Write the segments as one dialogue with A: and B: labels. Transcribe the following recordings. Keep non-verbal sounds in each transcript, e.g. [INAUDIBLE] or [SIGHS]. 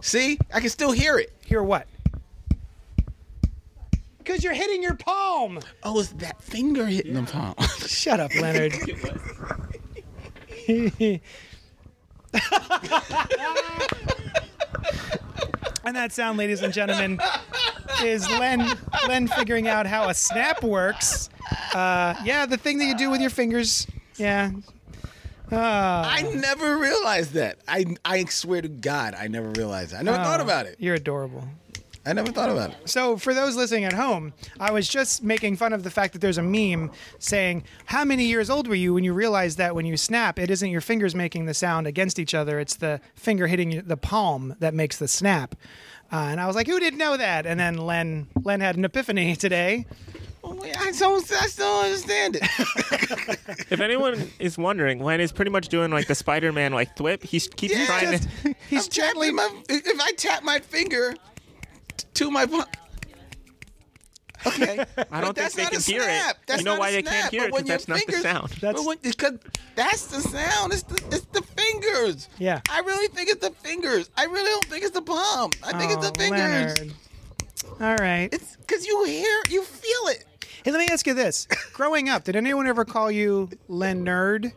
A: See, I can still hear it.
B: Hear what? Because you're hitting your palm.
A: Oh, it's that finger hitting the palm.
B: Shut up, Leonard. and that sound, ladies and gentlemen, is Len Len figuring out how a snap works. Uh, yeah, the thing that you do with your fingers. Yeah.
A: [LAUGHS] I never realized that. I I swear to God, I never realized that. I never thought about it.
B: You're adorable.
A: I never thought about [LAUGHS] it.
B: So, for those listening at home, I was just making fun of the fact that there's a meme saying, How many years old were you when you realized that when you snap, it isn't your fingers making the sound against each other, it's the finger hitting the palm that makes the snap? Uh, and I was like, Who didn't know that? And then Len, Len had an epiphany
A: [LAUGHS]
B: [LAUGHS] today.
A: Oh, wait, I don't, I still don't understand it. [LAUGHS]
B: [LAUGHS]
C: If anyone is wondering, Len is pretty much doing like the Spider-Man like thwip. He s- keeps
A: Yeah.
C: trying
B: Just,
C: to.
B: he's
A: I'm tapping
B: gently.
A: my. If I tap my finger t- to my. bu- Okay.
C: [LAUGHS] I don't think
A: that's
C: they
A: not
C: can
A: a
C: hear
A: snap.
C: it.
A: That's
C: you know
A: not
C: why
A: a
C: they
A: snap,
C: can't hear
A: but
C: it
A: when
C: because
A: your
C: that's not
A: fingers-
C: the sound.
B: That's-
A: but when, because that's the sound. It's the, it's the fingers.
B: Yeah.
A: I really think it's the fingers. I really don't think it's the palm. I think it's
B: Oh,
A: the fingers.
B: Leonard. All right.
A: It's because you hear, you feel it.
B: Hey, let me ask you this. Growing up, did anyone ever call you Leonard?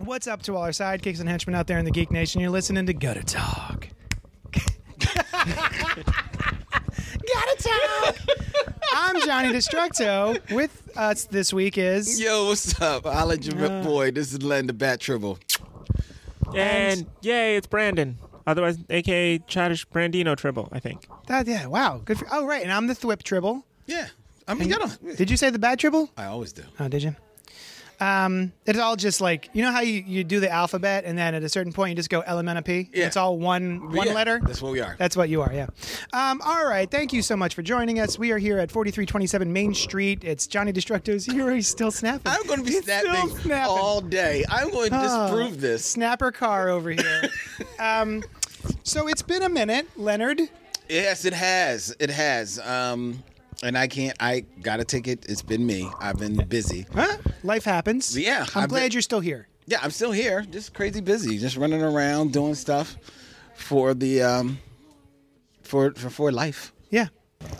B: What's up to all our sidekicks and henchmen out there in the Geek Nation? You're listening to Gutter Talk. Gutter Talk! I'm Johnny Destructo. With us this week is.
A: Yo, what's up? I'll let you rip, boy. This is Len the Bat Tribble.
C: and yay, it's Brandon. Otherwise, aka Childish Brandino Tribble, I think.
B: That, yeah, wow. Good for, oh, right. And I'm the Thwip Tribble.
A: Yeah. I mean, you don't.
B: Did you say the bad triple?
A: I always do.
B: Oh, did you? Um, it's all just like you know how you, you do the alphabet and then at a certain point you just go LMNP.
A: Yeah.
B: It's all one one
A: Yeah,
B: letter.
A: That's what we are.
B: That's what you are, yeah. Um, all right, thank you so much for joining us. We are here at 4327 Main Street. It's Johnny Destructo's. You're he's still snapping.
A: I'm going to be
B: He's still
A: snapping,
B: snapping.
A: all day. I'm going to
B: Oh.
A: disprove this.
B: Snapper car over here.
A: [LAUGHS]
B: um, so it's been a minute, Leonard.
A: Yes, it has. It has. Um, and I can't. I got a ticket. It's been me. I've been busy.
B: Huh? Life happens.
A: Yeah,
B: I'm
A: I've
B: glad
A: been-
B: you're still here.
A: Yeah, I'm still here. Just crazy busy. Just running around doing stuff for the um, for for for life.
B: Yeah.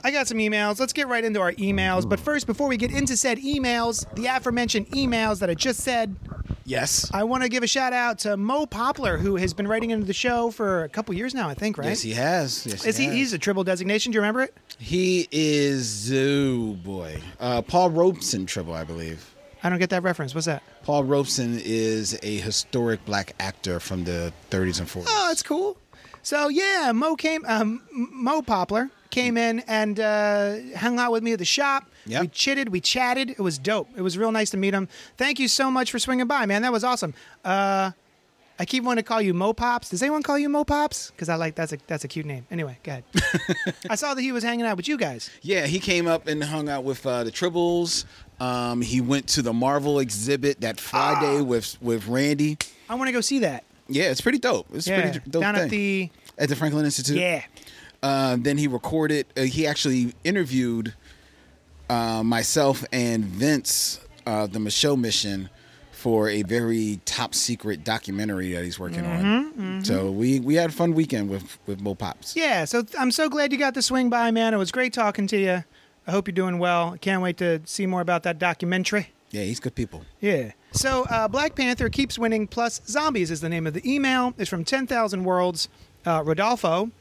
B: I got some emails. Let's get right into our emails. But first, before we get into said emails, the aforementioned emails that I just said,
A: Yes.
B: I want to give a shout out to Mo Poplar, who has been writing into the show for a couple years now, I think, right?
A: Yes, he has. Yes,
B: Is he?
A: has.
B: He's a triple designation. Do you remember it?
A: He is oh boy. Uh, Paul Robeson Triple, I believe.
B: I don't get that reference. What's that?
A: Paul Robeson is a historic black actor from the 30s and 40s.
B: Oh, that's cool. So yeah, Mo came. Um, Mo Poplar came in and uh, hung out with me at the shop.
A: Yep.
B: We chitted, we chatted. It was dope. It was real nice to meet him. Thank you so much for swinging by, man. That was awesome. Uh, I keep wanting to call you Mo Pops. Does anyone call you Mo Pops? Because I like that's a that's a cute name. Anyway,
A: [LAUGHS]
B: go ahead. I saw that he was hanging out with you guys.
A: Yeah, he came up and hung out with uh, the Tribbles. Um, he went to the Marvel exhibit that
B: Ah.
A: Friday with with Randy.
B: I want to go see that.
A: Yeah, it's pretty dope. It's
B: Yeah,
A: pretty dope
B: down
A: thing.
B: at the
A: At the Franklin Institute.
B: yeah.
A: Uh, then he recorded. Uh, he actually interviewed uh, myself and Vince, uh, the Michelle Mission, for a very top secret documentary that he's working on. So we we had a fun weekend with with Mo Pops.
B: Mm-hmm, Yeah, so th- I'm so glad you got the swing by, man. It was great talking to you. I hope you're doing well. Can't wait to see more about that documentary.
A: Yeah, he's good people.
B: Yeah. So uh, Black Panther keeps winning. Plus, zombies is the name of the email. It's from Ten Thousand Worlds, uh, Rodolfo,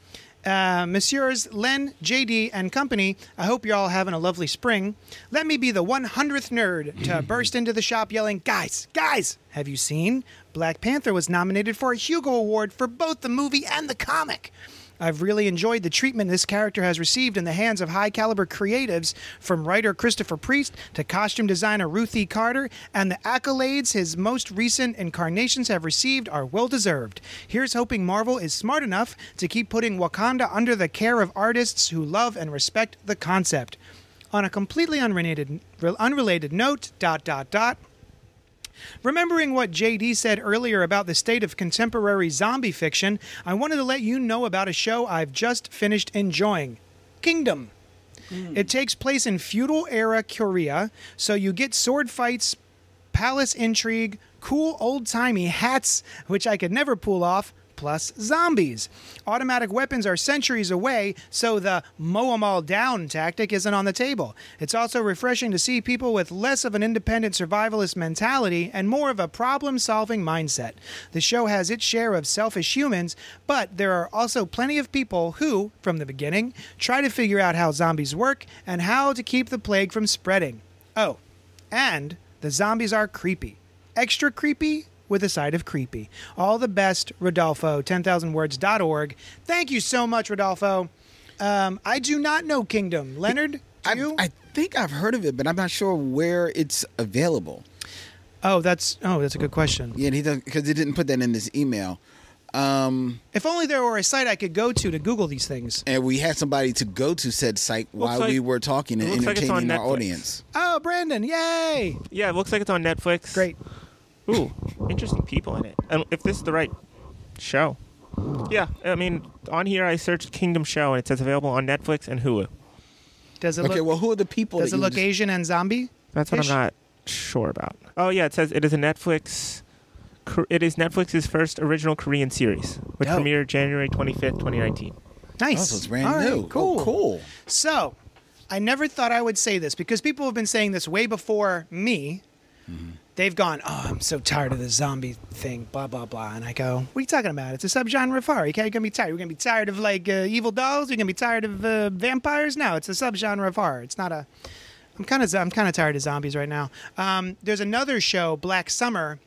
B: uh, Messieurs Len, JD, and company. I hope you're all having a lovely spring. Let me be the 100th nerd to burst into the shop yelling, "Guys, guys, have you seen Black Panther was nominated for a Hugo Award for both the movie and the comic." I've really enjoyed the treatment this character has received in the hands of high caliber creatives, from writer Christopher Priest to costume designer Ruthie Carter, and the accolades his most recent incarnations have received are well deserved. Here's hoping Marvel is smart enough to keep putting Wakanda under the care of artists who love and respect the concept. On a completely unrelated, unrelated note, dot dot dot. Remembering what JD said earlier about the state of contemporary zombie fiction, I wanted to let you know about a show I've just finished enjoying Kingdom. It takes place in feudal era Korea, so you get sword fights, palace intrigue, cool old timey hats, which I could never pull off, plus zombies. Automatic weapons are centuries away, so the mow 'em all down tactic isn't on the table. It's also refreshing to see people with less of an independent survivalist mentality and more of a problem solving mindset. The show has its share of selfish humans, but there are also plenty of people who, from the beginning, try to figure out how zombies work and how to keep the plague from spreading. Oh, and the zombies are creepy. Extra creepy with a side of creepy. All the best, Rodolfo, 10,000words.org. Thank you so much, Rodolfo. Um, I do not know Kingdom. Leonard, do
A: I,
B: you?
A: I think I've heard of it, but I'm not sure where it's available.
B: oh, that's oh, that's a good question.
A: Yeah, he doesn't because he didn't put that in his email. Um,
B: If only there were a site I could go to to Google these things.
A: and we had somebody to go to said site while
C: like-
A: we were talking and
C: it looks like it's
A: entertaining
C: on
A: our
C: Netflix.
A: audience.
B: Oh, Brandon, yay!
C: Yeah, it looks like it's on Netflix.
B: Great.
C: Ooh, interesting people in it. And if this is the right show. Yeah, I mean, on here I searched Kingdom Show and it says available on Netflix and Hulu.
B: Does it
A: Okay,
B: look
A: well, who are the people?
B: does
A: that
B: it
A: you
B: look
A: just-
B: Asian and zombie?
C: That's what
B: Ish.
C: I'm not sure about. Oh yeah, it says it is a Netflix. Kor- It is Netflix's first original Korean series, which
B: Dope.
C: premiered January 25th, 2019.
A: Oh,
B: Nice.
A: so it's brand
B: All right,
A: new. Oh,
B: Cool.
A: cool.
B: So, I never thought I would say this because people have been saying this way before me. They've gone, oh, I'm so tired of the zombie thing, blah, blah, blah. And I go, what are you talking about? It's a subgenre of horror. You can't, you're going to be tired. You're going to be tired of like uh, evil dolls. You're going to be tired of uh, vampires. No, it's a subgenre of horror. It's not a. I'm kind of I'm kind of tired of zombies right now. Um, there's another show, Black Summer,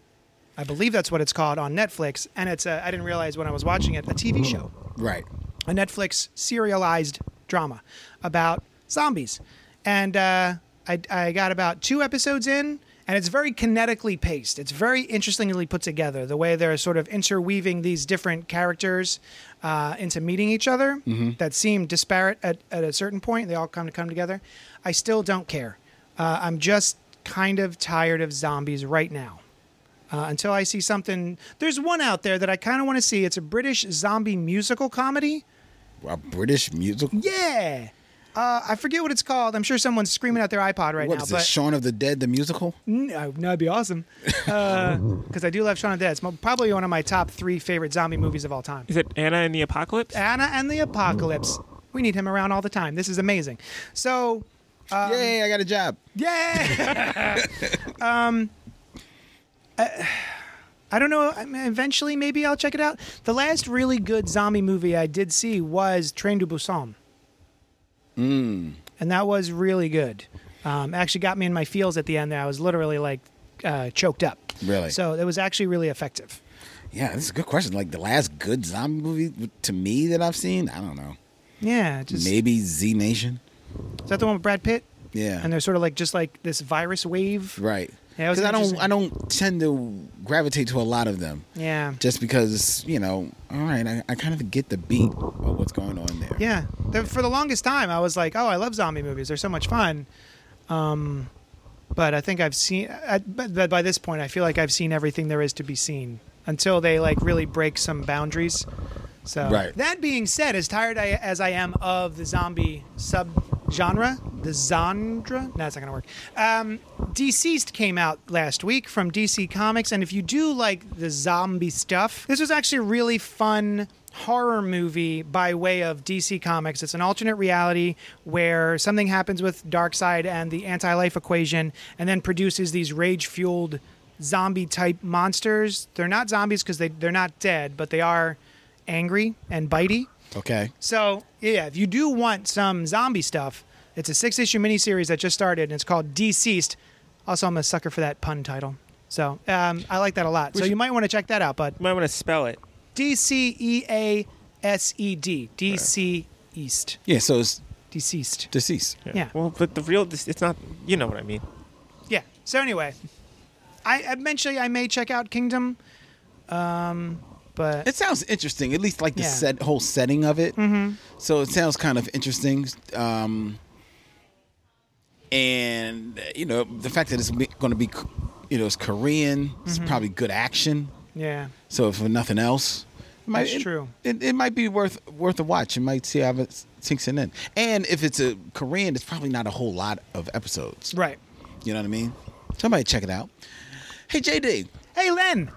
B: I believe that's what it's called on Netflix, and it's a, I didn't realize when I was watching it a TV show
A: Right.
B: a Netflix serialized drama about zombies. And uh, I, I got about two episodes in, and it's very kinetically paced. It's very interestingly put together, the way they're sort of interweaving these different characters uh, into meeting each other that seem disparate at, at a certain point. They all come to come together. I still don't care. Uh, I'm just kind of tired of zombies right now uh, until I see something. There's one out there that I kind of want to see. It's a British zombie musical comedy.
A: A British musical.
B: Yeah. Uh, I forget what it's called. I'm sure someone's screaming at their iPod right
A: What
B: now.
A: is
B: but
A: this? Shaun of the Dead, the musical?
B: Mm, uh, that'd be awesome.
A: [LAUGHS]
B: Because I do love Shaun of the Dead. It's mo- probably one of my top three favorite zombie movies of all time.
C: Is it Anna and the Apocalypse?
B: Anna and the Apocalypse. We need him around all the time. This is amazing. So, um,
A: Yay! I got a job.
B: yeah. [LAUGHS] um, I- I don't know. I mean, eventually, maybe I'll check it out. The last really good zombie movie I did see was Train to Busan.
A: Hmm.
B: and that was really good. Um, actually, got me in my feels at the end there. I was literally like uh, choked up.
A: Really?
B: So it was actually really effective.
A: Yeah, this is a good question. Like the last good zombie movie to me that I've seen, I don't know.
B: Yeah. Just
A: Maybe Z Nation.
B: is that the one with Brad Pitt?
A: Yeah.
B: And they're sort of like just like this virus wave.
A: Right.
B: Yeah, it was
A: Because I don't
B: interesting.
A: I don't tend to gravitate to a lot of them.
B: Yeah.
A: Just because, you know, all right, I, I kind of get the beat of what's going on there.
B: Yeah. The, for the longest time, I was like, oh, I love zombie movies. They're so much fun. Um, but I think I've seen, I, but but by this point, I feel like I've seen everything there is to be seen until they like really break some boundaries. So
A: Right.
B: that being said, as tired I, as I am of the zombie subgenre, the genre, no, it's not gonna work. Um, Deceased came out last week from DC Comics, and if you do like the zombie stuff, this was actually a really fun horror movie by way of DC Comics. It's an alternate reality where something happens with Darkseid and the anti-life equation, and then produces these rage-fueled zombie-type monsters. They're not zombies because they they're not dead, but they are angry and bitey.
A: Okay.
B: So yeah, if you do want some zombie stuff, it's a six-issue miniseries that just started, and it's called Deceased. Also, I'm a sucker for that pun title, so um, I like that a lot. So you might want to check that out. But
C: You might want to spell it.
B: D C E A S E D D C East
A: Yeah, so it's
B: deceased.
A: deceased.
B: Yeah.
C: Well, but the real, it's not, you know what I mean.
B: Yeah. So anyway, I eventually I may check out Kingdom, um, but
A: It sounds interesting, at least like the
B: Yeah.
A: set whole setting of it. Mm-hmm. So it sounds kind of interesting. Um, and you know the fact that it's going to be,
B: Mm-hmm.
A: you know, it's Korean. It's probably good action.
B: yeah.
A: So if for nothing else, might,
B: That's
A: it-
B: true.
A: It, it might be worth worth a watch. You might see how it sinks in. And if it's a Korean, it's probably not a whole lot of episodes.
B: Right.
A: You know what I mean? Somebody check it out. Hey JD,
B: Hey, Len.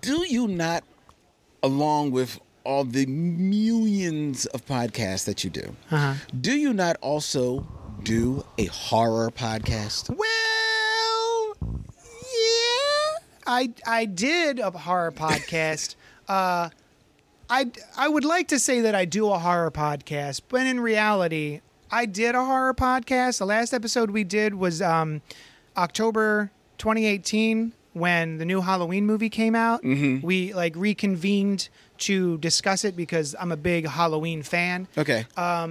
A: do you not, along with all the millions of podcasts that you do,
B: Uh-huh.
A: do you not also do a horror podcast?
B: Well, yeah. I I did a horror podcast. uh, I I would like to say that I do a horror podcast, but in reality, I did a horror podcast. The last episode we did was um, October 2018 when the new Halloween movie came out. We like reconvened to discuss it because I'm a big Halloween fan.
A: Okay.
B: Uh,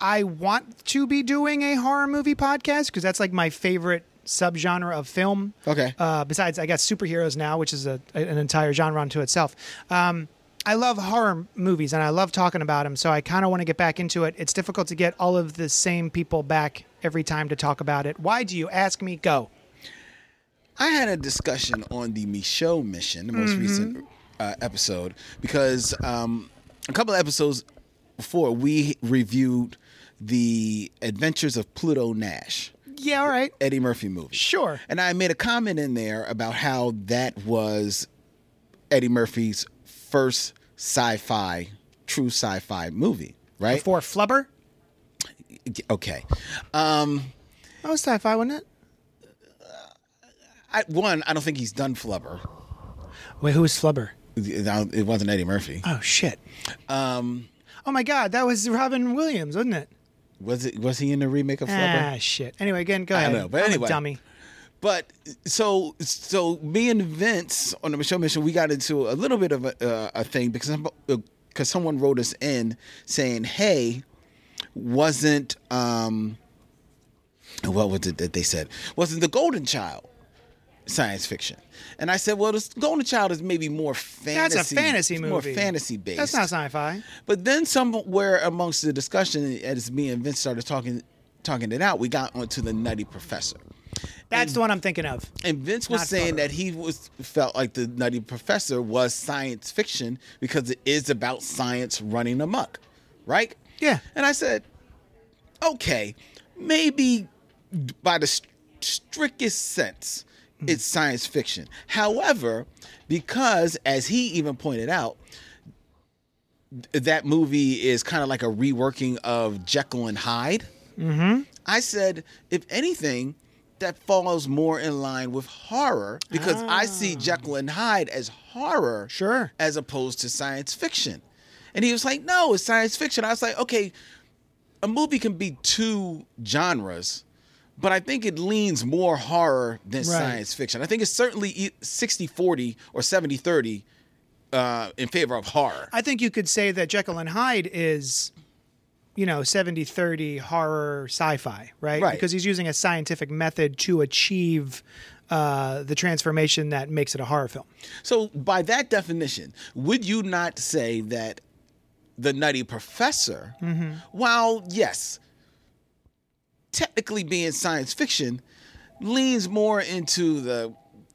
B: I want to be doing a horror movie podcast because that's like my favorite subgenre of film.
A: Okay.
B: Uh, besides, I got superheroes now, which is a, an entire genre unto itself. Um, I love horror movies and I love talking about them, so I kind of want to get back into it. It's difficult to get all of the same people back every time to talk about it. Why do you ask me? Go.
A: I had a discussion on the Michaud mission, the most recent uh, episode, because um, a couple of episodes before we reviewed the Adventures of Pluto Nash,
B: Yeah, all right.
A: Eddie Murphy movie.
B: Sure.
A: And I made a comment in there about how that was Eddie Murphy's first sci-fi, true sci-fi movie, right?
B: For Flubber?
A: Okay. Um,
B: That was sci fi, wasn't it?
A: I, one, I don't think he's done Flubber.
B: Wait, who was Flubber?
A: It wasn't Eddie Murphy.
B: Oh, shit.
A: Um,
B: Oh, my God. That was Robin Williams, wasn't it?
A: Was it? Was he in the remake of Flubber?
B: Ah, shit. Anyway, again, go
A: I
B: ahead.
A: don't know, but
B: I'm a
A: anyway.
B: dummy.
A: But so so me and Vince on the Michelle Mission, we got into a little bit of a, uh, a thing because because someone wrote us in saying, "Hey, wasn't um, what was it that they said? Wasn't the Golden Child?" Science fiction, and I said, "Well, the Golden Child is maybe more fantasy.
B: That's a fantasy
A: it's
B: movie.
A: more fantasy based.
B: That's not sci-fi.
A: But then somewhere amongst the discussion, as me and Vince started talking talking it out, we got onto the Nutty Professor.
B: That's the one I'm thinking of.
A: And Vince was
B: Not
A: saying
B: Flubber.
A: that he was felt like the Nutty Professor was science fiction because it is about science running amok, right?
B: Yeah.
A: And I said, okay, maybe by the st- strictest sense,
B: Hmm.
A: it's science fiction. However, because as he even pointed out, th- that movie is kind of like a reworking of Jekyll and Hyde.
B: Mm-hmm.
A: I said, if anything, that falls more in line with horror because I see Jekyll and Hyde as horror,
B: Ah. Sure.
A: as opposed to science fiction. And he was like, no, it's science fiction. I was like, okay, a movie can be two genres, but I think it leans more horror than
B: Right.
A: science fiction. I think it's certainly e- 60 40 or 70 30 uh, in favor of horror.
B: I think you could say that Jekyll and Hyde is, you know, 70-30 horror sci-fi, right?
A: Right.
B: Because he's using a scientific method to achieve uh, the transformation that makes it a horror film.
A: So, by that definition, would you not say that the Nutty Professor,
B: Mm-hmm.
A: while yes, technically being science fiction, leans more into the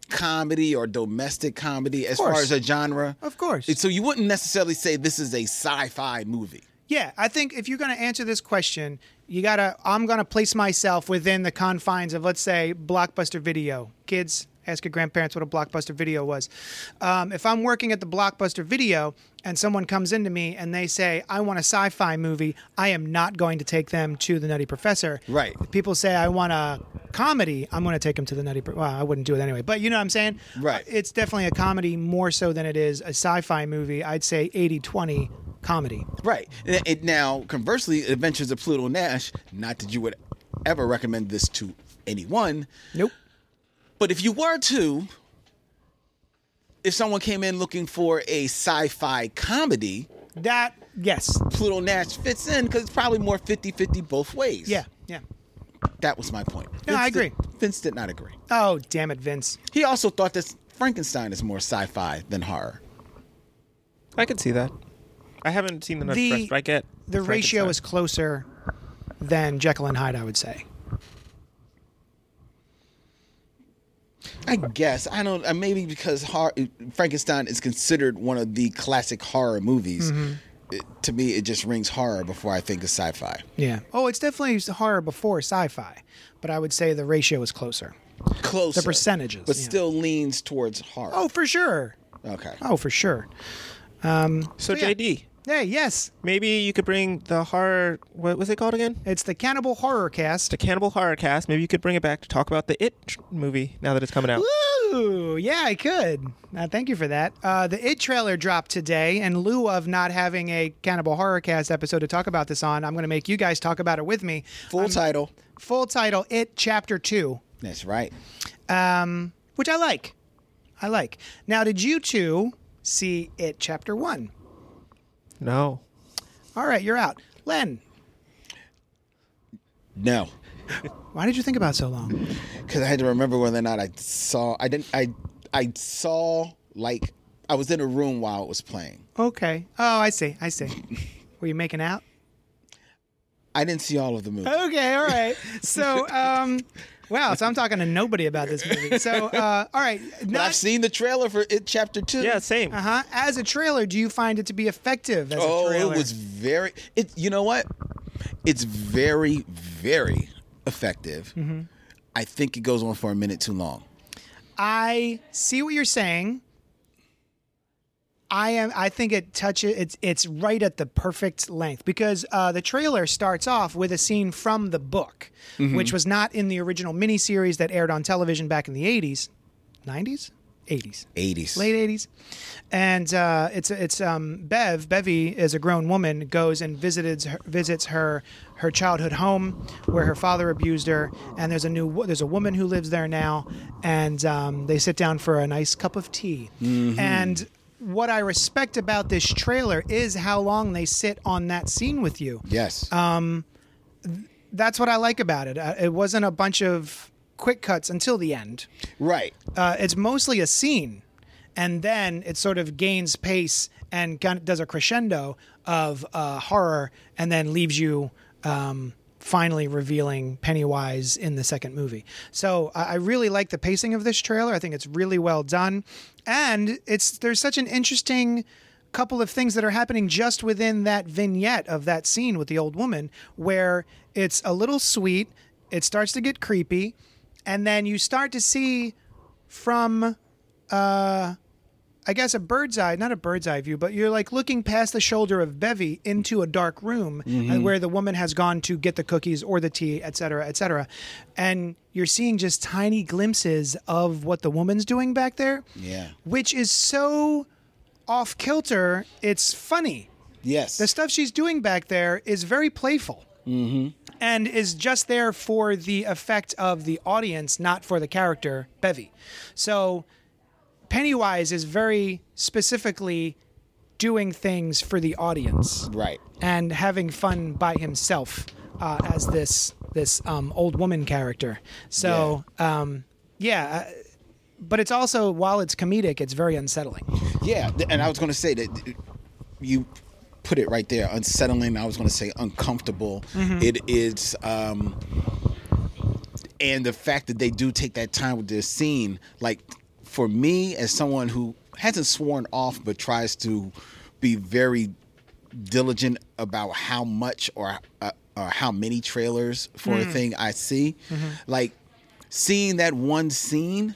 A: comedy or domestic comedy as far
B: course.
A: as a genre?
B: Of course.
A: So, you wouldn't necessarily say this is a sci fi movie.
B: Yeah, I think if you're going to answer this question, you got to I'm going to place myself within the confines of let's say Blockbuster Video. Kids, ask your grandparents what a Blockbuster Video was. Um, if I'm working at the Blockbuster Video and someone comes into me and they say, "I want a sci-fi movie," I am not going to take them to the Nutty Professor.
A: Right.
B: If people say, "I want a comedy," I'm going to take them to the Nutty. Pro- Well, I wouldn't do it anyway, but you know what I'm saying? Uh,
A: Right.
B: It's definitely a comedy more so than it is a sci-fi movie. I'd say 80-20 comedy.
A: Right. And it- now, conversely, Adventures of Pluto Nash, not that you would ever recommend this to anyone,
B: Nope.
A: But if you were to, if someone came in looking for a sci-fi comedy,
B: That yes.
A: Pluto Nash fits in because it's probably more 50-50 both ways.
B: Yeah. Yeah.
A: That was my point.
B: No, I agree.
A: Did, Vince did not agree.
B: Oh, damn it, Vince.
A: He also thought that Frankenstein is more sci-fi than horror.
C: I could see that. I haven't seen the,
B: The-
C: the first, but I get
B: The ratio
C: Frankenstein.
B: is closer than Jekyll and Hyde, I would say.
A: I I guess I don't. uh, Maybe because hor- Frankenstein is considered one of the classic horror movies.
B: Mm-hmm.
A: It, to me, it just rings horror before I think of sci-fi.
B: Yeah. Oh, it's definitely horror before sci-fi, but I would say the ratio is closer.
A: Closer,
B: percentages,
A: but
B: yeah.
A: still leans towards horror.
B: Oh, for sure.
A: okay.
B: Oh, for sure.
C: So,
B: So, yeah.
C: JD,
B: Hey, yes,
C: maybe you could bring the horror. What was it called again?
B: it's the Cannibal Horror Cast.
C: The Cannibal Horror Cast. Maybe you could bring it back to talk about the It tr- movie now that it's coming out.
B: Woo! Yeah, I could. Uh, thank you for that. Uh, the It trailer dropped today. In lieu of not having a Cannibal Horror Cast episode to talk about this on, I'm going to make you guys talk about it with me.
A: Full title.
B: Full title: It Chapter Two.
A: That's right.
B: um, which I like. I like. Now, did you two see it chapter one?
C: No.
B: All right, you're out. Len,
A: No,
B: why did you think about it so long?
A: because I had to remember whether or not I saw. I didn't. I I saw like I was in a room while it was playing.
B: Okay. Oh, I see. I see. Were you making out?
A: I didn't see all of the movie.
B: Okay. All right. So, um, wow. So I'm talking to nobody about this movie. So, uh, all right.
A: But I've
B: Not,
A: seen the trailer for it, Chapter Two.
C: Yeah, same.
B: uh-huh. As a trailer, do you find it to be effective as
A: Oh,
B: a trailer?
A: it was very. It. You know what? It's very, very effective.
B: Mm-hmm.
A: I think it goes on for a minute too long.
B: I see what you're saying. I am. I think it touches. It's it's right at the perfect length because uh, the trailer starts off with a scene from the book, which was not in the original miniseries that aired on television back in the '80s, '90s, '80s,
A: Eighties.
B: late '80s, and uh, it's it's um, Bev. Bevy is a grown woman goes and visits her, visits her her childhood home where her father abused her, and there's a new wo- there's a woman who lives there now, and um, they sit down for a nice cup of tea, and. What I respect about this trailer is how long they sit on that scene with you
A: Yes.
B: Uh, that's what I like about it. Uh, it wasn't a bunch of quick cuts until the end.
A: right.
B: Uh, it's mostly a scene, and then it sort of gains pace and kind of does a crescendo of uh, horror, and then leaves you um, finally revealing Pennywise in the second movie. So I, I really like the pacing of this trailer. I think it's really well done, and it's there's such an interesting couple of things that are happening just within that vignette of that scene with the old woman where it's a little sweet it starts to get creepy and then you start to see from uh I guess a bird's eye, not a bird's eye view, but you're like looking past the shoulder of Bevy into a dark room and where the woman has gone to get the cookies or the tea, et cetera, et cetera. And you're seeing just tiny glimpses of what the woman's doing back there.
A: Yeah.
B: Which is so off kilter, it's funny
A: Yes.
B: the stuff she's doing back there is very playful and is just there for the effect of the audience, not for the character Bevy. So Pennywise is very specifically doing things for the audience
A: right.
B: and having fun by himself uh, as this this um, old woman character. So yeah. Um, yeah uh, but it's also while it's comedic, it's very unsettling.
A: Yeah. th- And I was going to say that you put it right there. Unsettling. I was going to say uncomfortable. It is. Um, and the fact that they do take that time with their scene, like for me as someone who hasn't sworn off but tries to be very diligent about how much or uh, or how many trailers for a thing I see, like seeing that one scene,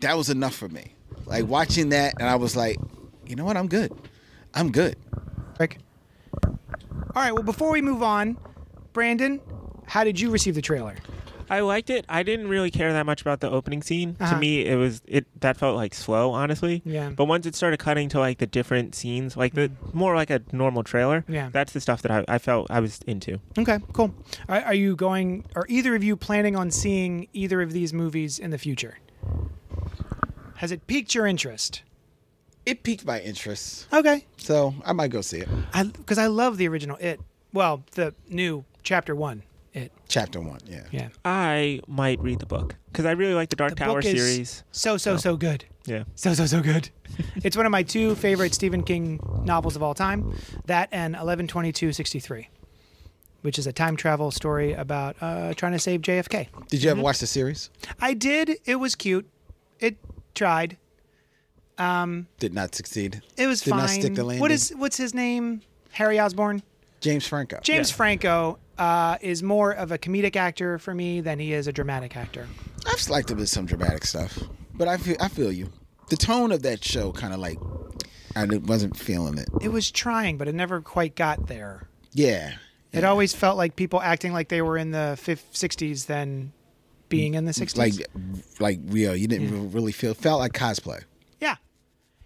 A: that was enough for me. Like watching that, and I was like, you know what, I'm good, I'm good.
B: Rick. All right. Well, before we move on, Brandon, how did you receive the trailer?
C: I liked it. I didn't really care that much about the opening scene.
B: Uh-huh.
C: To me, it was it that felt like slow, honestly.
B: Yeah. Mm-hmm.
C: But once it started cutting to like the different scenes, like the more like a normal trailer.
B: Yeah.
C: That's the stuff that I, I felt I was into.
B: Okay, cool. Are, are you going? Are either of you planning on seeing either of these movies in the future? Has it piqued your interest?
A: It piqued my interest,
B: Okay,
A: so I might go see it.
B: because I, love the original It. Well, the new Chapter One It.
A: Chapter one, yeah.
B: Yeah,
C: I might read the book because I really like the Dark
B: the
C: Tower
B: book is
C: series.
B: so so so good.
C: Yeah.
B: So so so good. [LAUGHS] it's one of my two favorite Stephen King novels of all time. That and eleven twenty two sixty three. which is a time travel story about uh, trying to save JFK.
A: Did you ever watch the series?
B: I did. It was cute. It tried.
A: Did not succeed.
B: It was
A: Did
B: fine.
A: not stick the landing.
B: What is what's his name? Harry Osborne.
A: James Franco?
B: James
C: Yeah.
B: Franco uh, is more of a comedic actor for me than he is a dramatic actor.
A: I've liked him in some dramatic stuff, but I feel I feel you. The tone of that show kind of like I knew- wasn't feeling it.
B: It was trying, but it never quite got there.
A: Yeah,
B: It always felt like people acting like they were in the fif- 60s than being in the 60s.
A: like like real. You didn't really feel felt like cosplay.
B: yeah.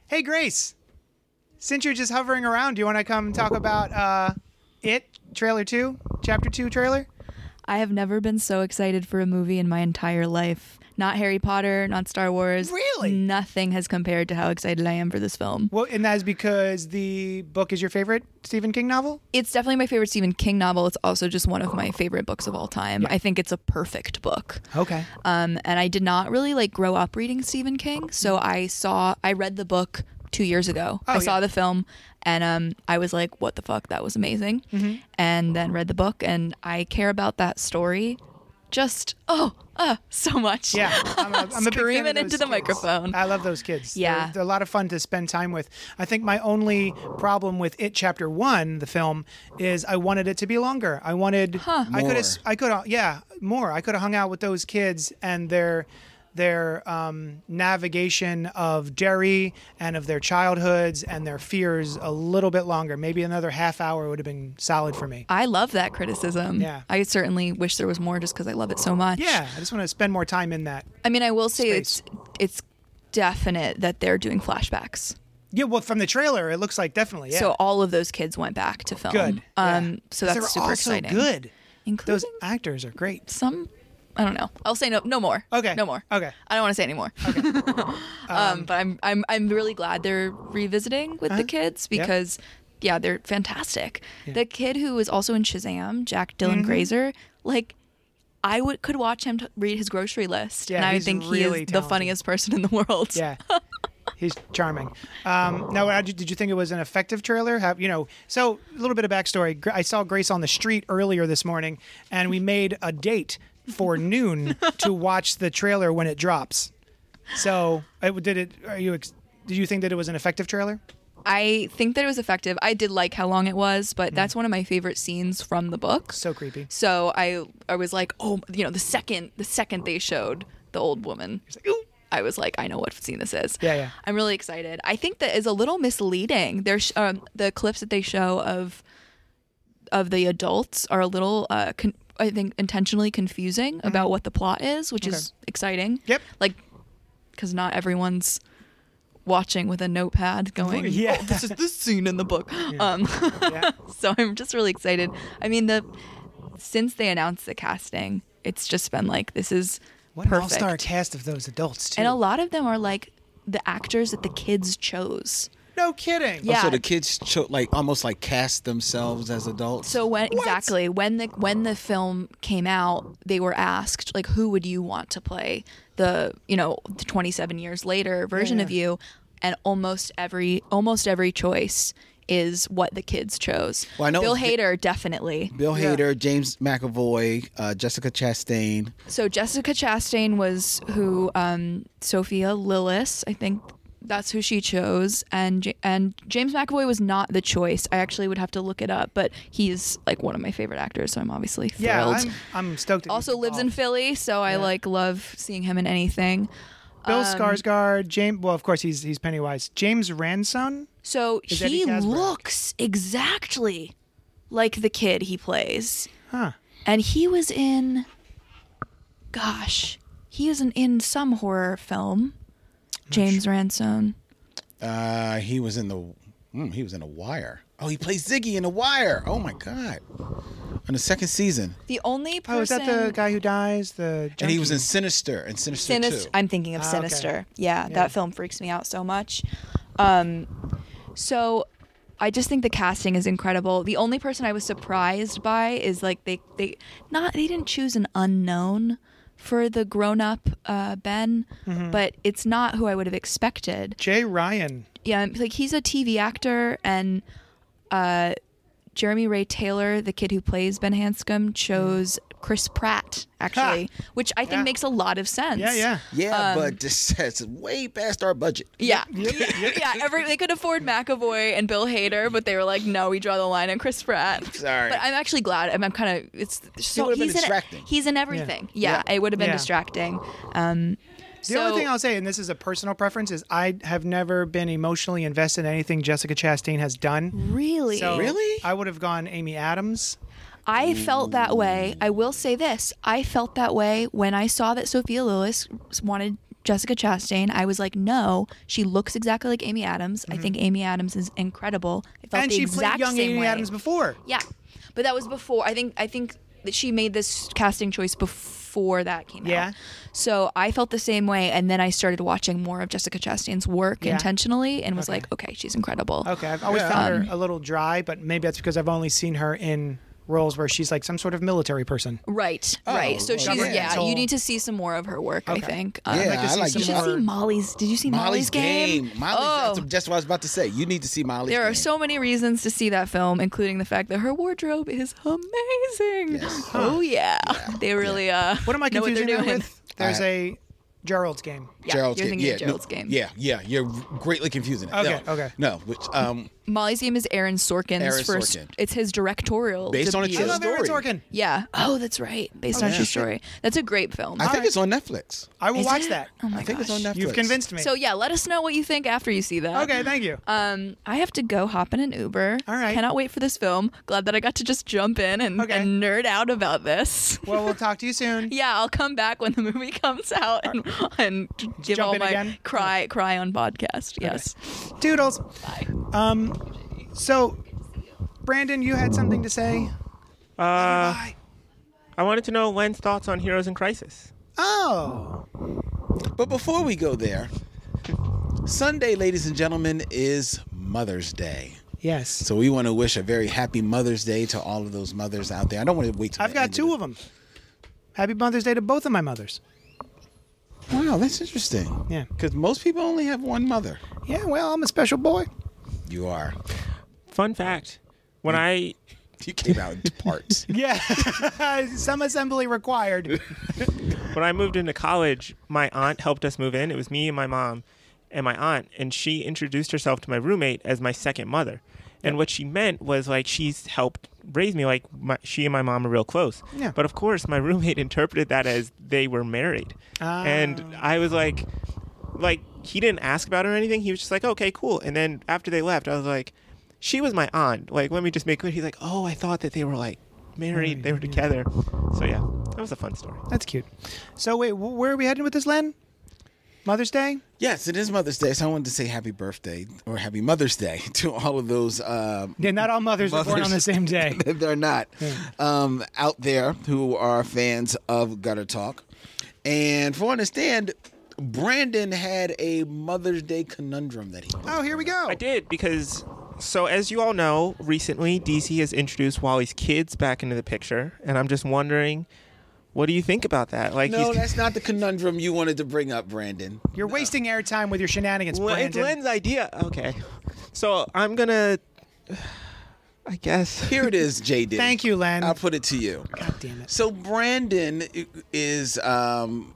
B: Hey, Grace, since you're just hovering around, do you want to come talk about uh, it, trailer two, chapter two trailer?
D: I have never been so excited for a movie in my entire life. Not Harry Potter, not Star Wars.
B: Really?
D: Nothing has compared to how excited I am for this film.
B: Well, and that is because the book is your favorite Stephen King novel?
D: It's definitely my favorite Stephen King novel. It's also just one of my favorite books of all time. I think it's a perfect book.
B: Okay.
D: Um, and I did not really like grow up reading Stephen King, so I saw I read the book two years ago. I saw
B: Oh, yeah.
D: the film, and um, I was like, "What the fuck? That was amazing!"
B: Mm-hmm.
D: And then read the book, and I care about that story just oh uh, so much.
B: Yeah, I'm a, I'm a big fan
D: Screaming
B: of those
D: into the
B: kids.
D: microphone.
B: I love those kids.
D: Yeah.
B: they're, they're a lot of fun to spend time with. I think my only problem with it, Chapter One, the film, is I wanted it to be longer. I wanted I could
A: More.
B: have I could have yeah more. I could have hung out with those kids and their their um, navigation of Derry and of their childhoods and their fears a little bit longer. Maybe another half hour would have been solid for me.
D: I love that criticism.
B: Yeah.
D: I certainly wish there was more, just because I love it so much.
B: Yeah, I just want to spend more time in that.
D: I mean, I will say
B: Space.
D: it's it's definite that they're doing flashbacks.
B: Yeah, well, from the trailer, it looks like definitely. Yeah.
D: So all of those kids went back to film.
B: Good.
D: Um,
B: Yeah.
D: So
B: 'Cause
D: that's
B: they're
D: super
B: all
D: exciting.
B: So good.
D: Including
B: Those actors are great.
D: some. I don't know. I'll say no. No more.
B: Okay.
D: No more.
B: Okay.
D: I don't want to say any more. Okay. [LAUGHS] um, but I'm I'm I'm really glad they're revisiting with
B: Uh-huh.
D: the kids because yeah, they're fantastic. The kid who was also in Shazam, Jack Dylan
B: Mm-hmm.
D: Grazer, like. I would could watch him t- read his grocery list,
B: Yeah,
D: and I would
B: he's
D: think he is
B: really
D: the
B: talented.
D: funniest person in the world.
B: Yeah. [LAUGHS] He's charming. Um, now, how'd you- did you think it was an effective trailer? Have you know? So, a little bit of backstory. Gr- I saw Grace on the street earlier this morning, and we made a date for noon to watch the trailer when it drops. So, I, did it? Are you? Ex- did you think that it was an effective trailer?
D: I think that it was effective. I did like how long it was,
B: Mm.
D: but that's one of my favorite scenes from the book.
B: So creepy.
D: So I I was like, oh, you know, the second the second they showed the old woman, I was like, I know what scene this is.
B: Yeah, yeah.
D: I'm really excited. I think that is a little misleading. There's um, the clips that they show of of the adults are a little uh, con- I think intentionally confusing about what the plot is, which is exciting.
B: Mm-hmm. Yep.
D: Like, because not everyone's watching with a notepad going
B: Yeah.
D: oh, this is this scene in
B: [LAUGHS]
D: the book um
B: Yeah.
D: [LAUGHS] so i'm just really excited i mean the since they announced the casting it's just been like this is
B: [LAUGHS] What an
D: perfect
B: all-star cast of those adults too.
D: and a lot of them are like the actors that the kids chose
B: no kidding.
D: yeah
A: So the kids cho- like almost like cast themselves as adults.
D: So when exactly when the when the film came out, they were asked like, who would you want to play the you know the 27 years later version of you, and almost every almost every choice is what the kids chose.
A: Well, I know-
D: Bill Hader definitely.
A: Bill
B: Yeah.
A: Hader, James McAvoy, uh, Jessica Chastain.
D: So Jessica Chastain was who um, Sophia Lillis, I think. That's who she chose, and J- and James McAvoy was not the choice. I actually would have to look it up, but he's like one of my favorite actors, so I'm obviously thrilled.
B: Yeah, I'm, I'm stoked. that he's
D: also lives in
B: involved.
D: Philly, so I like love seeing him in anything.
B: Bill
D: Um,
B: Skarsgård, James. Well, of course he's he's Pennywise. James Ransone.
D: So
B: Eddie
D: he
B: Casper.
D: looks exactly like the kid he plays.
B: Huh.
D: And he was in gosh, he was in, in some horror film. James Ransone.
A: Uh, he was in the mm, he was in The Wire. Oh, he plays Ziggy in The Wire. Oh my god! In the second season,
D: The only person
B: Oh, is that the guy who dies? The junkie?
A: and he was in Sinister and Sinister,
D: Sinister.
A: too.
D: I'm thinking of
B: Ah, okay.
D: Sinister. Yeah,
B: Yeah.
D: that film freaks me out so much. Um, so I just think the casting is incredible. The only person I was surprised by is like they they not they didn't choose an unknown for the grown up uh, Ben,
B: Mm-hmm.
D: but it's not who I would have expected
B: Jay Ryan.
D: yeah, like he's a TV actor and uh Jeremy Ray Taylor, the kid who plays Ben
B: Mm-hmm.
D: Hanscom, chose Chris Pratt actually, which I think
B: Yeah.
D: makes a lot of sense.
B: Yeah, yeah.
D: um,
A: Yeah, but this [LAUGHS] that's way past our budget.
B: [LAUGHS]
D: Yeah, [LAUGHS] yeah. Every they could afford McAvoy and Bill Hader, but they were like, no, we draw the line on Chris Pratt.
A: Sorry.
D: But I'm actually glad. I'm, I'm kind of. It's so
A: would've been
D: he's in e-,
A: distracting.
D: he's in everything. Yeah, it would have been
B: Yeah.
D: distracting. Um,
B: The only thing I'll say, and this is a personal preference, is I have never been emotionally invested in anything Jessica Chastain has done.
D: really,
B: So
A: Really?
B: I would have gone Amy Adams.
D: I felt that way. I will say this: I felt that way when I saw that Sophia Lillis wanted Jessica Chastain. I was like, no, she looks exactly like Amy Adams. I think Amy Adams is incredible. I felt
B: Mm-hmm. and
D: the
B: she
D: exact
B: played young
D: same
B: Amy
D: way.
B: Adams before.
D: Yeah, but that was before. I think I think that she made this casting choice before that came
B: Yeah.
D: out. So I felt the same way, and then I started watching more of Jessica Chastain's work
B: Yeah.
D: intentionally, and was like, okay, she's incredible.
B: Okay, I've always found
D: Um,
B: her a little dry, but maybe that's because I've only seen her in roles where she's like some sort of military person.
D: Right,
B: Oh,
D: right. So she's
B: Government
D: yeah.
B: control.
D: You need to see some more of her work. I think. Um,
A: Yeah,
B: to
A: I
B: see
A: like
B: some
D: You should
B: more.
A: Molly's,
D: see Molly's. Did you see Molly's,
A: game. Molly's,
D: oh,
A: that's just what I was about to say. You need to see Molly's.
D: there are
A: Game.
D: so many reasons to see that film, including the fact that her wardrobe is amazing. Oh yeah, they really. Uh,
B: What am I
D: know what
B: confusing
D: they're
B: that
D: doing.
B: with? There's
A: I-
B: a Gerald's game.
D: Yeah,
A: Gerald's
D: you're
A: game.
D: thinking
A: yeah,
D: of Gerald's
A: no,
D: game.
A: Yeah, yeah, you're greatly confusing it.
B: Okay,
A: no,
B: okay.
A: No, which um,
D: Molly's game is Aaron Sorkin's
A: Aaron
D: first.
A: Sorkin.
D: It's his directorial
A: Based on a
D: debut.
A: true
B: I love Aaron
A: story.
B: Sorkin.
D: Yeah. Oh, that's right. Based on a true story. That's a great film.
A: I think it's on Netflix.
B: I will
D: Is
B: watch
D: it?
B: that.
D: Oh my
A: I think
D: gosh.
A: it's on Netflix.
B: You've convinced me.
D: So yeah, let us know what you think after you see that.
B: okay, thank you.
D: Um, I have to go hop in an Uber.
B: All right.
D: Cannot wait for this film. Glad that I got to just jump in and,
B: Okay.
D: and nerd out about this. [LAUGHS]
B: well, we'll talk to you soon.
D: Yeah, I'll come back when the movie [LAUGHS] comes out and, and give
B: Jump
D: all
B: in
D: my
B: again?
D: cry cry on podcast. Yes.
B: Doodles. Bye. Um, so, Brandon, you had something to say.
C: Uh,
B: Bye.
C: I wanted to know Len's thoughts on Heroes in Crisis.
B: Oh,
A: But before we go there, Sunday, ladies and gentlemen, is Mother's Day.
B: yes.
A: So we want to wish a very happy Mother's Day to all of those mothers out there. I don't want to wait. Till
B: I've
A: the
B: got
A: end
B: two of them. Happy Mother's Day to both of my mothers.
A: it. Wow, that's interesting.
B: Yeah.
A: because most people only have one mother.
B: Yeah, well, I'm a special boy.
A: You are.
C: Fun fact: When I
A: You came out in parts. [LAUGHS]
B: Yeah. [LAUGHS] Some assembly required.
C: when I moved into college, my aunt helped us move in. It was me and my mom and my aunt, and she introduced herself to my roommate as my second mother. And what she meant was like she's helped raise me. Like my, she and my mom are real close.
B: Yeah.
C: But of course, my [LAUGHS] roommate interpreted that as they were married, and I was like, like he didn't ask about her or anything. He was just like, okay, cool. And then after they left, I was like, she was my aunt. Like, let me just make clear. He's like, oh, I thought that they were like married. They were together. So yeah, that was a fun story.
B: That's cute. So, wait, wh- where are we heading with this, Len? Mother's Day?
A: yes, it is Mother's Day, so I wanted to say happy birthday or happy Mother's Day [LAUGHS] to all of those. Um,
B: Yeah, not all mothers, were born on
A: Mothers.
B: the same day.
A: [LAUGHS] they're not
B: Hmm.
A: um, out there who are fans of gutter talk and for understand brandon had a mother's day conundrum that he
B: [LAUGHS] Oh, here we go.
C: I did because so as you all know, recently DC has introduced Wally's kids back into the picture, and I'm just wondering, what do you think about that? Like,
A: no [LAUGHS]
C: he's-
A: that's not the conundrum you wanted to bring up brandon
B: You're wasting airtime with your shenanigans,
C: well, it's
B: Brandon.
C: Len's idea. Okay, so I'm gonna, I guess.
A: here it is jd
B: Thank you, Len.
A: i'll put it to you
B: God damn it.
A: so brandon is um,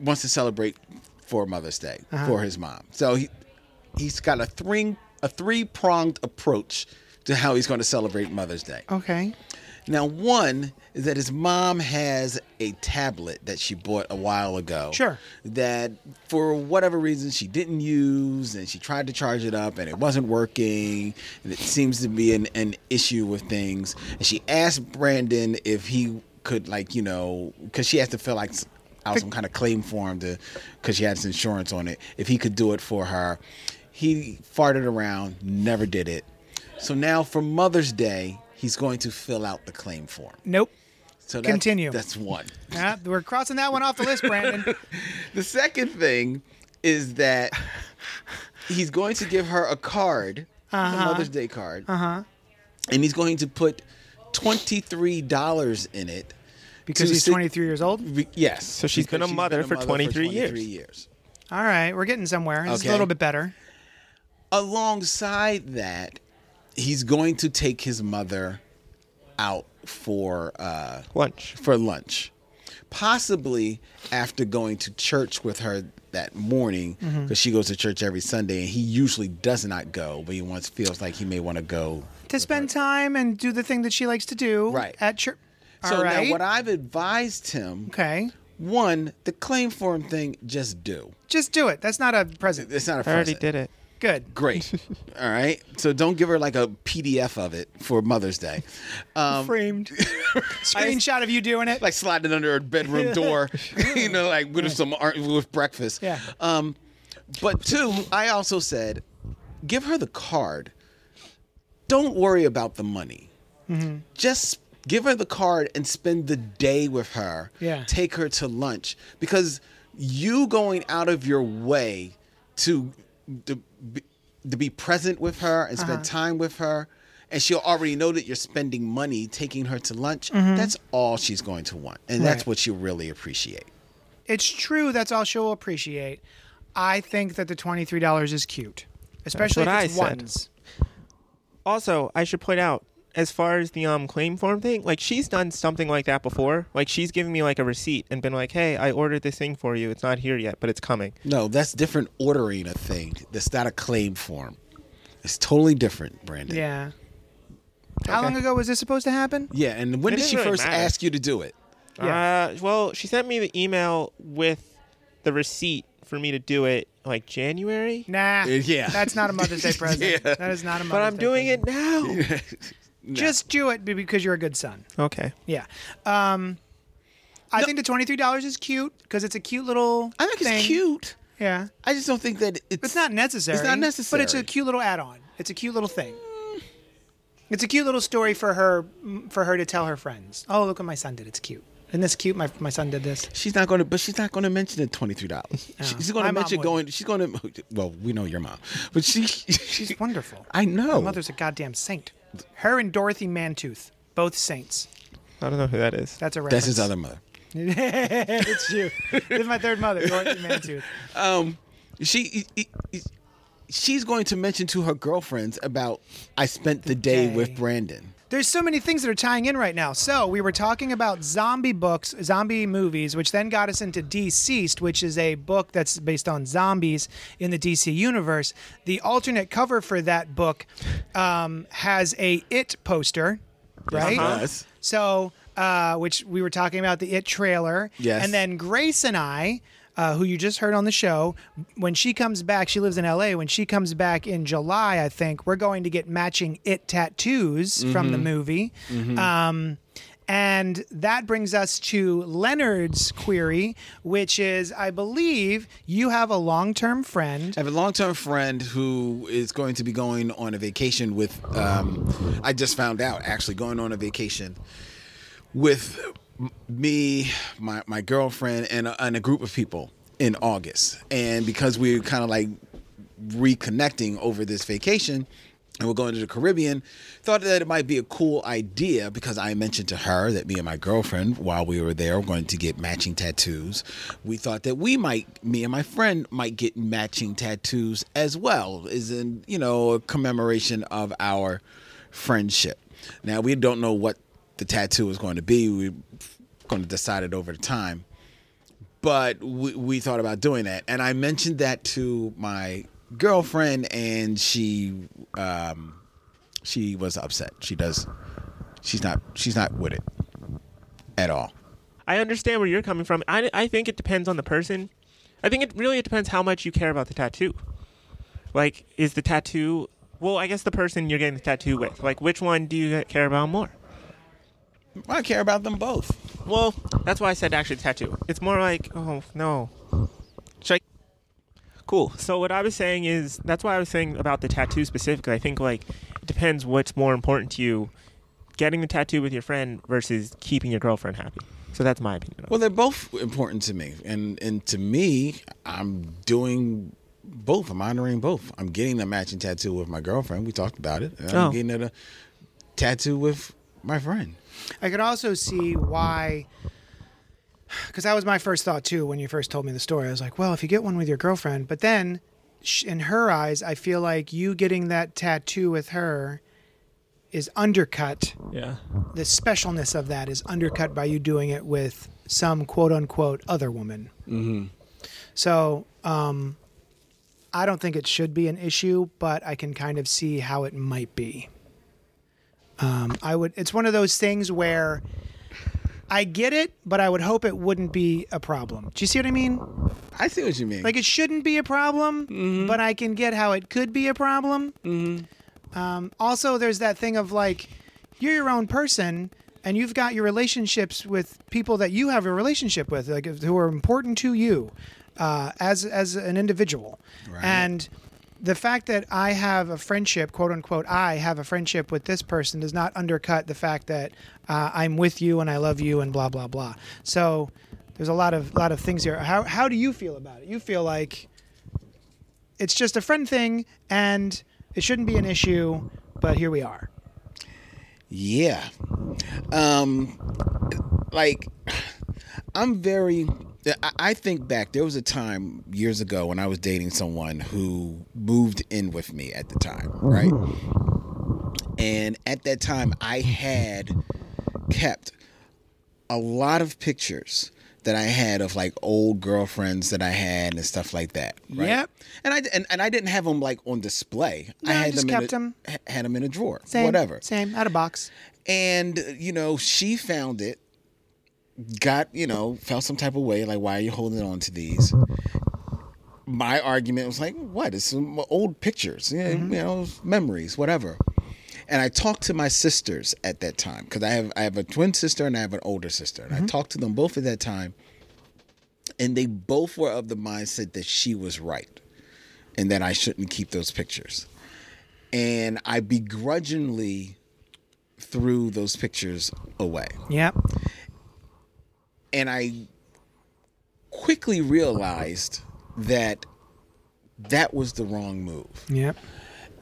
A: wants to celebrate for mother's day
B: Uh-huh.
A: for his mom so he, he's got a three a three pronged approach to how he's going to celebrate mother's day
B: Okay.
A: Now, one is that his mom has a tablet that she bought a while ago.
B: Sure.
A: That for whatever reason she didn't use and she tried to charge it up and it wasn't working. And it seems to be an, an issue with things. And she asked Brandon if he could, like, you know, because she has to fill like s- out some kind of claim form to, because she had his insurance on it, if he could do it for her. He farted around, never did it. So now for Mother's Day, he's going to fill out the claim form.
B: Nope.
A: So that's,
B: Continue.
A: That's one.
B: Ah, we're crossing that one off the list, Brandon.
A: The second thing is that he's going to give her a card, a Mother's Day card, uh-huh. and he's going to put twenty three dollars in it
B: Because
A: to
B: he's
A: si-
B: 23 years old.
A: Be- yes. So
C: she's been a mother for 23 years.
A: years.
B: All right, we're getting somewhere. It's a
A: Okay.
B: little bit better.
A: Alongside that, he's going to take his mother out for uh,
C: Lunch.
A: for lunch, possibly after going to church with her that morning because
C: Mm-hmm.
A: she goes to church every Sunday and he usually does not go, but he once feels like he may want to go.
B: to spend time and do the thing that she likes to do
A: Right.
B: at church.
A: So
B: All right.
A: now, what I've advised him:
B: okay.
A: one, the claim form thing, just do.
B: Just do it. That's not a present.
A: It's not a
C: I already
A: present.
C: did it.
B: Good.
C: [LAUGHS]
A: Great. All right. So don't give her like a PDF of it for Mother's Day. Um,
B: [LAUGHS] Framed. Screenshot of you doing
A: [LAUGHS]
B: it.
A: like sliding under her bedroom door, [LAUGHS] you know, like with some art with breakfast.
B: Yeah.
A: Um, but two, I also said, give her the card. Don't worry about the money. Just give her the card and spend the day with her.
B: Yeah.
A: Take her to lunch because you going out of your way to to be, to be present with her and spend time with her. And she'll already know that you're spending money taking her to lunch. That's all she's going to want. And that's
B: Right.
A: what she'll really appreciate.
B: It's true. That's all she'll appreciate. I think that the twenty-three dollars is cute, especially
C: what
B: if it's
C: I said.
B: ones.
C: Also, I should point out as far as the um claim form thing, like she's done something like that before. Like she's given me like a receipt and been like, "Hey, I ordered this thing for you. It's not here yet, but it's coming."
A: No, that's different ordering a thing. That's not a claim form. It's totally different, Brandon.
B: Yeah. How long ago was this supposed to happen?
A: Yeah, and when
C: It
A: did
C: didn't
A: she
C: really
A: first
C: matter.
A: ask you to do it?
C: Uh, well, she sent me the email with the receipt for me to do it like January,
B: Nah.
A: Uh, yeah.
B: That's not a
A: [LAUGHS]
B: Mother's Day present.
A: Yeah.
B: That is not a Mother's
C: but I'm
B: Day
C: doing
B: present.
C: it now.
B: Just do it be- because you're a good son.
C: okay.
B: Yeah. Um, I think the twenty-three dollars is cute because it's a cute little.
A: I think it's
B: thing.
A: cute.
B: Yeah.
A: I just don't think that it's,
B: It's not necessary.
A: It's not necessary. Mm.
B: But it's a cute little add-on. It's a cute little thing. It's a cute little story for her for her to tell her friends. Oh, look what my son did. It's cute. Isn't this cute? My my son did this.
A: She's not going to, but she's not going to mention the twenty three dollars. She's going
B: Oh, My
A: to
B: mom
A: mention
B: wouldn't.
A: going. She's going to. Well, we know your mom, but she.
B: She's wonderful.
A: I know.
B: Her mother's a goddamn saint. Her and Dorothy Mantooth, both saints.
C: I don't know who that is.
B: That's a reference.
A: [LAUGHS] that's his other mother.
B: [LAUGHS] it's you. this is my third mother, Dorothy Mantooth.
A: She. e, She's going to mention to her girlfriends about I spent the day
B: day.
A: with Brandon.
B: There's so many things that are tying in right now. So we were talking about zombie books, zombie movies, which then got us into Deceased, which is a book that's based on zombies in the DC universe. The alternate cover for that book um, has a It poster, right?
A: does.
B: So, uh, which we were talking about the It trailer.
A: Yes.
B: And then Grace and I, uh, who you just heard on the show, when she comes back, she lives in LA. When she comes back in July, I think, we're going to get matching It tattoos from the movie. Um, and that brings us to Leonard's query, which is I believe you have a long term friend.
A: I have a long-term friend who is going to be going on a vacation with. Um, I just found out actually going on a vacation with m- me, my my girlfriend, and a, and a group of people in August. And because we're kind of like reconnecting over this vacation, and we're going to the Caribbean, thought that it might be a cool idea because I mentioned to her that me and my girlfriend, while we were there, were going to get matching tattoos. We thought that we might, me and my friend, might get matching tattoos as well, is in you know a commemoration of our friendship. Now we don't know what the tattoo is going to be. We're going to decide it over time. But we, we thought about doing that. And I mentioned that to my girlfriend, and she um, she was upset. She does. She's not. She's not with it at all.
C: I understand where you're coming from. I, I think it depends on the person. I think it really depends how much you care about the tattoo. Like, is the tattoo? Well, I guess the person you're getting the tattoo with. Like, which one do you care about more?
A: I care about them both.
C: Well, that's why I said actually tattoo. It's more like, oh no. Should I- Cool. So what I was saying is that's why I was saying about the tattoo specifically. I think like it depends what's more important to you, getting the tattoo with your friend versus keeping your girlfriend happy. So that's my opinion.
A: Well, they're both important to me, and and to me, I'm doing both. I'm honoring both. I'm getting a matching tattoo with my girlfriend. We talked about it. And
C: Oh.
A: I'm getting a tattoo with my friend.
B: I could also see why, because that was my first thought too when you first told me the story. I was like, well, if you get one with your girlfriend, but then sh- in her eyes, I feel like you getting that tattoo with her is undercut.
C: Yeah.
B: The specialness of that is undercut by you doing it with some quote unquote other woman. Mm-hmm. So um, I don't think it should be an issue, but I can kind of see how it might be. Um, I would. It's one of those things where I get it, but I would hope it wouldn't be a problem. Do you see what I mean?
A: I see what you mean.
B: Like it shouldn't be a problem, but I can get how it could be a problem. Um, also, there's that thing of like, you're your own person, and you've got your relationships with people that you have a relationship with, like if- who are important to you uh, as as an individual.
A: Right.
B: And the fact that I have a friendship, quote unquote, I have a friendship with this person does not undercut the fact that uh, I'm with you and I love you and blah blah blah. So there's a lot of lot of things here. How how do you feel about it? You feel like it's just a friend thing and it shouldn't be an issue, but here we are.
A: Yeah. Um like I'm very I- I think back there was a time years ago when I was dating someone who moved in with me at the time, right? And at that time I had kept a lot of pictures that I had of like old girlfriends that I had and stuff like that. Right?
B: Yep.
A: And I and, and I didn't have them like on display.
B: No,
A: I had
B: just
A: them in
B: kept
A: a,
B: 'em.
A: ha- had them in a drawer.
B: Same,
A: whatever
B: Same. Out of box.
A: and you know she found it got you know felt some type of way like why are you holding on to these my argument was like what it's some old pictures yeah, you know memories whatever and i talked to my sisters at that time because i have i have a twin sister and i have an older sister and i talked to them both at that time and they both were of the mindset that she was right and that i shouldn't keep those pictures and i begrudgingly threw those pictures away.
B: Yep.
A: And I quickly realized that that was the wrong move.
B: Yep.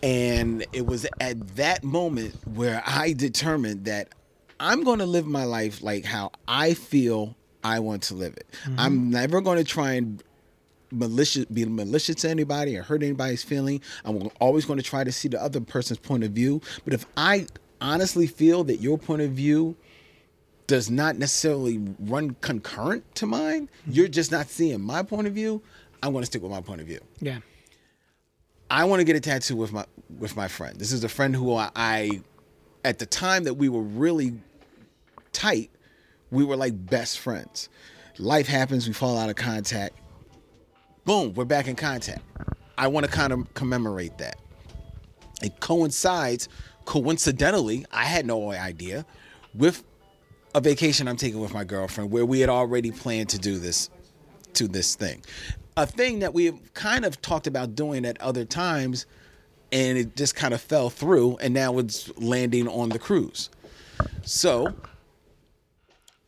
A: And it was at that moment where I determined that I'm going to live my life like how I feel I want to live it. I'm never going to try and malicious be malicious to anybody or hurt anybody's feeling. I'm always going to try to see the other person's point of view, but if I honestly feel that your point of view does not necessarily run concurrent to mine, you're just not seeing my point of view, I'm going to stick with my point of view.
B: Yeah.
A: I want to get a tattoo with my with my friend. This is a friend who I, I at the time that we were really tight, we were like best friends. Life happens, we fall out of contact. Boom, we're back in contact. I want to kind of commemorate that. It coincides coincidentally, I had no idea, with a vacation I'm taking with my girlfriend where we had already planned to do this to this thing. A thing that we've kind of talked about doing at other times and it just kind of fell through and now it's landing on the cruise. So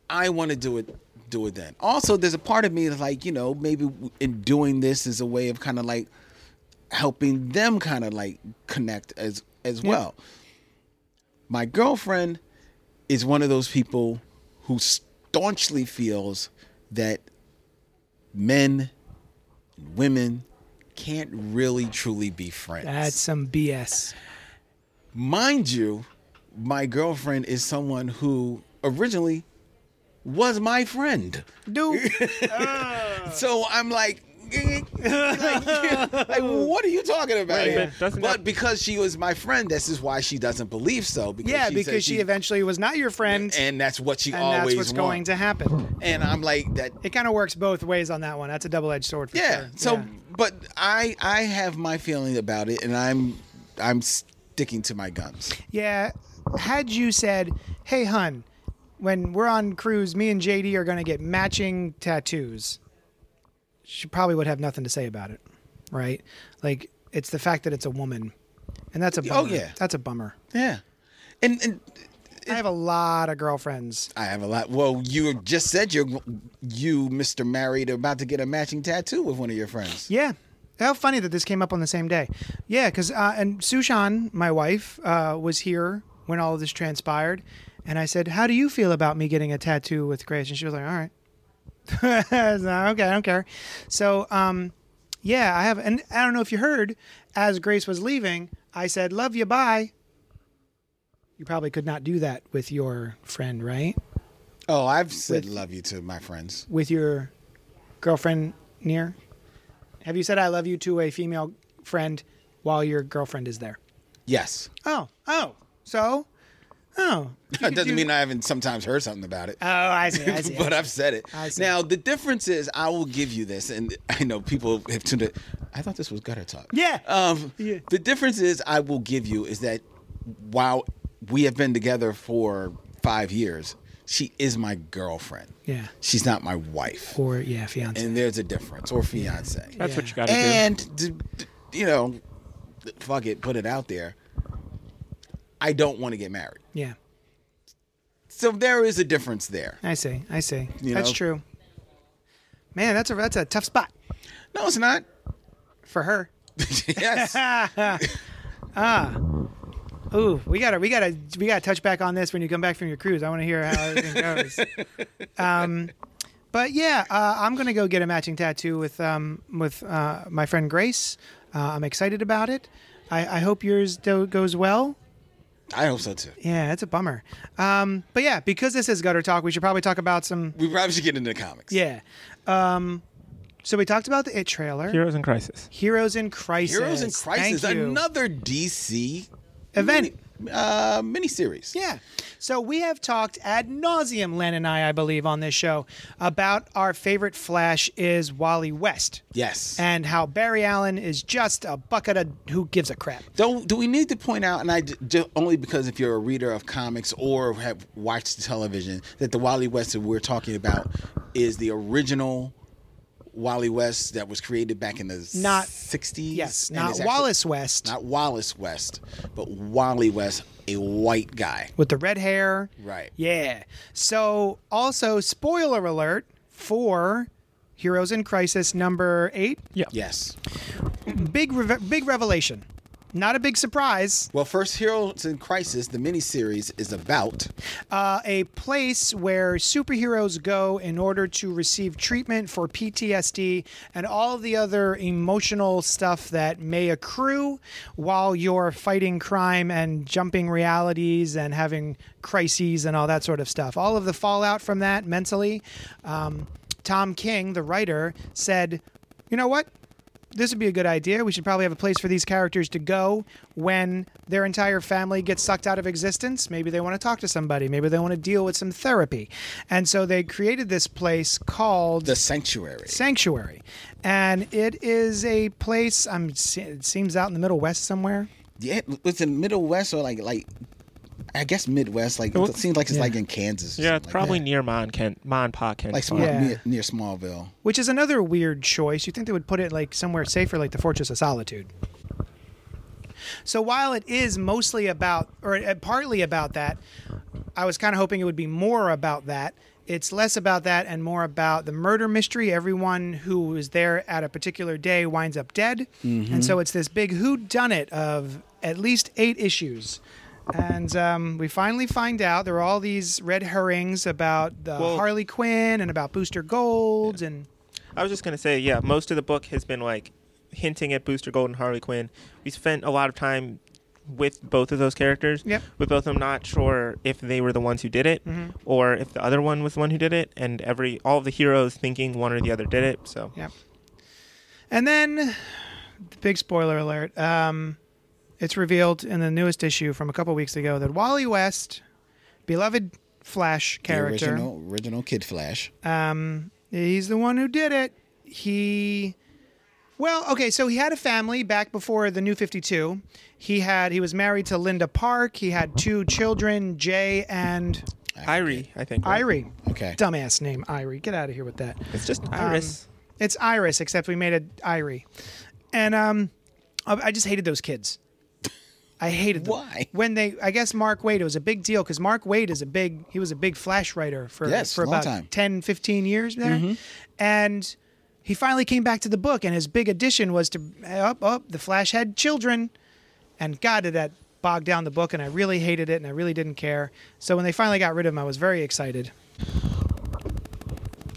A: I want to do it do it then. Also there's a part of me that's like, you know, maybe in doing this is a way of kind of like helping them kind of like connect as as well. My girlfriend is one of those people who staunchly feels that men and women can't really truly be friends.
B: That's some BS.
A: Mind you, my girlfriend is someone who originally was my friend. [LAUGHS]
B: Dude. Ah.
A: So I'm like, like, like, [LAUGHS] what are you talking about?
C: Right,
A: here?
C: but doesn't
A: But
C: that-
A: because she was my friend, this is why she doesn't believe so. Because
B: yeah,
A: she said
B: because she, eventually was not your friend, and,
A: and that's what she always
B: that's what's
A: want.
B: going to happen.
A: And I'm like that.
B: It kind of works both ways on that one. That's a double-edged sword. For
A: Yeah.
B: sure.
A: So,
B: Yeah.
A: but I I have my feeling about it, and I'm I'm sticking to my guns.
B: Yeah. Had you said, "Hey, hun, when we're on cruise, me and JD are going to get matching tattoos," she probably would have nothing to say about it, right? Like it's the fact that it's a woman, and that's a bummer.
A: Oh, yeah.
B: that's a bummer.
A: Yeah. And and
B: I have a lot of girlfriends.
A: I have a lot. Well, you just said you're you, Mister Married, are about to get a matching tattoo with one of your friends.
B: Yeah. How funny that this came up on the same day. Yeah, because uh, and Sushan, my wife, uh, was here when all of this transpired, and I said, "How do you feel about me getting a tattoo with Grace?" And she was like, "All right." [LAUGHS] I was like, okay, I don't care. So, um, yeah, I have, and I don't know if you heard, as Grace was leaving, I said, "Love you, bye." You probably could not do that with your friend, right?
A: Oh, I've said love you to my friends.
B: With your girlfriend near? Have you said I love you to a female friend while your girlfriend is there?
A: Yes.
B: Oh, oh. So, oh.
A: [LAUGHS] It doesn't mean I haven't sometimes heard something about it.
B: Oh, I see. I see.
A: [LAUGHS] but I've said it.
B: I see.
A: Now the difference is, I will give you this, and I know people have tuned it. I thought this was gutter talk.
B: Yeah.
A: Um,
B: Yeah.
A: The difference is, I will give you is that while we have been together for five years, she is my girlfriend.
B: Yeah.
A: She's not my wife,
B: Or, yeah, fiance.
A: and there's a difference, or fiance.
C: That's
B: Yeah.
C: what you got to do.
A: And d- d- you know, fuck it, put it out there. I don't want to get married.
B: yeah.
A: So there is a difference there.
B: I see. I see.
A: You
B: that's
A: know?
B: true. Man, that's a that's a tough spot
A: No, it's not. [LAUGHS]
B: for her. [LAUGHS]
A: yes.
B: Ooh, we gotta we gotta we gotta touch back on this when you come back from your cruise. I want to hear how everything
A: [LAUGHS]
B: goes. um, but yeah, uh, I'm gonna go get a matching tattoo with um with uh, my friend Grace. Uh, I'm excited about it. I, I hope yours do- goes well.
A: I hope so too.
B: Yeah, it's a bummer. Um, but yeah, because this is gutter talk, we should probably talk about some.
A: We probably should get into the comics.
B: Yeah. Um, so we talked about the it trailer.
C: Heroes in crisis.
B: Heroes in Crisis.
A: Heroes in Crisis,
B: Thank you.
A: another DC
B: Event.
A: mini, uh, miniseries.
B: Yeah. So we have talked ad nauseum, Len and I, I believe, on this show about our favorite Flash is Wally West
A: Yes.
B: and how Barry Allen is just a bucket of who gives a crap.
A: do do we need to point out, and I j- j- only because if you're a reader of comics or have watched television, that the Wally West that we're talking about is the original Wally West that was created back in the
B: Not-
A: 60s.
B: Yes,
A: and
B: not
A: is actually-
B: Wallace West
A: Not Wallace West, but Wally West, a white guy.
B: with the red hair.
A: Right.
B: Yeah. So also spoiler alert for Heroes in Crisis number eight.
C: Yeah.
A: Yes.
B: Big re- big revelation. Not a big surprise.
A: Well, first, Heroes in Crisis, the miniseries, is about
B: uh, a place where superheroes go in order to receive treatment for PTSD and all the other emotional stuff that may accrue while you're fighting crime and jumping realities and having crises and all that sort of stuff. All of the fallout from that mentally. Um, Tom King, the writer, said, you know what? this would be a good idea. We should probably have a place for these characters to go when their entire family gets sucked out of existence. Maybe they want to talk to somebody. Maybe they want to deal with some therapy. And so they created this place called
A: the sanctuary.
B: Sanctuary. And it is a place, I'm, it seems out in the Middle West somewhere.
A: Yeah, it's in Middle West or like like I guess Midwest. Like it seems like it's like in Kansas. or
C: Yeah, it's
A: something
C: probably
A: like,
C: near Ma and Ken, Ma and Pa Ken.
A: that. like small,
C: farm.
B: Yeah.
A: near, near Smallville.
B: Which is another weird choice. You'd think they would put it like somewhere safer, like the Fortress of Solitude. So while it is mostly about, or uh, partly about that, I was kind of hoping it would be more about that. It's less about that and more about the murder mystery. Everyone who is there at a particular day winds up dead, and so it's this big who done it of at least eight issues. And um, we finally find out there are all these red herrings about uh,
C: Well-
B: Harley Quinn and about Booster Gold and
C: I was just gonna say, yeah, most of the book has been like hinting at Booster Gold and Harley Quinn. We spent a lot of time with both of those characters.
B: Yep. Mm-hmm.
C: With both of them, not sure if they were the ones who did it or if the other one was the one who did it, and every all of the heroes thinking one or the other did it. So
B: Yep. And then, big spoiler alert. Um, it's revealed in the newest issue from a couple weeks ago that Wally West, beloved Flash
A: The
B: character,
A: original original Kid Flash.
B: um, he's the one who did it. He, well, okay, so he had a family back before the New Fifty Two. He had he was married to Linda Park. He had two children, Jay and
C: Irie, I think. right?
B: Irie.
A: Okay.
B: Dumbass name, Irie. Um, Get out of here with that.
C: It's just Iris.
B: It's Iris, except we made it Irie. And um, I I just hated those kids. I hated them.
A: Why?
B: When they, I guess Mark Wade, it was a big deal because Mark Wade is a big, he was a big Flash writer for,
A: Yes,
B: for
A: long
B: about
A: time. Mm-hmm.
B: 10, 15 years there. And he finally came back to the book, and his big addition was to, up, up, the Flash had children. And God, did that bog down the book, and I really hated it, and I really didn't care. So when they finally got rid of him, I was very excited.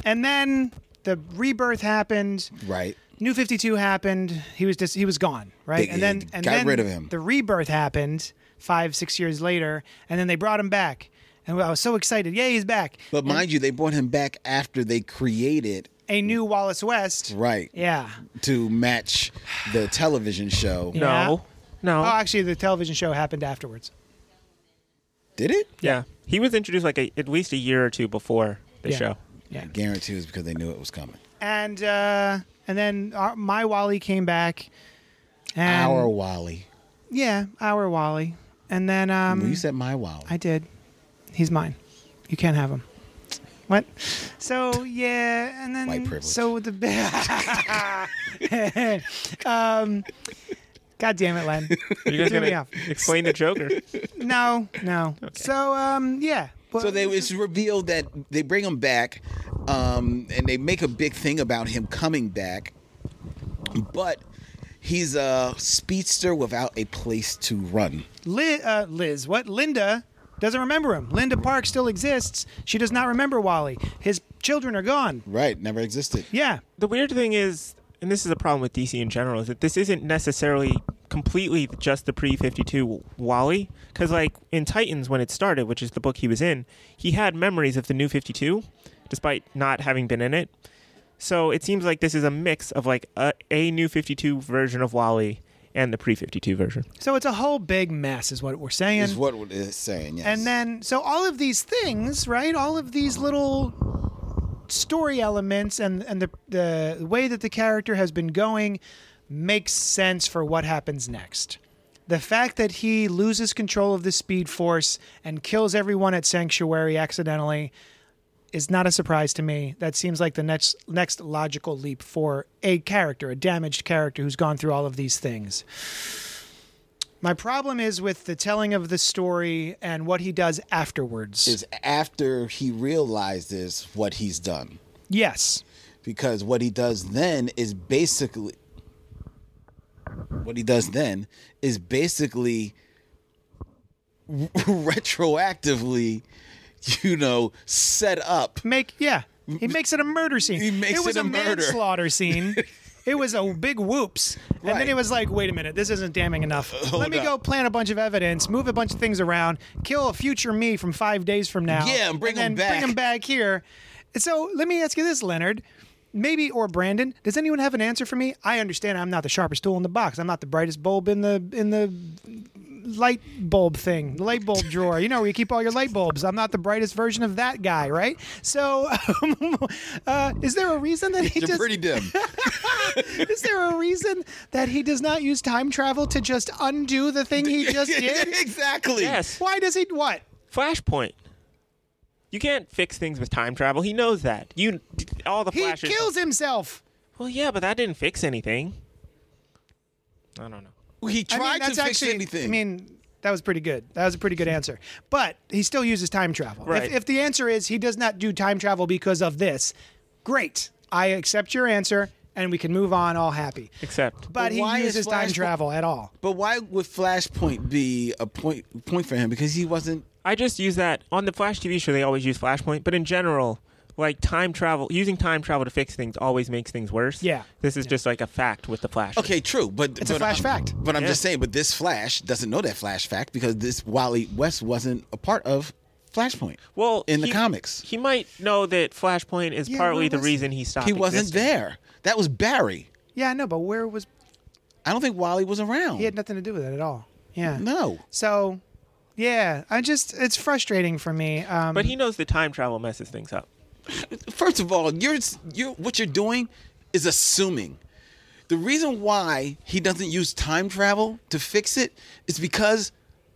B: And then the rebirth happened.
A: Right.
B: New Fifty Two happened. He was just he was gone, right?
A: They-
B: and then
A: they
B: and
A: E. got
B: then
A: rid of him.
B: The rebirth happened. five, six years later, and then they brought him back, and I was so excited. Yay, he's back!
A: But mind you, they brought him back after they created
B: A new Wallace West.
A: right
B: Yeah.
A: to match the television show.
C: No, no.
A: Uh-huh.
B: Oh, actually, the television show happened afterwards.
A: Did it?
C: yeah, he was introduced like a, at least a year or two before the
B: Yeah. [LAUGHS]
C: show.
B: Yeah.
A: I guarantee it was because they knew it was coming.
B: And uh, and then our, my Wally came back. And
A: our Wally.
B: Yeah, our Wally. And then um,
A: Well, you said my Wally.
B: I did. He's mine. You can't have him. What? So yeah, and then
A: White privilege.
B: so the [LAUGHS] um, God damn it,
A: [LAUGHS]
B: Len.
C: Are you guys
B: Threw me
C: gonna
B: off.
C: explain the Joker?
B: [LAUGHS] No, no. So um, yeah. But,
A: so they it's revealed that they bring him back, um, and they make a big thing about him coming back, but he's a speedster without a place to run.
B: Liz, uh, Liz, what? Linda doesn't remember him. Linda Park still exists. She does not remember Wally. His children are gone.
A: Right, never existed.
B: Yeah.
C: the weird thing is, and this is a problem with DC in general, is that this isn't necessarily completely just the pre 52 Wally. Because, like, in Titans, when it started, which is the book he was in, he had memories of the new 52, despite not having been in it. So it seems like this is a mix of, like, a, a new 52 version of Wally and the pre 52 version.
B: So it's a whole big mess, is what we're saying.
A: Is what it's saying. Yes.
B: And then, so all of these things, right? All of these little story elements and and the the way that the character has been going makes sense for what happens next. The fact that he loses control of the speed force and kills everyone at Sanctuary accidentally is not a surprise to me. That seems like the next next logical leap for a character, a damaged character who's gone through all of these things. My problem is with the telling of the story and what he does afterwards.
A: is after he realizes what he's done.
B: yes.
A: because what he does then is basically what he does then is basically [LAUGHS] retroactively you know set up
B: Make yeah. He makes it a murder scene.
A: He makes
B: it was
A: it a
B: a,
A: murder. [LAUGHS]
B: manslaughter scene. it was a big whoops. And
A: Right. Uh,
B: then it was like, wait a minute, this isn't damning enough. Let me
A: up.
B: go plant a bunch of evidence, move a bunch of things around, kill a future me from five days from now.
A: Yeah, and bring
B: then
A: him back.
B: Bring him back here. So let me ask you this, Leonard. Maybe or Brandon, does anyone have an answer for me? I understand I'm not the sharpest tool in the box. I'm not the brightest bulb in the in the light bulb thing, the light bulb drawer. You know where you keep all your light bulbs. I'm not the brightest version of that guy, right? So, [LAUGHS] uh, is there a reason that he
A: They're
B: just
A: pretty
B: [LAUGHS]
A: dim
B: is there a reason that he does not use time travel to just undo the thing he
A: [LAUGHS]
B: just did?
A: exactly
C: Yes.
B: Why does he what?
C: Flashpoint. You can't fix things with time travel. He knows that. You all the
B: He
C: flashes.
B: kills himself.
C: Well, yeah, but that didn't fix anything. I don't know.
A: he
B: I
A: tried
B: mean, that's
A: to fix
B: actually,
A: anything
B: I mean, that was pretty good. That was a pretty good answer. But he still uses time travel.
C: Right.
B: If, if the answer is he does not do time travel because of this, great. I accept your answer, and we can move on, all happy.
C: Except
B: But he
A: Why is
B: uses time
A: Flashpoint-
B: travel at all.
A: but why would flashpoint be a point point for him because he wasn't
C: I just use that on the Flash TV show. They always use Flashpoint, but in general, like time travel, using time travel to fix things always makes things worse.
B: Yeah.
C: this is just like a fact with the Flash.
A: Okay, true, but
B: It's a
A: but I'm-
B: flash fact.
A: But I'm
C: Yeah.
A: just saying. But this Flash doesn't know that Flash fact because this Wally West wasn't a part of Flashpoint.
C: Well,
A: in the
C: he-
A: comics,
C: he might know that Flashpoint is
A: Yeah,
C: partly
A: where
C: the
A: was
C: reason he stopped.
A: he wasn't
C: existing.
A: there. That was Barry.
B: Yeah, I know, but where was
A: I don't think Wally was around.
B: he had nothing to do with it at all? Yeah.
A: no.
B: So, yeah, I just it's frustrating for me. Um,
C: But he knows that time travel messes things up.
A: First of all, you're, you're what you're doing is assuming. The reason why he doesn't use time travel to fix it is because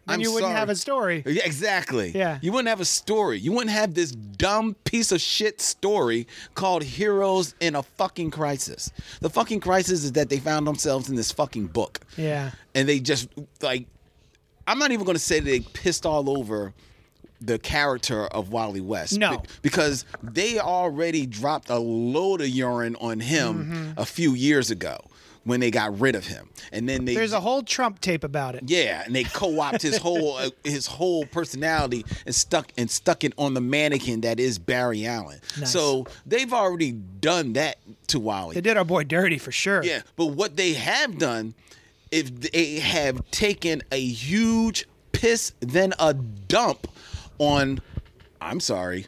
B: then
A: I'm
B: you wouldn't
A: sorry.
B: have a story.
A: Yeah, exactly.
B: Yeah.
A: You wouldn't have a story. You wouldn't have this dumb piece of shit story called Heroes in a Fucking Crisis. The fucking crisis is that they found themselves in this fucking book.
B: Yeah.
A: And they just, like, I'm not even going to say they pissed all over the character of Wally West.
B: No.
A: Be- because they already dropped a load of urine on him
B: Mm-hmm.
A: a few years ago when they got rid of him. And then they
B: There's a whole Trump tape about it.
A: yeah, and they co-opt his
B: [LAUGHS]
A: whole uh, his whole personality and stuck and stuck it on the mannequin that is Barry Allen.
B: Nice.
A: So they've already done that to Wally.
B: They did our boy dirty for sure.
A: Yeah, but what they have done, if they have taken a huge piss than a dump on, I'm sorry,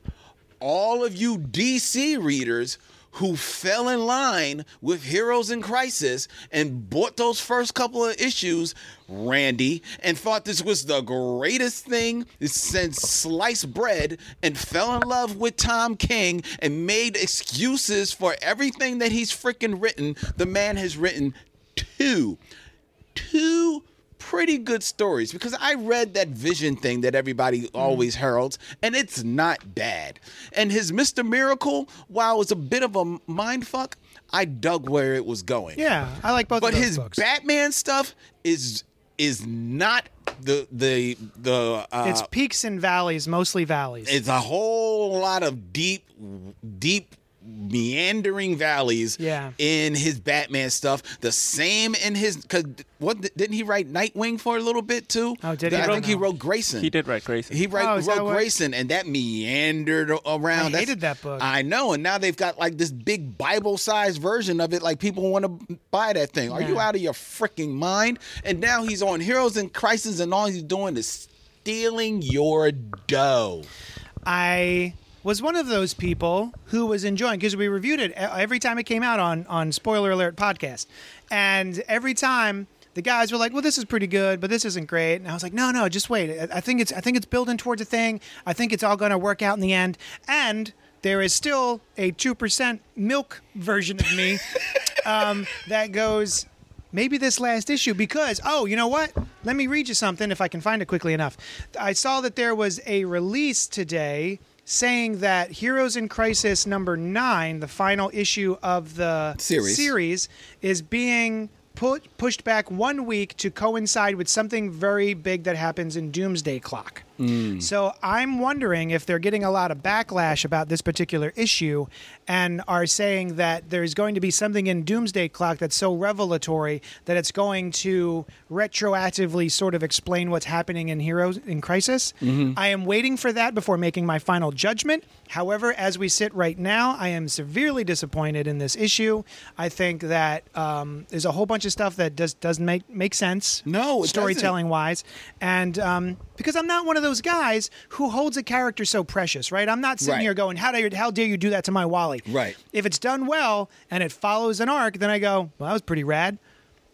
A: all of you DC readers who fell in line with Heroes in Crisis and bought those first couple of issues, Randy, and thought this was the greatest thing since sliced bread and fell in love with Tom King and made excuses for everything that he's freaking written. The man has written two two pretty good stories because I read that vision thing that everybody always heralds, and it's not bad. And his Mr. Miracle, while it was a bit of a mind fuck, I dug where it was going.
B: Yeah, I like both.
A: But
B: of those
A: his
B: books.
A: Batman stuff is is not the the the uh,
B: it's peaks and valleys, mostly valleys.
A: it's a whole lot of deep deep meandering valleys
B: Yeah.
A: in his batman stuff the same in his because what didn't he write nightwing for a little bit too
B: Oh, did he?
A: i
B: I
A: think
B: don't
A: he
B: know.
A: wrote grayson
C: He did write Grayson.
A: he wrote,
B: Oh, is that
A: wrote
B: what-
A: grayson and that meandered around i
B: hated that book.
A: i know and now they've got like this big bible-sized version of it like people want to buy that thing are you
B: Yeah.
A: out of your freaking mind and now he's on heroes and crisis and all he's doing is stealing your dough
B: I was one of those people who was enjoying because we reviewed it e- every time it came out on on Spoiler Alert podcast, and every time the guys were like, "Well, this is pretty good, but this isn't great," and I was like, "No, no, just wait. I, I think it's I think it's building towards a thing. I think it's all going to work out in the end." And there is still a two percent milk version of me um, that goes. Maybe this last issue because oh, you know what? Let me read you something if I can find it quickly enough. I saw that there was a release today saying that Heroes in Crisis number 9, the final issue of the
A: Series.
B: series is being put pushed back 1 week to coincide with something very big that happens in Doomsday Clock.
A: Hmm.
B: So I'm wondering if they're getting a lot of backlash about this particular issue and are saying that there's going to be something in Doomsday Clock that's so revelatory that it's going to retroactively sort of explain what's happening in Heroes in Crisis.
A: Mm-hmm.
B: I am waiting for that before making my final judgment. However, as we sit right now, I am severely disappointed in this issue. I think that um, there's a whole bunch of stuff that does doesn't make make sense
A: No, it doesn't.
B: storytelling wise, and um, because I'm not one of those guys who holds a character so precious, right? I'm not sitting
A: Right.
B: here going, "How dare you, how dare you do that to my Wally?"
A: Right.
B: If it's done well and it follows an arc, then I go, "Well, that was pretty rad."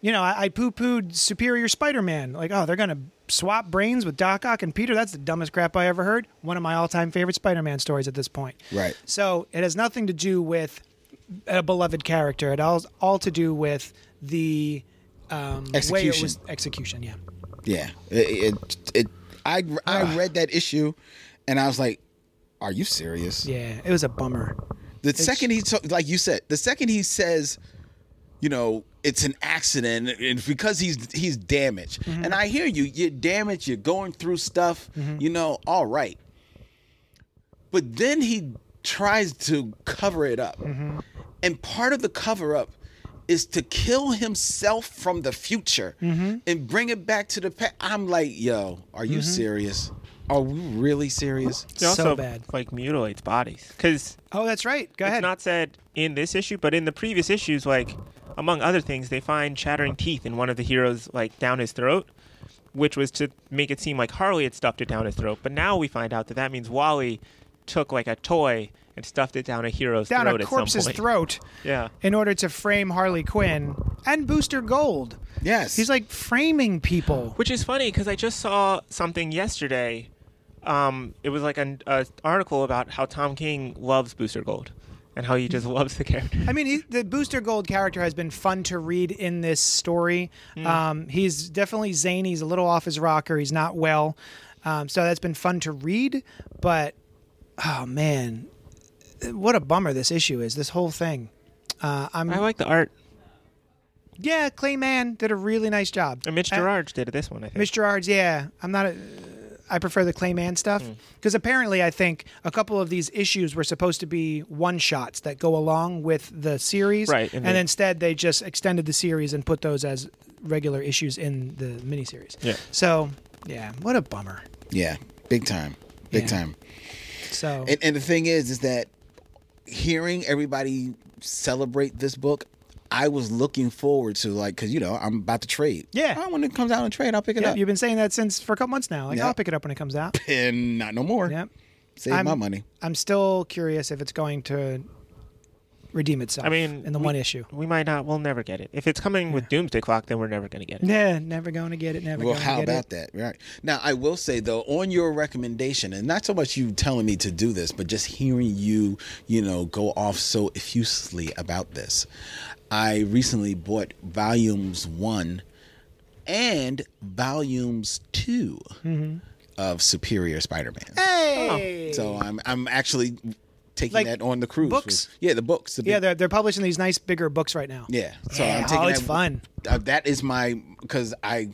B: You know, I, I poo-pooed Superior Spider-Man, like, "Oh, they're gonna swap brains with Doc Ock and Peter." That's the dumbest crap I ever heard. One of my all-time favorite Spider-Man stories at this point.
A: Right.
B: So it has nothing to do with a beloved character. It all all to do with the um, way it
A: Execution.
B: was execution. Yeah.
A: Yeah, it, it, it I I read that issue, and I was like, "Are you serious?"
B: Yeah, it was a bummer.
A: The second he t- like you said, the second he says, you know, it's an accident, and it's because he's he's damaged. And I hear you, you're damaged, you're going through stuff, you know, all right. But then he tries to cover it up. And part of the cover up is to kill himself from the future and bring it back to the past. I'm like, yo, are you serious? Are we really serious?
C: He
B: so
C: also
B: bad.
C: like mutilates bodies because
B: Oh, that's right. Go ahead.
C: it's not said in this issue, but in the previous issues, like among other things, they find chattering teeth in one of the heroes like down his throat, which was to make it seem like Harley had stuffed it down his throat. But now we find out that that means Wally took like a toy and stuffed it down a hero's
B: down
C: throat
B: a
C: at
B: corpse's
C: some point.
B: throat
C: Yeah.
B: in order to frame Harley Quinn and Booster Gold.
A: Yes.
B: He's like framing people.
C: Which is funny because I just saw something yesterday. Um, it was like an a article about how Tom King loves Booster Gold and how he just
B: Mm.
C: loves the character.
B: I mean, he, the Booster Gold character has been fun to read in this story.
C: Hmm.
B: Um, he's definitely zany. He's a little off his rocker. He's not well. Um, so that's been fun to read. But, oh, man, what a bummer this issue is, this whole thing. Uh, I'm,
C: I like the art.
B: yeah, Clay Mann did a really nice job.
C: And Mitch
B: Uh,
C: Gerards did this one, I think.
B: Mitch Gerards, yeah. I'm not a. I prefer the Clayman stuff
C: Hmm.
B: because apparently I think a couple of these issues were supposed to be one shots that go along with the series,
C: Right,
B: And,
C: and they-
B: instead they just extended the series and put those as regular issues in the miniseries.
C: Yeah.
B: So yeah, what a bummer.
A: yeah, big time, big
B: Yeah.
A: time.
B: So
A: And, and the thing is, is that hearing everybody celebrate this book, I was looking forward to like because you know I'm about to trade.
B: Yeah.
A: I when it comes out on trade, I'll pick it
B: Yep,
A: up.
B: you've been saying that since for a couple months now. Like
A: uh, Yeah.
B: I'll pick it up when it
A: [LAUGHS]
B: comes out.
A: and not no more.
B: Yep.
A: Save
B: I'm-
A: my money.
B: I'm still curious if it's going to redeem itself.
C: I mean,
B: in the
C: we-
B: one issue.
C: we might not. We'll never get it. If it's coming with Doomsday Clock, then we're never gonna get it.
B: Nah, never going to get it. Never
A: Well,
B: going
A: how
B: to get
A: about
B: it.
A: that? Right. Now, I will say though, on your recommendation, and not so much you telling me to do this, but just hearing you, you know, go off so effusively about this. I recently bought volumes one and volumes 2 of Superior Spider Man.
B: Mm-hmm.
C: Oh.
B: Hey.
A: So I'm I'm actually taking
B: Like
A: that on the cruise.
B: books?
A: with- yeah, the books. The
B: yeah,
A: big-
B: they're they're publishing these nice bigger books right now.
A: yeah. So
B: Yeah,
A: I'm taking
B: oh, it's
A: that,
B: fun.
A: Uh, that is my because I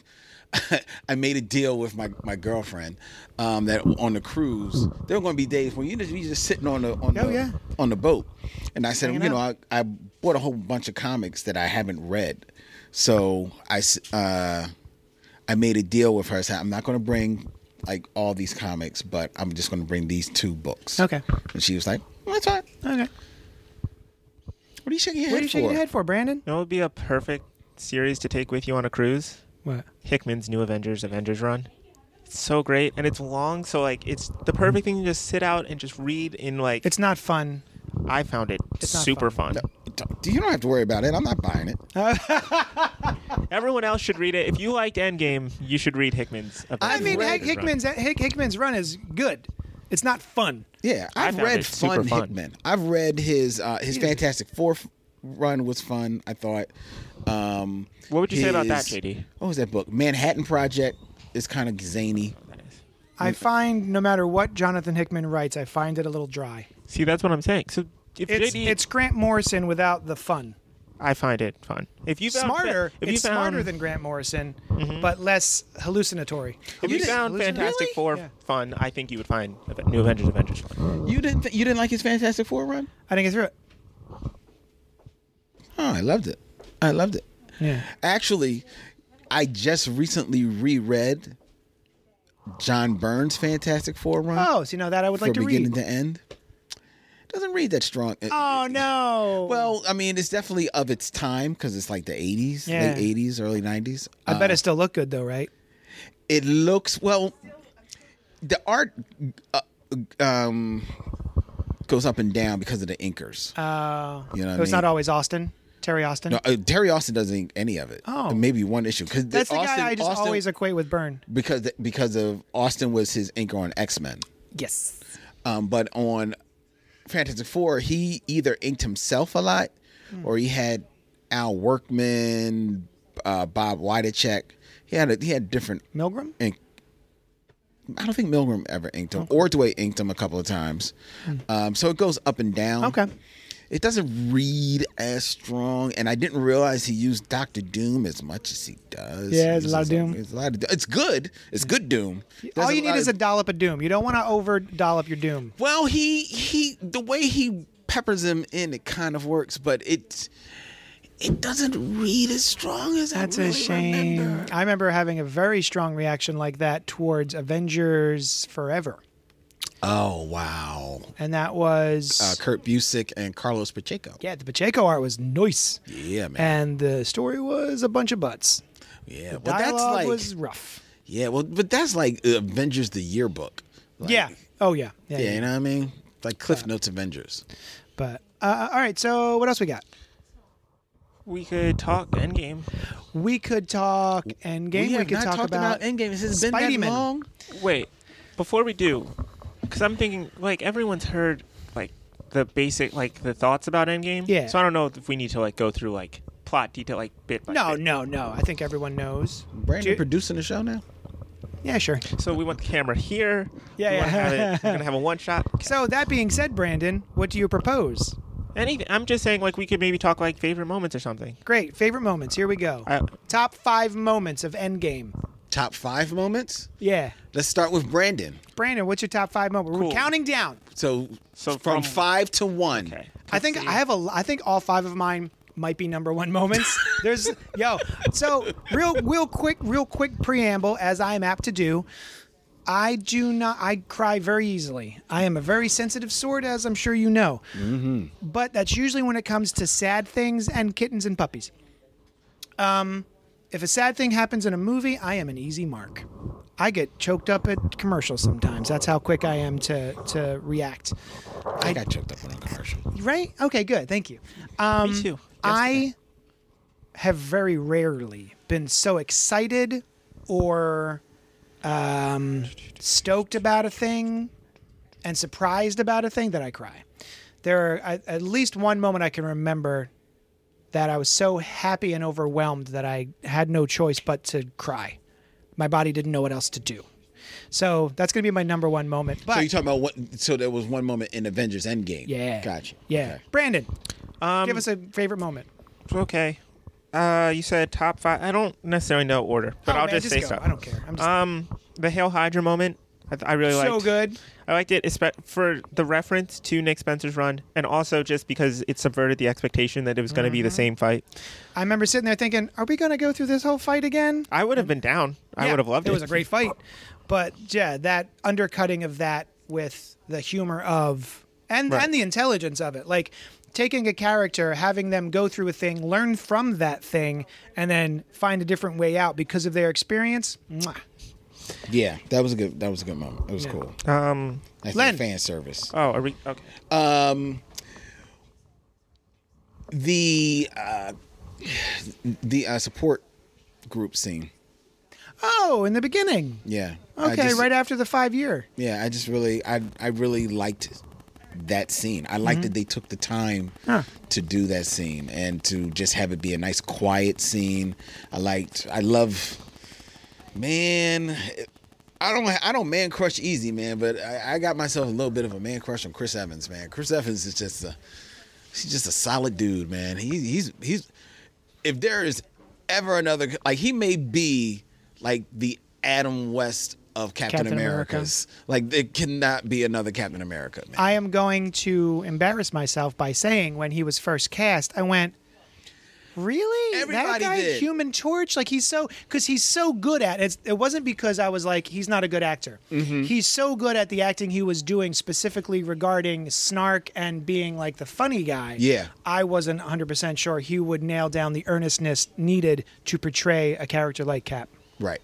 A: [LAUGHS] I made a deal with my my girlfriend um, that on the cruise there were going to be days when you just you just sitting on the on
B: Oh,
A: the
B: yeah.
A: on the boat, and I said
B: Hanging
A: you know I,
B: out.
A: I bought a whole bunch of comics that I haven't read, so I s- uh, I made a deal with her. I said I'm not going to bring like all these comics, but I'm just going to bring these two books.
B: Okay.
A: And she was like, well, "That's all right.
B: Okay.
A: What are you shaking your
B: What
A: head
B: are you
A: for?"
B: shaking your head for, Brandon?
C: You know, it would be a perfect series to take with you on a cruise.
B: What?
C: Hickman's new Avengers Avengers run. It's so great and it's long, so like it's the perfect thing to just sit out and just read in like
B: Mm-hmm. It's not fun.
C: I found it
B: not
C: super fun.
A: Do you don't have to worry about it? I'm not buying it.
C: Everyone else should read it. If you liked Endgame, you should read Hickman's Avengers
B: I mean,
A: read
B: Hick-
C: Avengers run.
B: Hickman's Hick- Hickman's run is good. It's not fun.
A: Yeah,
C: I
A: I've
C: found
A: read
C: it super
A: fun,
C: fun.
A: Hickman. I've read his uh, his Fantastic Four f- run was fun. I thought. Um,
C: What would you say about that,
A: his-
C: JD?
A: What was that book? Manhattan Project is kind of zany.
B: I find no matter what Jonathan Hickman writes, I find it a little dry.
C: See, that's what I'm saying. So if
B: It's
C: JD,
B: it's Grant Morrison without the fun.
C: I find it fun. If you found,
B: Smarter,
C: if you
B: it's
C: found,
B: smarter than Grant Morrison,
A: Mm-hmm.
B: but less hallucinatory.
C: If you found
B: Hallucinatory?
C: Fantastic Four
B: Yeah.
C: fun, I think you would find Ave- New Avengers Avengers fun.
A: You didn't th- you didn't like his Fantastic Four run?
B: I didn't get through it.
A: Oh, I loved it. I loved it.
B: Yeah.
A: Actually, I just recently reread John Burns' Fantastic Four run
B: Oh, so you know that I would
A: from
B: like to
A: beginning
B: read.
A: to end. Doesn't read that strong. It-
B: oh no.
A: Well, I mean, it's definitely of its time because it's like the 80s,
B: Yeah.
A: late 80s, early 90s.
B: I
A: Uh,
B: bet it still looked good though, right?
A: it looks well. The art uh, um, goes up and down because of the inkers.
B: Uh,
A: You know what
B: it was
A: I mean?
B: not always Austin, Terry Austin.
A: No, uh, Terry Austin doesn't ink any of it.
B: Oh.
A: maybe one issue because
B: That's the
A: Austin,
B: guy I just
A: Austin-
B: always equate with Byrne.
A: because because of Austin was his inker on X Men,
B: Yes.
A: um, but on Fantastic Four he either inked himself a lot
B: Hmm.
A: or he had Al Workman, uh, Bob Widacek. He had a, he had different
B: Milgram?
A: ink. I don't think Milgram ever inked him. Ordway inked him a couple of times. Um, so it goes up and down.
B: Hmm. Okay.
A: It doesn't read as strong, and I didn't realize he used Doctor Doom as much as he does.
B: Yeah,
A: He
B: it's a lot of
A: uses
B: Doom.
A: It's a lot of Doom. It's good. It's good Doom.
B: All
A: There's
B: you need
A: lot
B: is a
A: of-
B: dollop of doom. You don't want to over dollop your doom.
A: well, he he the way he peppers him in, it kind of works, but it it doesn't read as strong as
B: That's
A: I
B: a
A: really
B: shame.
A: remember.
B: I remember having a very strong reaction like that towards Avengers Forever,
A: Oh wow!
B: and that was
A: Uh, Kurt Busick and Carlos Pacheco.
B: yeah, the Pacheco art was nice,
A: Yeah, man.
B: and the story was a bunch of butts.
A: Yeah, well,
B: Dialogue
A: that's like
B: was rough.
A: yeah, well, but that's like Avengers the yearbook. Like,
B: yeah. Oh yeah. Yeah.
A: yeah,
B: yeah.
A: you know what I mean? Like Cliff Notes Avengers.
B: But uh, all right. So what else we got?
C: We could talk Endgame.
B: We could talk Endgame.
A: we
B: We,
A: have
B: could
A: not
B: talk
A: talked about, Endgame. Has it been
B: Spideyman.
A: that long?
C: Wait, before we do, because I'm thinking like everyone's heard like the basic like the thoughts about Endgame.
B: Yeah.
C: So I don't know if we need to like go through like plot detail like bit by
B: No,
C: bit.
B: no, no. I think everyone knows.
A: Brandon
B: Ju-
A: producing the show now.
B: Yeah, sure.
C: So we want the camera here.
B: Yeah,
C: we
B: yeah.
C: wanna Have it. We're gonna have a one [LAUGHS] shot.
B: So that being said, Brandon, what do you propose?
C: Anything. I'm just saying like we could maybe talk like favorite moments or something.
B: Great. Favorite moments. Here we go.
C: I-
B: Top five moments of Endgame.
A: Top five moments.
B: Yeah.
A: Let's start with Brandon.
B: Brandon, what's your top five moment? We're
C: Cool.
B: counting down.
A: So,
C: So
A: from,
C: from-
A: five to one.
C: Okay.
B: I think I have a. I think all five of mine might be number one moments. There's yo. So real, real quick, real quick preamble, as I am apt to do. I do not. I cry very easily. I am a very sensitive sort, as I'm sure you know. Mm-hmm. But that's usually when it comes to sad things and kittens and puppies. Um, if a sad thing happens in a movie, I am an easy mark. I get choked up at commercials sometimes. That's how quick I am to to react.
A: I got choked up on a commercial.
B: Right? Okay. Good. Thank you. Um,
C: Me too.
B: I have very rarely been so excited or um, stoked about a thing and surprised about a thing that I cry. There are at, at least one moment I can remember that I was so happy and overwhelmed that I had no choice but to cry. My body didn't know what else to do. So that's going to be my number one moment. But
A: So you talking about what? So there was one moment in Avengers Endgame.
B: yeah,
A: Gotcha.
B: Yeah,
A: Okay.
B: Brandon,
C: Um,
B: give us a favorite moment.
C: okay. Uh, you said top five. I don't necessarily know order, but
B: Oh,
C: I'll
B: man,
C: just, say
B: go.
C: stuff.
B: I don't care. I'm just
C: Um, the Hail Hydra moment. I, th- I really
B: so
C: liked.
B: good.
C: I liked it espe- for the reference to Nick Spencer's run, and also just because it subverted the expectation that it was going to be the
B: Mm-hmm.
C: same fight.
B: I remember sitting there thinking, are we going to go through this whole fight again?
C: I would have been down. I
B: Yeah,
C: would have loved it.
B: It was a great fight. But yeah, that undercutting of that with the humor of and
C: Right.
B: and the intelligence of it. Like taking a character, having them go through a thing, learn from that thing and then find a different way out because of their experience. Mwah.
A: Yeah, that was a good. That was a good moment. It was cool.
B: Uh,
C: Um.
A: That's
B: Len.
A: the fan service.
C: Oh, are we okay?
A: Um, the uh, the uh, support group scene.
B: Oh, in the beginning.
A: Yeah. I
B: Okay,
A: just-
B: right after the 5 year.
A: Yeah, I just really, I, I really liked that scene. I liked that they took the time to do that scene and to just have it be a nice, quiet scene. I liked, I love, man. I don't, I don't man crush easy, man, but I, I got myself a little bit of a man crush on Chris Evans, man. Chris Evans is just a, he's just a solid dude, man. He, he's, he's, if there is ever another, like he may be like the Adam West of Captain,
B: Captain America.
A: America's. Like there cannot be another Captain America. Man.
B: I am going to embarrass myself by saying when he was first cast, I went, Really? that
A: Everybody
B: guy,
A: did.
B: Human Torch? Like he's so, because he's so good at it. It wasn't because I was like, he's not a good actor.
A: Mm-hmm.
B: He's so good at the acting he was doing, specifically regarding snark and being like the funny guy.
A: Yeah.
B: I wasn't 100% sure he would nail down the earnestness needed to portray a character like Cap.
A: Right.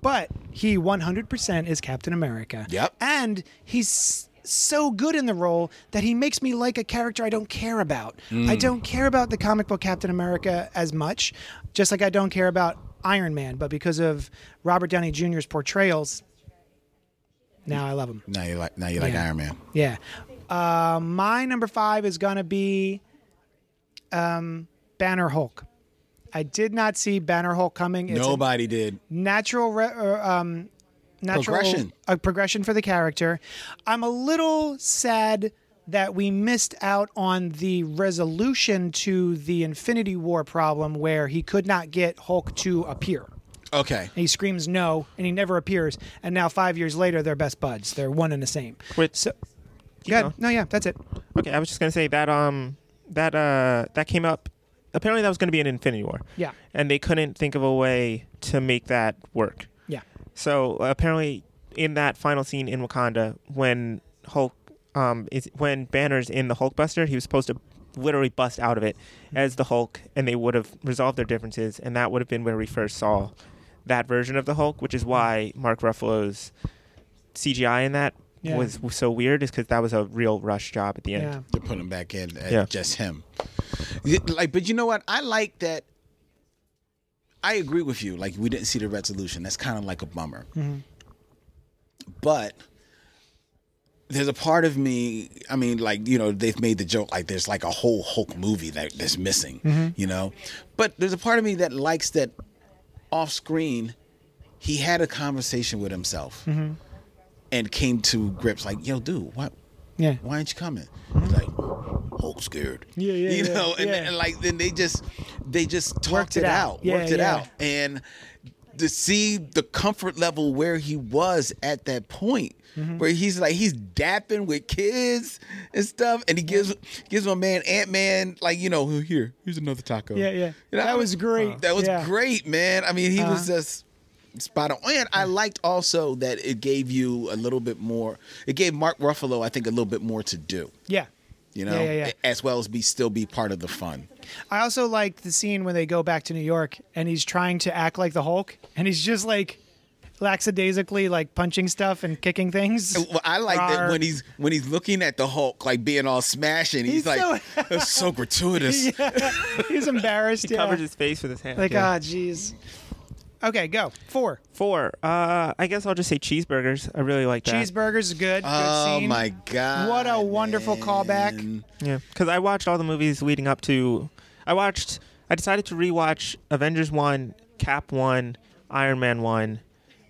B: But he 100% is Captain America.
A: Yep.
B: And he's so good in the role that he makes me like a character I don't care about.
A: Hmm.
B: I don't care about the comic book Captain America as much, just like I don't care about Iron Man, but because of Robert Downey Jr.'s portrayals, now I love him.
A: Now you like now you like
B: Yeah.
A: Iron Man.
B: Yeah. Uh, my number five is going to be um, Banner Hulk. I did not see Banner Hulk coming. It's a-
A: Nobody did.
B: natural re- or, um natural
A: Progression.
B: a progression for the character. I'm a little sad that we missed out on the resolution to the Infinity War problem where he could not get Hulk to appear.
A: Okay.
B: He screams no and he never appears and now 5 years later they're best buds. They're one and the same.
C: Wait,
B: So Good.
C: going.
B: No, yeah, that's it.
C: Okay, I was just gonna say that um that uh that came up. Apparently, that was gonna be an Infinity War.
B: Yeah.
C: And they couldn't think of a way to make that work.
B: Yeah.
C: So uh, apparently, in that final scene in Wakanda, when Hulk um is when Banner's in the Hulkbuster, he was supposed to literally bust out of it as the Hulk, and they would have resolved their differences, and that would have been where we first saw that version of the Hulk, which is why Mark Ruffalo's CGI in that.
B: Yeah.
C: Was so weird is because that was a real rush job at the end.
B: Yeah.
A: They're putting him back in at
C: Yeah.
A: just him. Y- Like, but you know what? I like that. I agree with you. Like, we didn't see the resolution. That's kind of like a bummer. But there's a part of me. I mean, like you know, they've made the joke like there's like a whole Hulk movie that that's missing. You know, but there's a part of me that likes that off screen. He had a conversation with himself and came to grips like, "Yo, dude, what?
B: Yeah.
A: why ain't you coming? He's like, Hulk scared.
B: Yeah, yeah,
A: You
B: yeah,
A: know, and,
B: yeah.
A: and like then they just they just talked
B: Worked it
A: it
B: out.
A: out,
B: Yeah,
A: worked it
B: yeah.
A: out, and to see the comfort level where he was at that point,
B: Mm-hmm.
A: where he's like he's dapping with kids and stuff, and he gives gives my man Ant Man like you know here here's another taco.
B: Yeah, yeah.
A: You know,
B: That
A: I
B: was great.
A: That was
B: Yeah. Uh-huh.
A: great, man. I mean, he was just spot on. And I liked also that it gave you a little bit more. It gave Mark Ruffalo, I think, a little bit more to do.
B: Yeah.
A: You know,
B: Yeah, yeah, yeah.
A: as well as be still be part of the fun.
B: I also like the scene when they go back to New York and he's trying to act like the Hulk and he's just like lackadaisically like punching stuff and kicking things.
A: [LAUGHS] Well, I like that
B: Rawr.
A: when he's when he's looking at the Hulk, like being all smashing. He's,
B: He's
A: like, "That's
B: [LAUGHS]
A: so gratuitous." [LAUGHS]
B: he's embarrassed. yeah.
C: Covers his face with his hand.
B: like,
C: yeah.
B: ah, jeez. Okay, go. Four.
C: Four. Uh, I guess I'll just say cheeseburgers. I really like that.
B: Cheeseburgers is good. good
A: Oh
B: scene.
A: my god!
B: What a wonderful callback.
A: man.
C: Yeah, because I watched all the movies leading up to. I watched. I decided to rewatch Avengers one, Cap one, Iron Man one,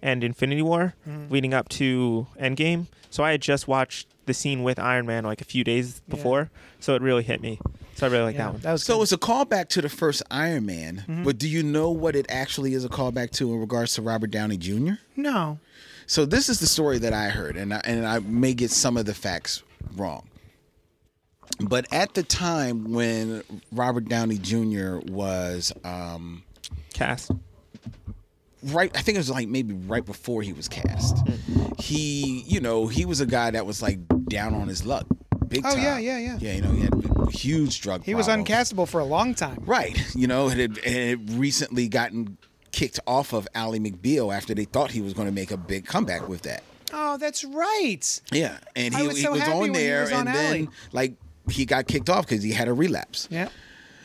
C: and Infinity War,
B: Mm-hmm.
C: leading up to Endgame. So I had just watched the scene with Iron Man like a few days before, so it really hit me. So I really like
B: Yeah,
C: that one.
B: was
A: So
B: good.
A: it's a callback to the first Iron Man,
B: Mm-hmm.
A: but do you know what it actually is a callback to in regards to Robert Downey Jr.?
B: no.
A: So this is the story that I heard, and I, and I may get some of the facts wrong. But at the time when Robert Downey Jr. was um,
C: Cast.
A: right i think it was like maybe right before he was cast he you know he was a guy that was like down on his luck big
B: Oh,
A: time
B: yeah, yeah, yeah.
A: yeah you know he had huge drug
B: He was
A: problems.
B: uncastable for a long time.
A: right [LAUGHS] you know it had, it had recently gotten kicked off of Ally McBeal after they thought he was going to make a big comeback with that
B: Oh, that's right.
A: yeah and
B: I
A: he
B: was
A: he
B: so happy
A: on
B: when he
A: there
B: was on
A: and
B: Ally.
A: then like he got kicked off because he had a relapse
B: Yeah.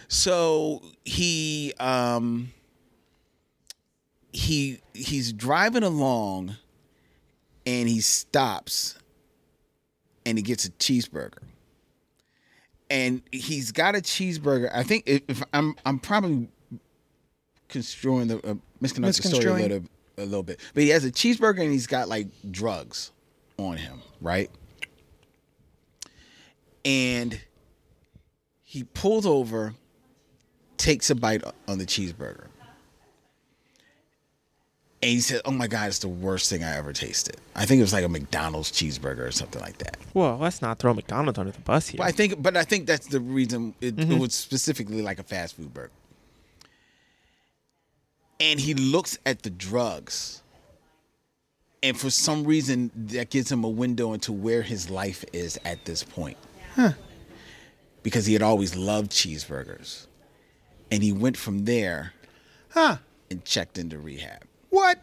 A: so he um he he's driving along and he stops and he gets a cheeseburger. And he's got a cheeseburger. I think if, if I'm I'm probably construing the uh, misconstruing the story a
B: Misconstruing.
A: little a little bit. But he has a cheeseburger and he's got like drugs on him, right? And he pulls over, takes a bite on the cheeseburger. And he said, "Oh my god, it's the worst thing I ever tasted." I think it was like a McDonald's cheeseburger or something like that.
C: Whoa, let's not throw McDonald's under the bus here.
A: But I think, but I think that's the reason it,
B: Mm-hmm.
A: it was specifically like a fast food burger. And he looks at the drugs, and for some reason, that gives him a window into where his life is at this point. Because he had always loved cheeseburgers, and he went from there
B: Huh.
A: and checked into rehab.
B: What?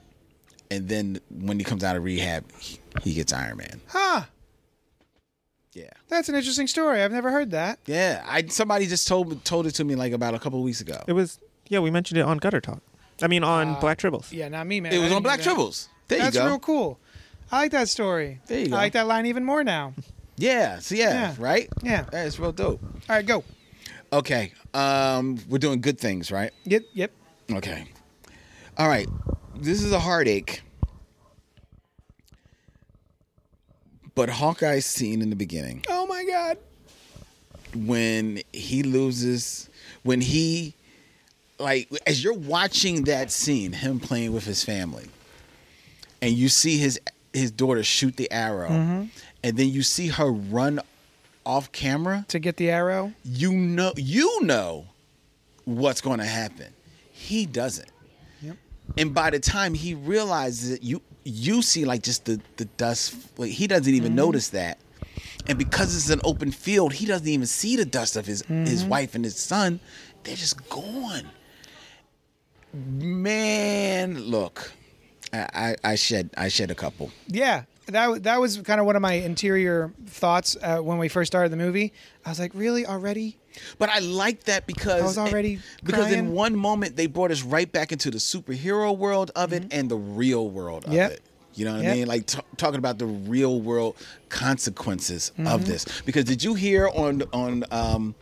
A: And then when he comes out of rehab, he, he gets Iron Man.
B: Huh.
A: Yeah.
B: That's an interesting story. I've never heard that.
A: Yeah, I somebody just told told it to me like about a couple of weeks ago.
C: It was. Yeah, we mentioned it on Gutter Talk. I mean, on Black Tribbles.
B: Uh, Yeah, not me, man.
A: It
B: I
A: was
B: didn't
A: on
B: know
A: Black
B: that.
A: Tribbles. There
B: That's
A: you go.
B: real cool. I like that story.
A: There you go.
B: I like that line even more now.
A: Yeah, so yeah,
B: Yeah.
A: right?
B: Yeah.
A: That's real dope.
B: All right, go.
A: Okay. Um we're doing good things, right?
B: Yep, yep.
A: Okay. All right. This is a heartache. But Hawkeye's scene in the beginning
B: Oh my god.
A: when he loses when he like as you're watching that scene him playing with his family and you see his his daughter shoot the arrow and then you see her run off camera
B: To get the arrow.
A: you know you know what's going to happen he doesn't
B: Yep.
A: and by the time he realizes it you you see like just the the dust like he doesn't even notice that and because it's an open field he doesn't even see the dust of his his wife and his son they're just gone man look I, I i shed i shed a couple
B: Yeah. That, wa- that was kind of one of my interior thoughts uh, when we first started the movie. I was like, really already?
A: But I like that because
B: I was already
A: because in
B: crying.
A: one moment they brought us right back into the superhero world of it and the real world of
B: Mm-hmm. Yep.
A: it. You know what
B: Yep.
A: I mean? Like t- talking about the real world consequences
B: Mm-hmm.
A: of this. Because did you hear on on um,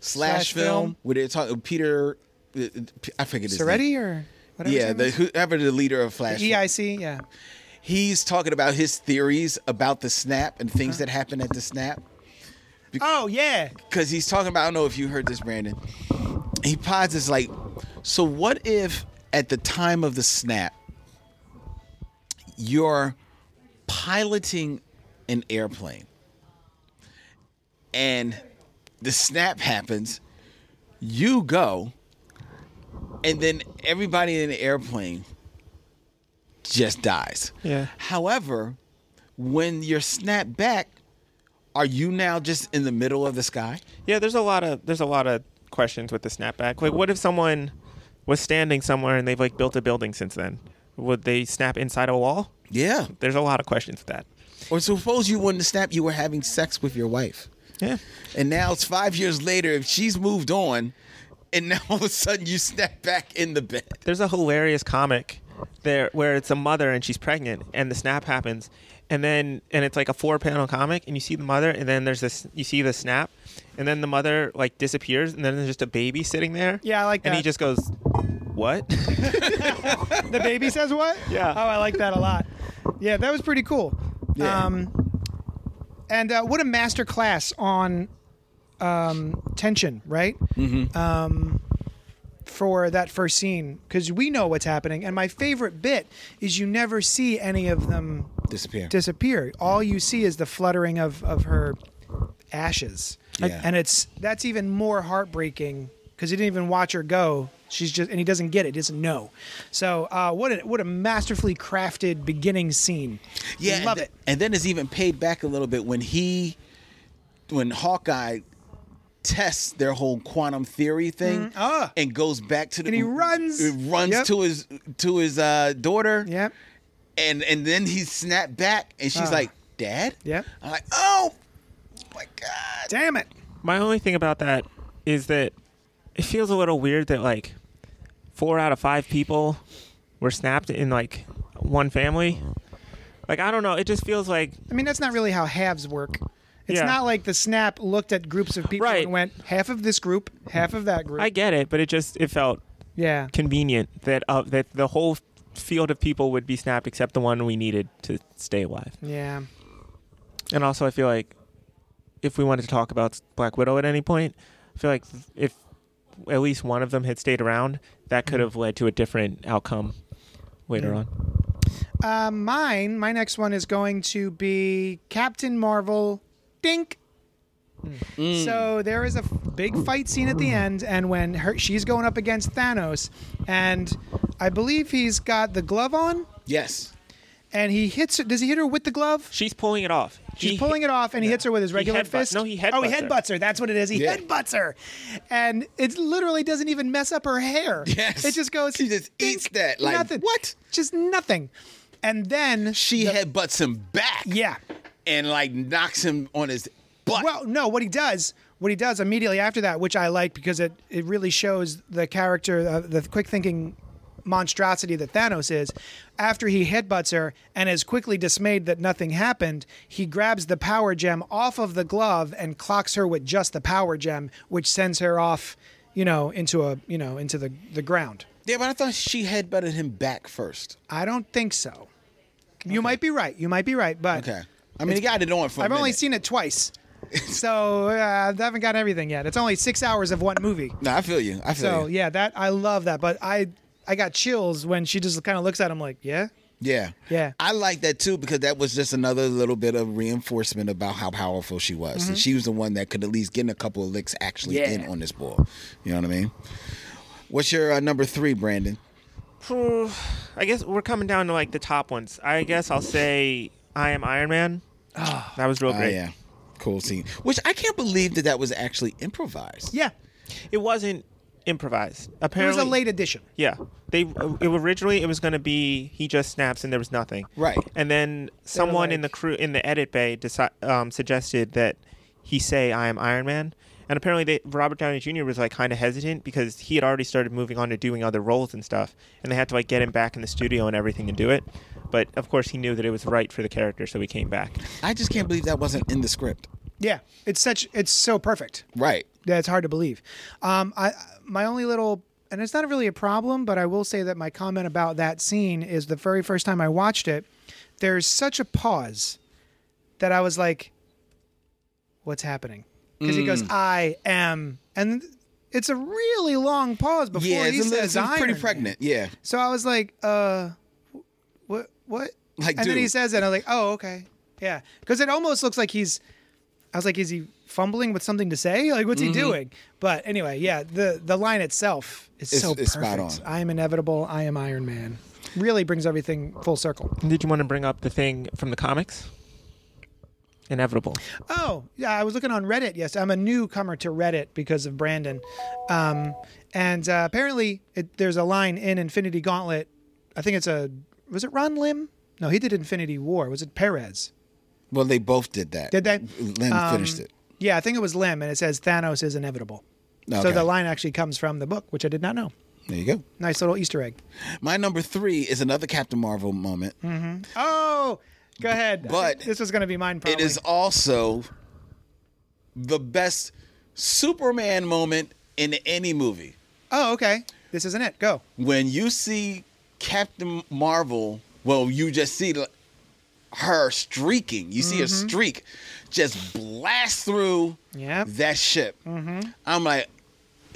A: Slash,
B: Slash
A: film,
B: Film.
A: where they're talking Peter? uh, I forget his
B: Soretti
A: name.
B: or whatever?
A: Yeah, the, whoever the leader of Flash.
B: EIC. E Yeah.
A: He's talking about his theories about the snap and things
B: Uh-huh.
A: that happen at the snap.
B: Oh, yeah.
A: because he's talking about. I don't know if you heard this, Brandon. He posits like, so what if at the time of the snap, you're piloting an airplane, and the snap happens, you go, and then everybody in the airplane just dies.
C: Yeah.
A: However, when you're snapped back, are you now just in the middle of the sky?
C: Yeah, there's a lot of there's a lot of questions with the snapback. Like, what if someone was standing somewhere and they've like built a building since then? Would they snap inside a wall?
A: Yeah.
C: There's a lot of questions with that.
A: Or suppose you wouldn't snap, you were having sex with your wife.
C: Yeah,
A: And now it's five years later, if she's moved on, and now all of a sudden you snap back in the bed.
C: there's a hilarious comic there where it's a mother and she's pregnant and the snap happens, and then and it's like a four panel comic and you see the mother and then there's this you see the snap, and then the mother like disappears and then there's just a baby sitting there.
B: Yeah, I like
C: And he
B: that.
C: just goes, "What?" [LAUGHS]
B: The baby says what?
C: Yeah.
B: Oh, I like that a lot. Yeah, that was pretty cool.
A: Yeah.
B: Um, and uh, what a master class on um, tension, right? Mm-hmm. Um, for that first scene, because we know what's happening. And my favorite bit is you never see any of them
A: Disappear.
B: disappear. All you see is the fluttering of, of her ashes.
A: Yeah.
B: And it's that's even more heartbreaking because he didn't even watch her go. She's just and he doesn't get it, doesn't know. So uh, what a what a masterfully crafted beginning scene.
A: yeah,
B: love
A: and,
B: it.
A: And then it's even paid back a little bit when he, when Hawkeye tests their whole quantum theory thing
B: ah.
A: and goes back to the
B: And he runs.
A: runs
B: Yep.
A: to his to his uh, daughter
B: Yep.
A: and and then he snapped back and she's
B: Ah.
A: like dad
B: Yep.
A: i'm like oh my god
B: Damn it.
C: My only thing about that is that it feels a little weird that like four out of five people were snapped in like one family. Like I don't know, it just feels like
B: I mean, that's not really how halves work. It's
C: Yeah.
B: not like the snap looked at groups of people
C: Right.
B: and went half of this group, half of that group.
C: I get it, but it just it felt
B: yeah.
C: convenient that uh, that the whole field of people would be snapped except the one we needed to stay alive.
B: Yeah.
C: And also I feel like if we wanted to talk about Black Widow at any point, I feel like if at least one of them had stayed around, that could have led to a different outcome later
B: Yeah.
C: on.
B: Uh, mine, my next one is going to be Captain Marvel. Dink.
A: Hmm.
B: So there is a f- big fight scene at the end, and when her, she's going up against Thanos, and I believe he's got the glove on,
A: yes
B: and he hits. her- Does he hit her with the glove?
C: She's pulling it off.
B: She's pulling it off, and he hits her with his
C: He
B: regular
C: headbutt-
B: fist.
C: no, he
B: Oh, he
C: headbutts her.
B: headbutts her. That's what it is. He
A: Yeah.
B: headbutts her, and it literally doesn't even mess up her hair.
A: Yes.
B: it just goes.
A: She just eats
B: dink,
A: that, like,
B: nothing.
A: what?
B: Just nothing. And then
A: she headbutts him back
B: Yeah.
A: and like knocks him on his butt
B: Well, no, what he does, what he does immediately after that, which I like because it, it really shows the character, uh, the quick thinking monstrosity that Thanos is. After he headbutts her and is quickly dismayed that nothing happened, he grabs the power gem off of the glove and clocks her with just the power gem, which sends her off, you know, into a, you know, into the, the ground.
A: yeah but i thought she headbutted him back first
B: I don't think so. You might be right. You might be right, but
A: okay i mean he got it on for a
B: I've only
A: minute.
B: seen
A: [LAUGHS]
B: it twice. so uh, I haven't got everything yet. It's only six hours of one movie.
A: no i feel you i feel
B: So
A: you
B: yeah, that I love that. But I I got chills when she just kind of looks at him like, yeah,
A: yeah
B: Yeah.
A: i like that too because that was just another little bit of reinforcement about how powerful she was and she was the one that could at least get in a couple of licks actually
B: Mm-hmm. Yeah.
A: in on this ball you know what i mean what's your uh, number three brandon
C: Phew. [SIGHS] I guess we're coming down to like the top ones. I guess I'll say I am Iron Man.
B: [SIGHS]
C: that was real
B: Ah,
A: Oh
C: great.
A: yeah, cool scene. Which I can't believe that that was actually improvised.
B: yeah.
C: It wasn't improvised.
B: It was
C: Apparently,
B: a late edition.
C: Yeah, they it, originally it was going to be he just snaps and there was nothing.
A: Right.
C: And then someone in the
B: like-
C: crew in the edit bay deci- um, suggested that he say I am Iron Man. And apparently, they, Robert Downey Jr. was like kind of hesitant because he had already started moving on to doing other roles and stuff, and they had to like get him back in the studio and everything to do it. But of course, he knew that it was right for the character, so he came back.
A: I just can't believe that wasn't in the script.
B: Yeah, it's such it's so perfect.
A: Right.
B: Yeah, it's hard to believe. Um, I my only little and it's not really a problem, but I will say that my comment about that scene is the very first time I watched it, there's such a pause that I was like, "What's happening?" Because he
A: Mm.
B: goes, "I am," and it's a really long pause before
A: Yeah,
B: he
A: it's, a little,
B: says,
A: it's pretty
B: "Iron Man."
A: pregnant. Yeah.
B: So I was like, "Uh, wh- what? What?"
A: Like,
B: and then he
A: dude.
B: says it, and I'm like, "Oh, okay, yeah," because it almost looks like he's I was like, is he fumbling with something to say? Like, what's
A: Mm-hmm.
B: he doing? But anyway, yeah, the the line itself is
A: It's-
B: so
A: it's
B: perfect.
A: spot on.
B: I am inevitable. I am Iron Man. really brings everything full circle.
C: Did you want to bring up the thing from the comics? Inevitable.
B: Oh, yeah, I was looking on Reddit. Yes, I'm a newcomer to Reddit because of Brandon. Um, and uh, apparently, it, there's a line in Infinity Gauntlet. I think it's a. Was it Ron Lim? No, he did Infinity War. Was it Perez?
A: Well, they both did that.
B: Did they? Um,
A: Lynn finished it.
B: Yeah, I think it was Lim, and it says Thanos is inevitable. So
A: Okay.
B: the line actually comes from the book, which I did not know.
A: There you go.
B: Nice little Easter egg.
A: My number three is another Captain Marvel moment.
B: Hmm. Oh, go ahead.
A: But-
B: this was going to be mine.
A: It
B: Probably.
A: is also the best Superman moment in any movie.
B: Oh, okay. This isn't it. Go.
A: When you see Captain Marvel, well, you just see the- her streaking. You see a streak just blast through
B: Mm-hmm. Yep. Mm-hmm.
A: that ship. I'm like,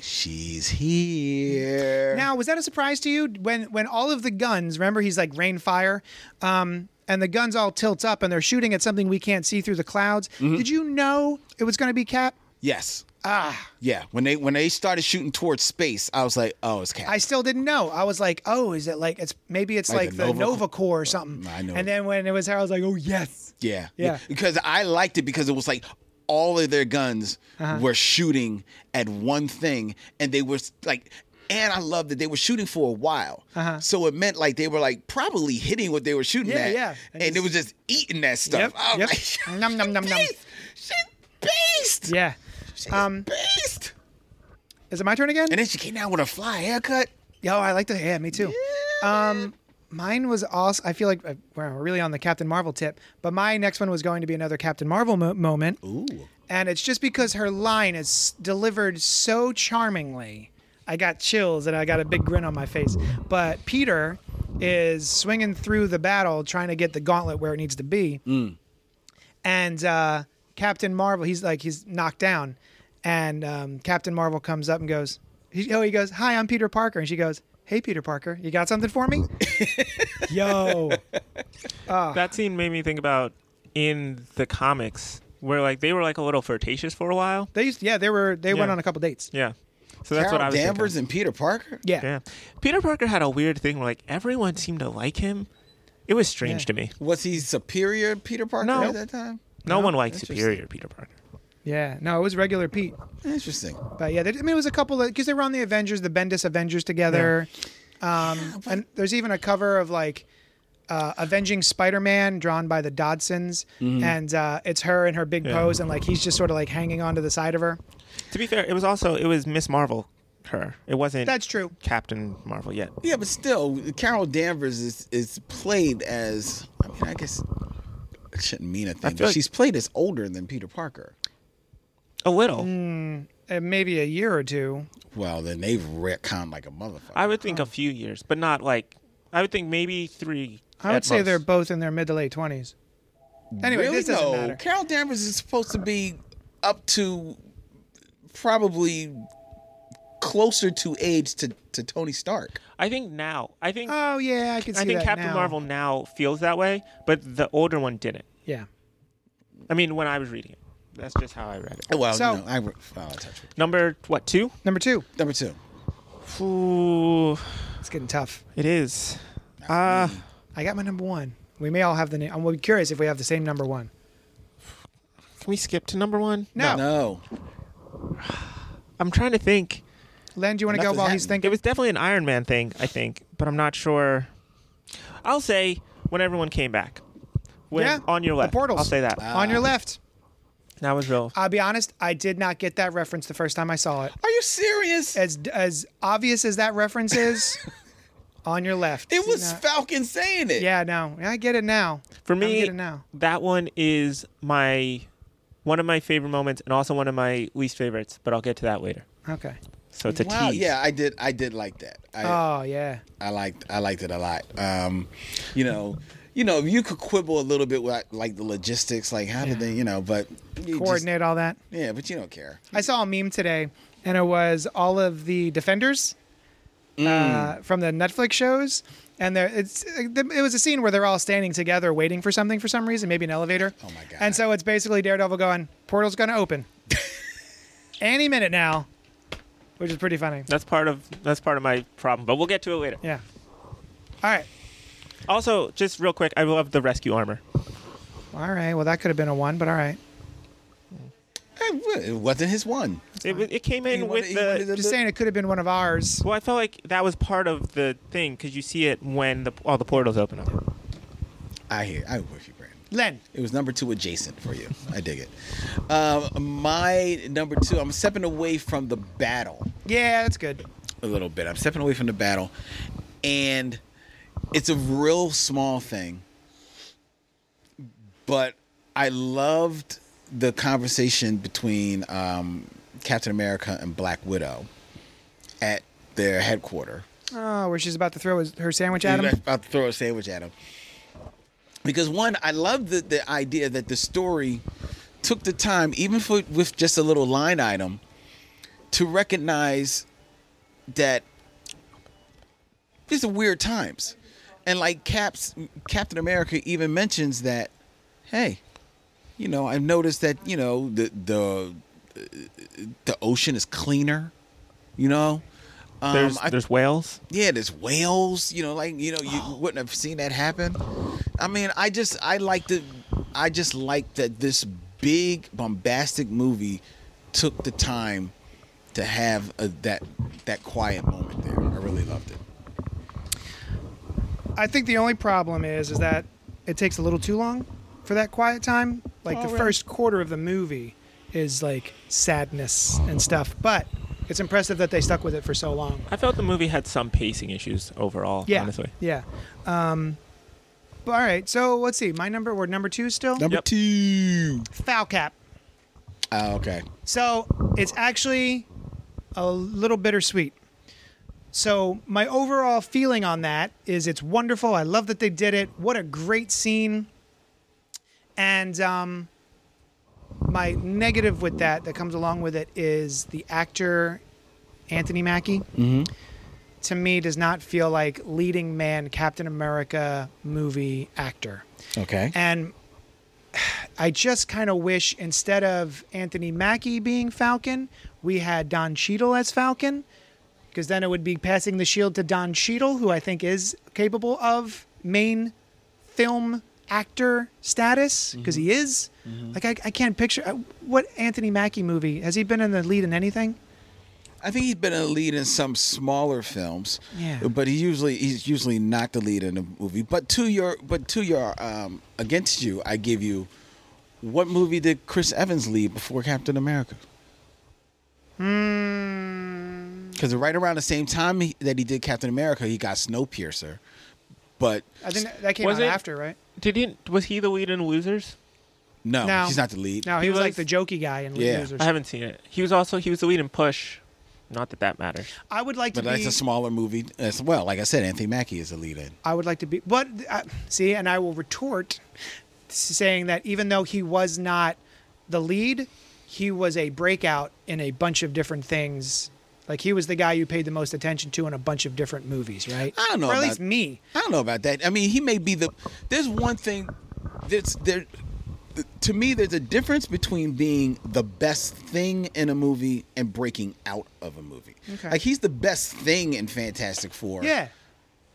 A: she's here.
B: Now, was that a surprise to you when when all of the guns? Remember, he's like rain fire, um, and the guns all tilt up, and they're shooting at something we can't see through the clouds.
A: Mm-hmm.
B: Did you know it was going to be Cap?
A: yes. Ah. Yeah. When they when they started shooting towards space, I was like, oh, it's Captain.
B: I still didn't know. I was like, oh, is it like it's maybe it's
A: Like
B: like,
A: the
B: the
A: Nova-
B: Nova Corps or something.
A: I know
B: And
A: it.
B: then when it was her, I was like, oh yes.
A: Yeah.
B: Yeah.
A: Because I liked it because it was like all of their guns
B: Uh-huh.
A: were shooting at one thing and they were like and I loved that they were shooting for a while. So it meant like they were like probably hitting what they were shooting
B: Uh-huh. Yeah,
A: at.
B: yeah.
A: And, it was just eating that stuff.
B: Yep,
A: I was
B: yep.
A: like, [LAUGHS]
B: Nom, nom, nom, nom.
A: Beast! She's beast!
B: Yeah.
A: She's
B: Um,
A: beast!
B: Is it my turn again?
A: And then she came down with a fly haircut.
B: Yo, I like the yeah, me too. Um, mine was also. I feel like uh, we're really on the Captain Marvel tip, but my next one was going to be another Captain Marvel mo- moment. Ooh. And it's just because her line is delivered so charmingly. I got chills and I got a big grin on my face. But Peter is swinging through the battle, trying to get the gauntlet where it needs to be and uh, Captain Marvel, he's like he's knocked down, and um, Captain Marvel comes up and goes, he, oh, he goes, hi, I'm Peter Parker, and she goes, hey, Peter Parker, you got something for me?
C: [LAUGHS]
B: Yo,
C: That scene made me think about in the comics where like they were like a little flirtatious for a while.
B: they used, yeah, they were they went
C: Yeah.
B: on a couple dates.
C: Yeah. So that's
A: Carol
C: what I was thinking.
A: Danvers and Peter Parker?
B: Yeah,
C: Yeah. Peter Parker had a weird thing where like everyone seemed to like him. It was strange
B: Yeah.
C: to me.
A: Was he superior Peter Parker
C: No.
A: at that time?
C: No one liked
A: interesting.
C: superior Peter Parker.
B: Yeah. No, it was regular Pete,
A: Interesting.
B: but yeah, they, I mean, it was a couple of because they were on the Avengers, the Bendis Avengers together, um, and there's even a cover of like. Uh, Avenging Spider-Man, drawn by the Dodsons,
C: Mm-hmm.
B: and uh, it's her in her big pose, and like he's just sort of like hanging onto the side of her.
C: To be fair, it was also it was Miss Marvel her. It wasn't
B: That's true.
C: Captain Marvel yet.
A: Yeah, but still, Carol Danvers is is played as. I mean, I guess it shouldn't mean a thing, but
C: feel like-
A: she's played as older than Peter Parker.
C: A little.
B: uh, maybe a year or two.
A: Well, then they've retconned like a motherfucker.
C: I would think a few years, but not like I would think maybe three.
B: I would
C: at
B: say
C: most.
B: they're both in their mid to late twenties. Anyway,
A: really
B: this doesn't
A: no.
B: matter.
A: Carol Danvers is supposed to be up to probably closer to age to, to Tony Stark.
C: I think now. I think
B: Oh yeah, I can see
C: I think
B: that
C: Captain
B: now.
C: Marvel now feels that way, but the older one didn't.
B: Yeah.
C: I mean, when I was reading it, that's just how I read it.
A: Well,
B: So-
A: you know, I re- well, I'll touch it.
C: Number what two?
B: Number two.
A: Number two.
C: Ooh,
B: It's getting tough.
C: it is. Uh
B: I got my number one. We may all have the name. I'm curious if we have the same number one.
C: can we skip to number one?
B: No.
A: No.
C: I'm trying to think.
B: Len, do you want to go
A: Nothing's
B: while he's
A: happening.
B: thinking?
C: It was definitely an Iron Man thing, I think, but I'm not sure. I'll say when everyone came back. When,
B: Yeah,
C: On your
B: the
C: left.
B: portals.
C: I'll say that. Ah.
B: On your left.
C: that was real.
B: I'll be honest. I did not get that reference the first time I saw it.
A: Are you serious?
B: As as obvious as that reference
C: [LAUGHS]
B: is, on your left.
A: It was
B: Not-
A: Falcon saying it.
B: yeah. No. I get it now.
C: For
B: I'm
C: me,
B: getting it now.
C: that one is my one of my favorite moments and also one of my least favorites, but I'll get to that later.
B: Okay.
C: So it's a
A: Wow.
C: tease.
A: Yeah, I did. I did like that. I,
B: Oh yeah.
A: I liked I liked it a lot. Um, you know, you know, you could quibble a little bit with like the logistics, like how did they, you know, but you just-
B: Coordinate all that.
A: yeah, but you don't care.
B: I saw a meme today, and it was all of the defenders
A: Mm.
B: uh, from the Netflix shows, and there it's it was a scene where they're all standing together waiting for something for some reason, maybe an elevator. Oh
A: my God.
B: And so it's basically Daredevil going, "Portal's going
A: [LAUGHS]
B: to open any minute now," which is pretty funny.
C: That's part of that's part of my problem, but we'll get to it later.
B: Yeah. All right.
C: Also, just real quick, I love the rescue armor.
B: All right. Well, that could have been a one, but all right.
A: It wasn't his one.
C: It, wa- it came in
A: He
C: with
A: wanted- he
C: the.
A: wanted a
B: Just
A: li-
B: saying, it could have been one of ours.
C: well, I felt like that was part of the thing because you see it when the, all the portals open up.
A: I hear. I agree with you, Brandon.
B: Len.
A: It was number two adjacent for you. I dig it. Um, my number two. I'm stepping away from the battle.
B: Yeah, that's good.
A: a little bit. I'm stepping away from the battle, and it's a real small thing, but I loved the conversation between um, Captain America and Black Widow at their headquarters.
B: Oh, where she's about to throw his, her sandwich at
A: Adam.
B: him.
A: About to throw a sandwich at him. Because one, I love the, the idea that the story took the time, even for, with just a little line item, to recognize that these are weird times. And like Caps, Captain America even mentions that, hey, you know, I've noticed that, you know, the the the ocean is cleaner, you know. Um,
C: There's
A: I-
C: there's whales.
A: yeah, there's whales. You know, like you know, you wouldn't have seen that happen. I mean, I just I like the, I just like that this big bombastic movie took the time to have a, that that quiet moment there. I really loved it.
B: I think the only problem is is that it takes a little too long for that quiet time. Like the first quarter of the movie is like sadness and stuff, but it's impressive that they stuck with it for so long.
C: I felt the movie had some pacing issues overall.
B: Yeah.
C: honestly.
B: Yeah. Um but all right. So let's see. My number we're number 2 still.
A: Number
C: Yep.
A: two.
B: Foul cap.
A: Oh, okay.
B: So it's actually a little bittersweet. So my overall feeling on that is it's wonderful. I love that they did it. What a great scene. And um, my negative with that that comes along with it is the actor Anthony Mackie. To me, does not feel like leading man Captain America movie actor.
A: Okay.
B: And [SIGHS] I just kind of wish instead of Anthony Mackie being Falcon, we had Don Cheadle as Falcon, because then it would be passing the shield to Don Cheadle, who I think is capable of main film actor status, because
A: Mm-hmm.
B: he is. Like I, I can't picture I, what Anthony Mackie movie has he been in the lead in anything?
A: I think he's been a lead in some smaller films.
B: Yeah.
A: But he usually he's usually not the lead in a movie. But to your but to your um against you, I give you what movie did Chris Evans lead before Captain America?
B: Hmm.
A: Because right around the same time he, that he did Captain America, he got Snowpiercer. But
B: I think that- that came
C: Was
B: out
C: it-
B: after, right?
C: Did he? Was he the lead in Losers?
A: no,
B: No.
A: he's not the lead.
B: No, he,
C: He
B: was, like
C: was-
B: the jokey guy in
A: Yeah.
B: Losers.
C: I haven't seen it. He was also he was the lead in Push. Not that that matters.
B: I would like to
A: But
B: be.
A: that's a smaller movie as well. Like I said, Anthony Mackie is the lead in.
B: I would like to be. But uh, see, and I will retort, saying that even though he was not the lead, he was a breakout in a bunch of different things. Like he was the guy you paid the most attention to in a bunch of different movies, right?
A: I don't know
B: Or at
A: about-
B: least me.
A: I don't know about that. I mean, he may be the. There's one thing that's there. To me, there's a difference between being the best thing in a movie and breaking out of a movie.
B: Okay.
A: Like he's the best thing in Fantastic Four.
B: Yeah.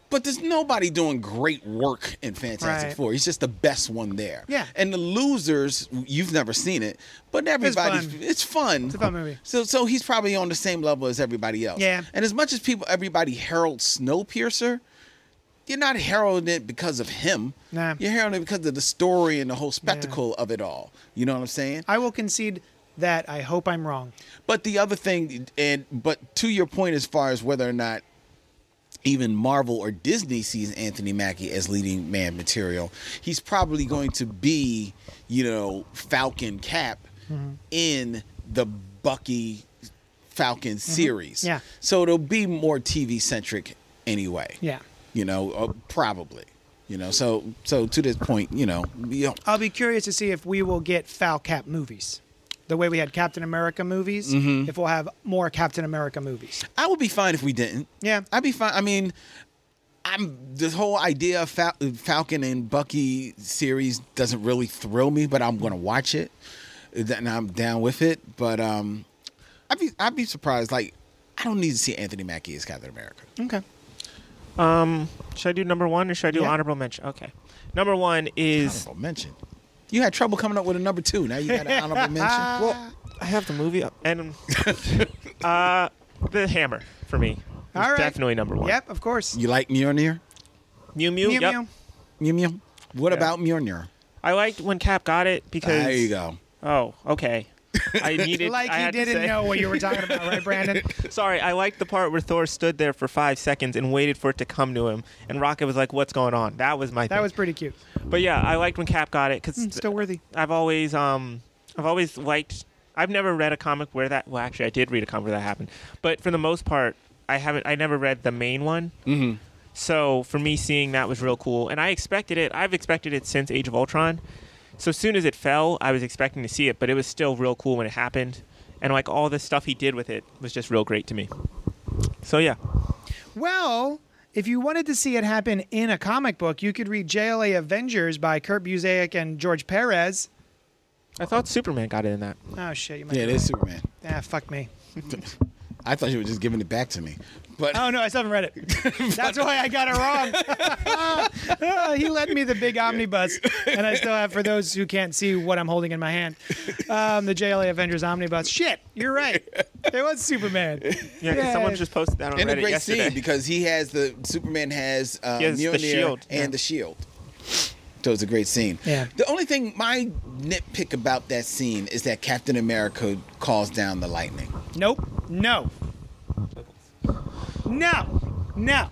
A: But there's nobody doing great work in Fantastic
B: Right.
A: Four. He's just the best one there.
B: Yeah.
A: And the losers, you've never seen it, but everybody's
B: fun.
A: it's fun.
B: It's a fun movie.
A: So so he's probably on the same level as everybody else.
B: Yeah.
A: And as much as people everybody heralds Snowpiercer, you're not heralding it because of him.
B: Nah.
A: You're heralding it because of the story and the whole spectacle of it all. You know what I'm saying?
B: I will concede that I hope I'm wrong.
A: But the other thing, and but to your point, as far as whether or not even Marvel or Disney sees Anthony Mackie as leading man material, he's probably going to be, you know, Falcon Cap
B: Mm-hmm.
A: in the Bucky Falcon series.
B: Mm-hmm. Yeah.
A: So it'll be more TV centric anyway.
B: Yeah.
A: You know, uh, probably. You know, so so to this point, you know, you know,
B: I'll be curious to see if we will get foul cap movies. The way we had Captain America movies,
A: Mm-hmm.
B: if we'll have more Captain America movies.
A: I would be fine if we didn't.
B: Yeah.
A: I'd be fine. I mean, I'm this whole idea of Fal- Falcon and Bucky series doesn't really thrill me, but I'm gonna watch it, and I'm down with it. But um, I'd be I'd be surprised. Like, I don't need to see Anthony Mackie as Captain America.
B: Okay.
C: Um, should I do number one or should I do
A: Yeah.
C: honorable mention? Okay. Number one is
A: Honorable mention. You had trouble coming up with a number two. Now you got an honorable mention.
C: well, I have the movie up and uh, the hammer for me. is
B: All right.
C: Definitely number one.
B: Yep, of course.
A: You like Mjolnir?
C: Mew Mew.
B: Meow,
C: yep.
B: meow.
A: Mew Mew? What
C: Yeah.
A: about Mjolnir?
C: I liked when Cap got it because.
A: There you go.
C: Oh, okay.
B: [LAUGHS]
C: I needed.
B: Like
C: I
B: he
C: had to
B: didn't
C: say-
B: know what you were talking about, right, Brandon?
C: [LAUGHS] Sorry, I liked the part where Thor stood there for five seconds and waited for it to come to him, and Rocket was like, "What's going on?" That was my.
B: That
C: thing.
B: was pretty cute.
C: But yeah, I liked when Cap got it because
B: Still worthy.
C: I've always um I've always liked I've never read a comic where that well actually I did read a comic where that happened. But for the most part, I haven't I never read the main one. Mm-hmm. So for me seeing that was real cool and I expected it. I've expected it since Age of Ultron. So soon as it fell, I was expecting to see it, but it was still real cool when it happened. And like all the stuff he did with it was just real great to me. So yeah.
B: Well, if you wanted to see it happen in a comic book, you could read JLA Avengers by Kurt Busiek and George Perez.
C: I thought Superman got it in that.
B: Oh shit, you might.
A: Yeah,
B: Yeah,
A: it is Superman.
B: ah, fuck me.
A: I thought you were just giving it back to me. But
B: Oh no, I still haven't read it. [LAUGHS] That's why I got it wrong. [LAUGHS] Ah, he lent me the big omnibus, and I still have. For those who can't see what I'm holding in my hand, um, the JLA Avengers omnibus. Shit, you're right. It was Superman.
C: Yeah, 'cause
B: Yeah.
C: someone just posted that on
A: in a
C: Reddit
A: great
C: yesterday.
A: scene because he has the Superman has, uh,
C: He has the
A: Mjolnir
C: shield,
A: and
C: yeah.
A: the shield. So it's a great scene.
B: Yeah.
A: The only thing my nitpick about that scene is that Captain America calls down the lightning.
B: Nope. No. No. No.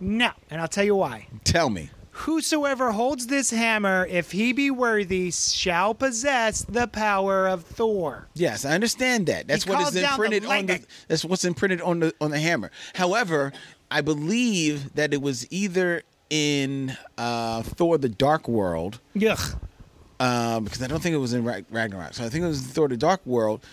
B: No. And I'll tell you why.
A: Tell me.
B: Whosoever holds this hammer, if he be worthy, shall possess the power of Thor.
A: Yes, I understand that. That's what
B: calls
A: is
B: down the
A: imprinted on the
B: lightning.
A: that's what's imprinted on the on the hammer. However, I believe that it was either in uh, Thor: The Dark World
B: Ugh.
A: uh, because I don't think it was in Rag- Ragnarok. So I think it was Thor: The Dark World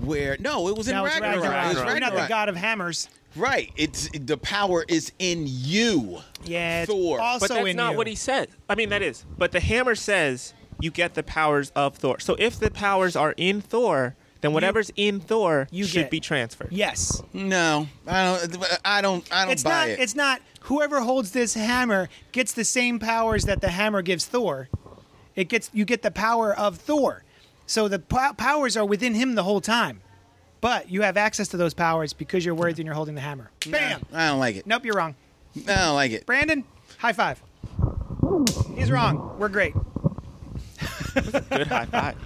A: where no, it was in
B: Now it's
A: Ragnarok.
B: Ragnarok.
A: It was
B: You're not the
A: Ragnarok.
B: god of hammers.
A: Right. It's the power is in you.
B: Yeah, it's
A: Thor.
B: also
C: But that's
B: in
C: not
B: you.
C: what he said. I mean, that is. But the hammer says you get the powers of Thor. So if the powers are in Thor, then whatever's in Thor
B: you
C: should
B: get.
C: be transferred.
B: Yes.
A: No, I don't. I don't. I don't
B: It's
A: buy
B: not
A: it.
B: it's not whoever holds this hammer gets the same powers that the hammer gives Thor. It gets you get the power of Thor. So the po- powers are within him the whole time. But you have access to those powers because you're worthy and you're holding the hammer. Bam.
A: I don't like it.
B: Nope, you're wrong.
A: I don't like it.
B: Brandon, high five. He's wrong. We're great.
C: Good high [LAUGHS] five.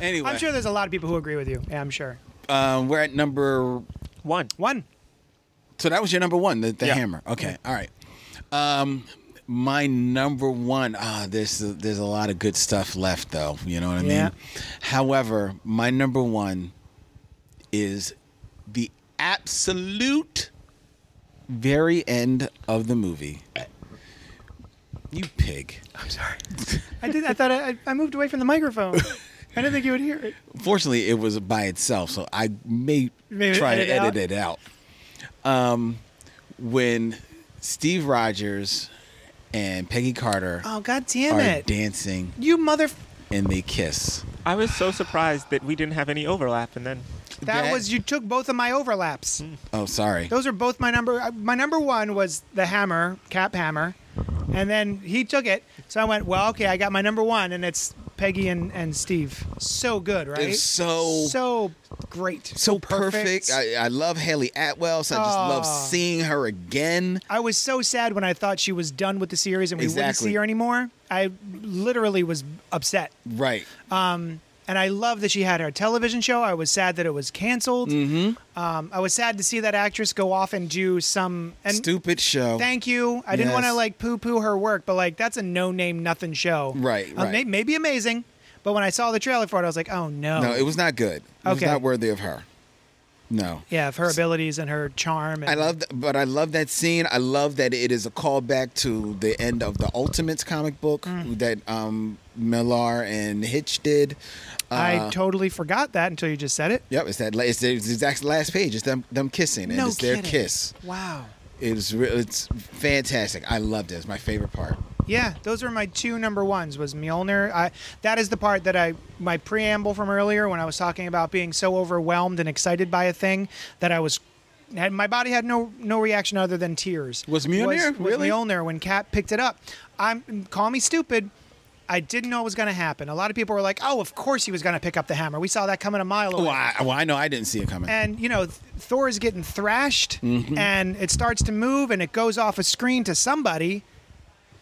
A: Anyway,
B: I'm sure there's a lot of people who agree with you. Yeah, I'm sure.
A: um, we're at number.
C: One.
B: One.
A: So that was your number one, the, the
C: Yeah.
A: hammer. Okay. All right. Um, my number one. Ah, there's there's a lot of good stuff left, though. You know what I
B: Yeah.
A: mean? However, my number one is the absolute very end of the movie. You pig.
B: I'm sorry. I did. I thought I, I moved away from the [LAUGHS] microphone. I didn't think you would hear it.
A: Fortunately, it was by itself, so I may
B: Maybe
A: try
B: edit
A: to
B: it out?
A: edit it out. Um, when Steve Rogers and Peggy Carter
B: Oh God damn
A: are
B: it!
A: dancing
B: you mother.
A: and they kiss.
C: I was so surprised that we didn't have any overlap, and then
B: That,
A: That-
B: was you took both of my overlaps.
A: Oh, sorry.
B: Those are both my number. uh, My number one was the hammer, cap hammer, and then he took it. So I went, well, okay, I got my number one, and it's Peggy and, and Steve. So good, right?
A: It's so-
B: so great,
A: so perfect. I, I love Haley Atwell, so I just
B: Aw.
A: love seeing her again.
B: I was so sad when I thought she was done with the series and we wouldn't
A: Exactly.
B: see her anymore. I literally was upset.
A: Right.
B: And I love that she had her television show. I was sad that it was canceled. Mm-hmm. Um, I was sad to see that actress go off and do some. And
A: Stupid show.
B: thank you. I didn't want to
A: Yes.
B: like poo poo her work, but like that's a no name, nothing show.
A: Right,
B: Uh, may-
A: right.
B: maybe amazing. But when I saw the trailer for it, I was like, oh no.
A: no, it was not good. It was
B: Okay.
A: not worthy of her. No.
B: yeah, of her abilities and her charm. And,
A: I love, th- but I love that scene. I love that it is a callback to the end of the Ultimates comic book that um, Millar and Hitch did. Uh,
B: I totally forgot that until you just said it.
A: yep, it's that. la- It's the it's the exact last page. It's them them kissing, and
B: No
A: it's their
B: kidding.
A: kiss.
B: Wow.
A: It's re- it's fantastic. I loved it. It's my favorite part.
B: Yeah, those were my two number ones. Was Mjolnir? I, that is the part that I my preamble from earlier when I was talking about being so overwhelmed and excited by a thing that I was had, my body had no no reaction other than tears.
A: Was Mjolnir?
B: was, was
A: Really?
B: Mjolnir when Cap picked it up. I'm call me stupid. I didn't know it was going to happen. A lot of people were like, "Oh, of course he was going to pick up the hammer. We saw that coming a mile away."
A: Well, I, well, I know I didn't see it coming.
B: and you know Th- Thor is getting thrashed, and it starts to move, and it goes off a screen to somebody.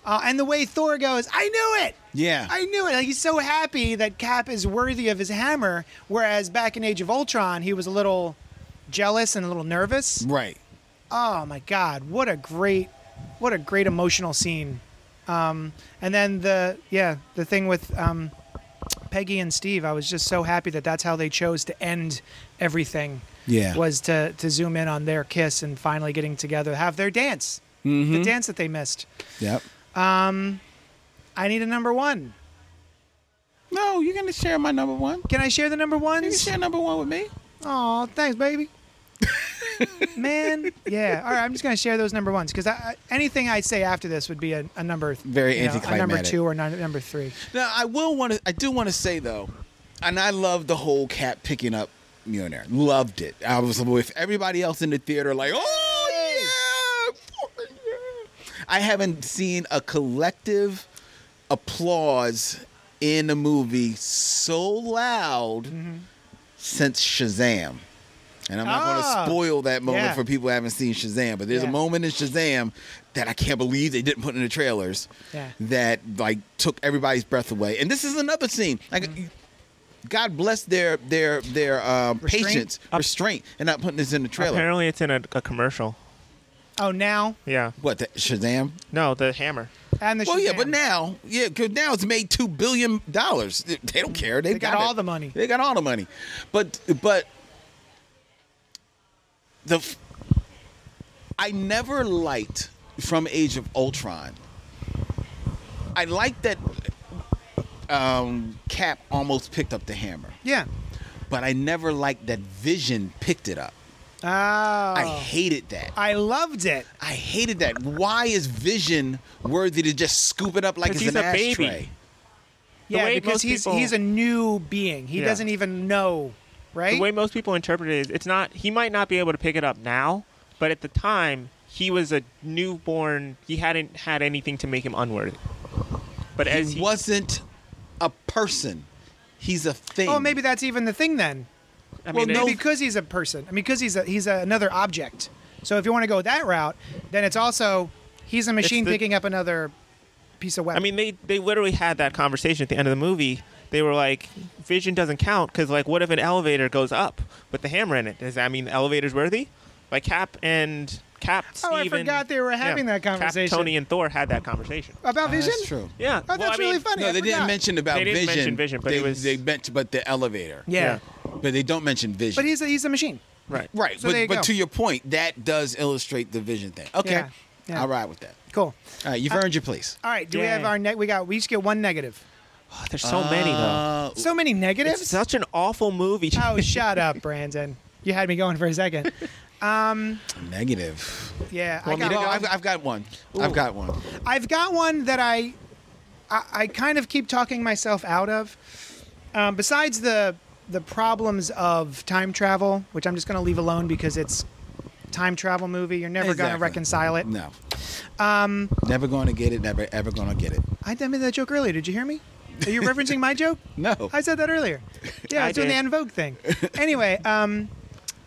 B: Uh, and the way Thor goes, I knew it.
A: Yeah.
B: I knew it. Like he's so happy that Cap is worthy of his hammer, whereas back in Age of Ultron, he was a little jealous and a little nervous.
A: right.
B: Oh my God! What a great, what a great emotional scene. Um, and then the yeah, the thing with um, Peggy and Steve, I was just so happy that that's how they chose to end everything.
A: Yeah.
B: was to to zoom in on their kiss and finally getting together, have their dance,
A: Mm-hmm.
B: the dance that they missed.
A: Yep.
B: I need a number one.
A: No, you're gonna share my number one.
B: Can I share the number
A: You can
B: ones?
A: share number one with me.
B: Oh, thanks,
A: [LAUGHS]
B: baby. Man, yeah. All right, I'm just gonna share those number ones because I, I- anything I say after this would be a, a number
A: Very
B: you know, a number
A: anticlimactic.
B: two or not, number three.
A: Now, I will want to. I do want to say though, and I love the whole cat picking up Mjolnir. Loved it. I was with everybody else in the theater, like, oh yeah, fucking yeah. I haven't seen a collective applause in a movie so loud
B: Mm-hmm.
A: since Shazam. And I'm not
B: Ah,
A: going to spoil that moment
B: yeah.
A: for people who haven't seen Shazam, but there's
B: Yeah.
A: a moment in Shazam that I can't believe they didn't put in the trailers
B: Yeah.
A: that like took everybody's breath away. And this is another scene. Like,
B: Mm-hmm.
A: God bless their their their um,
B: Restraint?
A: patience, restraint, and not putting this in the trailer.
C: Apparently, it's in a, a commercial.
B: Oh, now
C: Yeah.
A: What the Shazam?
C: No, the hammer.
B: and the
A: Well, yeah,
B: Shazam.
A: but now, yeah, because now it's made two billion dollars. They they don't care. They've
B: They got all the money.
A: They got all the money, but but the f- I never liked from Age of Ultron. I liked that um, Cap almost picked up the hammer,
B: yeah.
A: but I never liked that Vision picked it up.
B: Oh,
A: I
B: I,
A: hated that.
B: loved it.
A: I hated that. Why is Vision worthy to just scoop it up like
C: 'Cause
A: it's
C: he's
A: an
C: a baby.
A: ashtray?
C: The
B: yeah,
C: way
B: because
C: most
B: he's
C: people-
B: he's a new being. He
C: Yeah.
B: doesn't even know, right?
C: The way most people interpret it is, it's not. He might not be able to pick it up now, but at the time, he was a newborn. He hadn't had anything to make him unworthy. But as
A: he
C: he,
A: wasn't a person. He's a thing.
B: oh, maybe that's even the thing then.
C: I
A: well,
C: mean, it-
A: no-
B: because he's a person. I mean, because he's a, he's a, another object. So if you want to go that route, then it's also he's a machine
C: the-
B: picking up another piece of
C: I
B: weapon.
C: mean, they they literally had that conversation at the end of the movie. They were like, "Vision doesn't count because, like, what if an elevator goes up with the hammer in it? Does that mean the elevator's worthy?" Like Cap and Cap.
B: Oh, I
C: Steve and-
B: forgot they were having that conversation. Uh,
C: Cap, Tony, and Thor had that conversation.
B: about
A: Oh,
B: Vision.
A: that's true.
C: Yeah.
B: Oh, that's
C: Well, I
B: really
C: mean,
B: funny.
A: No,
B: I
A: they didn't
B: forgot.
A: mention about
C: They didn't
A: Vision.
C: mention Vision, but
A: they,
C: it was-
A: they mentioned but the elevator.
B: Yeah.
A: but they don't mention Vision.
B: but he's a, he's a machine.
C: Right.
A: right.
B: so
A: but
B: there you go.
A: but to your point, that does illustrate the Vision thing. Okay,
B: Yeah, yeah.
A: I'll ride with that.
B: Cool.
A: All right, you've earned your place.
B: All right. Do we
C: Yeah.
B: have our net? We got we each get one negative.
C: Oh, there's so many though.
A: Uh,
B: So many negatives.
C: It's such an awful movie.
B: [LAUGHS]
C: [LAUGHS]
B: oh, shut up, Brandon. You had me going for
A: [LAUGHS]
B: a second.
A: negative.
B: Yeah, I
A: Well,
B: got one.
A: I've, I've got one. I've got one.
B: I've got one that I, I, I kind of keep talking myself out of. Um, besides the the problems of time travel, which I'm just going to leave alone because it's time travel movie. You're never going to
A: Exactly.
B: reconcile it.
A: No. Um, never going to get it. Never ever going to get it.
B: I did- I made that joke earlier. Did you hear me? Are you referencing my joke?
A: No.
B: I said that earlier. Yeah, I,
C: I
B: was doing the
C: did.
B: En Vogue thing. Anyway, um,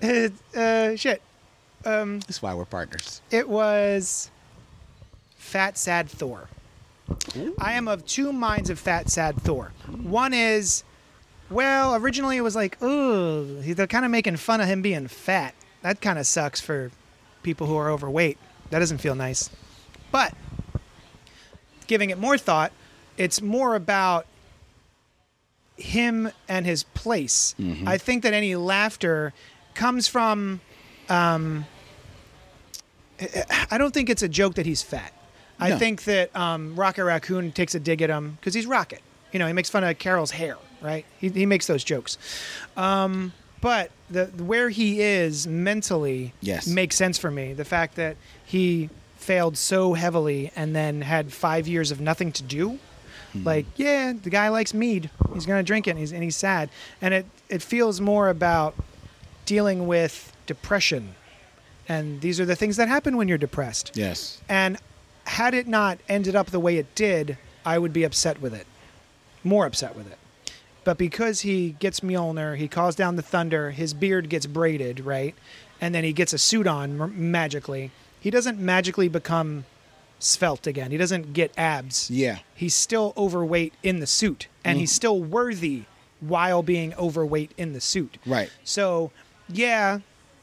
B: uh, uh, shit.
A: [LAUGHS] That's why we're partners.
B: It was Fat Sad Thor. I am of two minds of Fat Sad Thor. One is, well, originally it was like, ooh, they're kind of making fun of him being fat. That kind of sucks for people who are overweight. That doesn't feel nice. But giving it more thought, it's more about him and his place. I think that any laughter comes from. Um, I don't think it's a joke that he's fat. I
A: No.
B: think that um, Rocket Raccoon takes a dig at him because he's Rocket. You know, he makes fun of Carol's hair, right? He, he makes those jokes. Um, but the where he is mentally
A: Yes.
B: makes sense for me. The fact that he failed so heavily and then had five years of nothing to do like yeah the guy likes mead he's gonna drink it and he's, and he's sad and it, it feels more about dealing with depression and these are the things that happen when you're depressed.
A: Yes.
B: And had it not ended up the way it did, I would be upset with it, more upset with it. But because he gets Mjolnir, he calls down the thunder, his beard gets braided, right? And then he gets a suit on m- magically. He doesn't magically become svelte again. He doesn't get abs.
A: Yeah.
B: He's still overweight in the suit, and he's still worthy while being overweight in the suit.
A: Right.
B: So, yeah,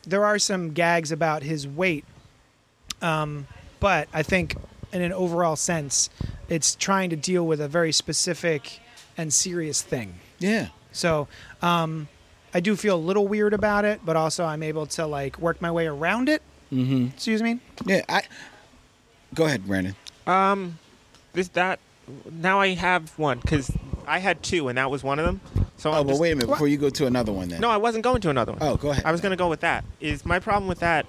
B: there are some gags about his weight, um, but I think in an overall sense, it's trying to deal with a very specific and serious thing.
A: Yeah.
B: So um, I do feel a little weird about it, but also I'm able to like work my way around it. Mm-hmm. Excuse me.
A: Yeah. I. Go ahead, Brandon.
C: This that now I have one because I had two and that was one of them. So
A: Oh,
C: I'm
A: but
C: just-
A: wait a minute
B: What?
A: before you go to another one. Then.
C: No, I wasn't going to another one.
A: Oh, go ahead.
C: I was going to go with that. Is my problem with that?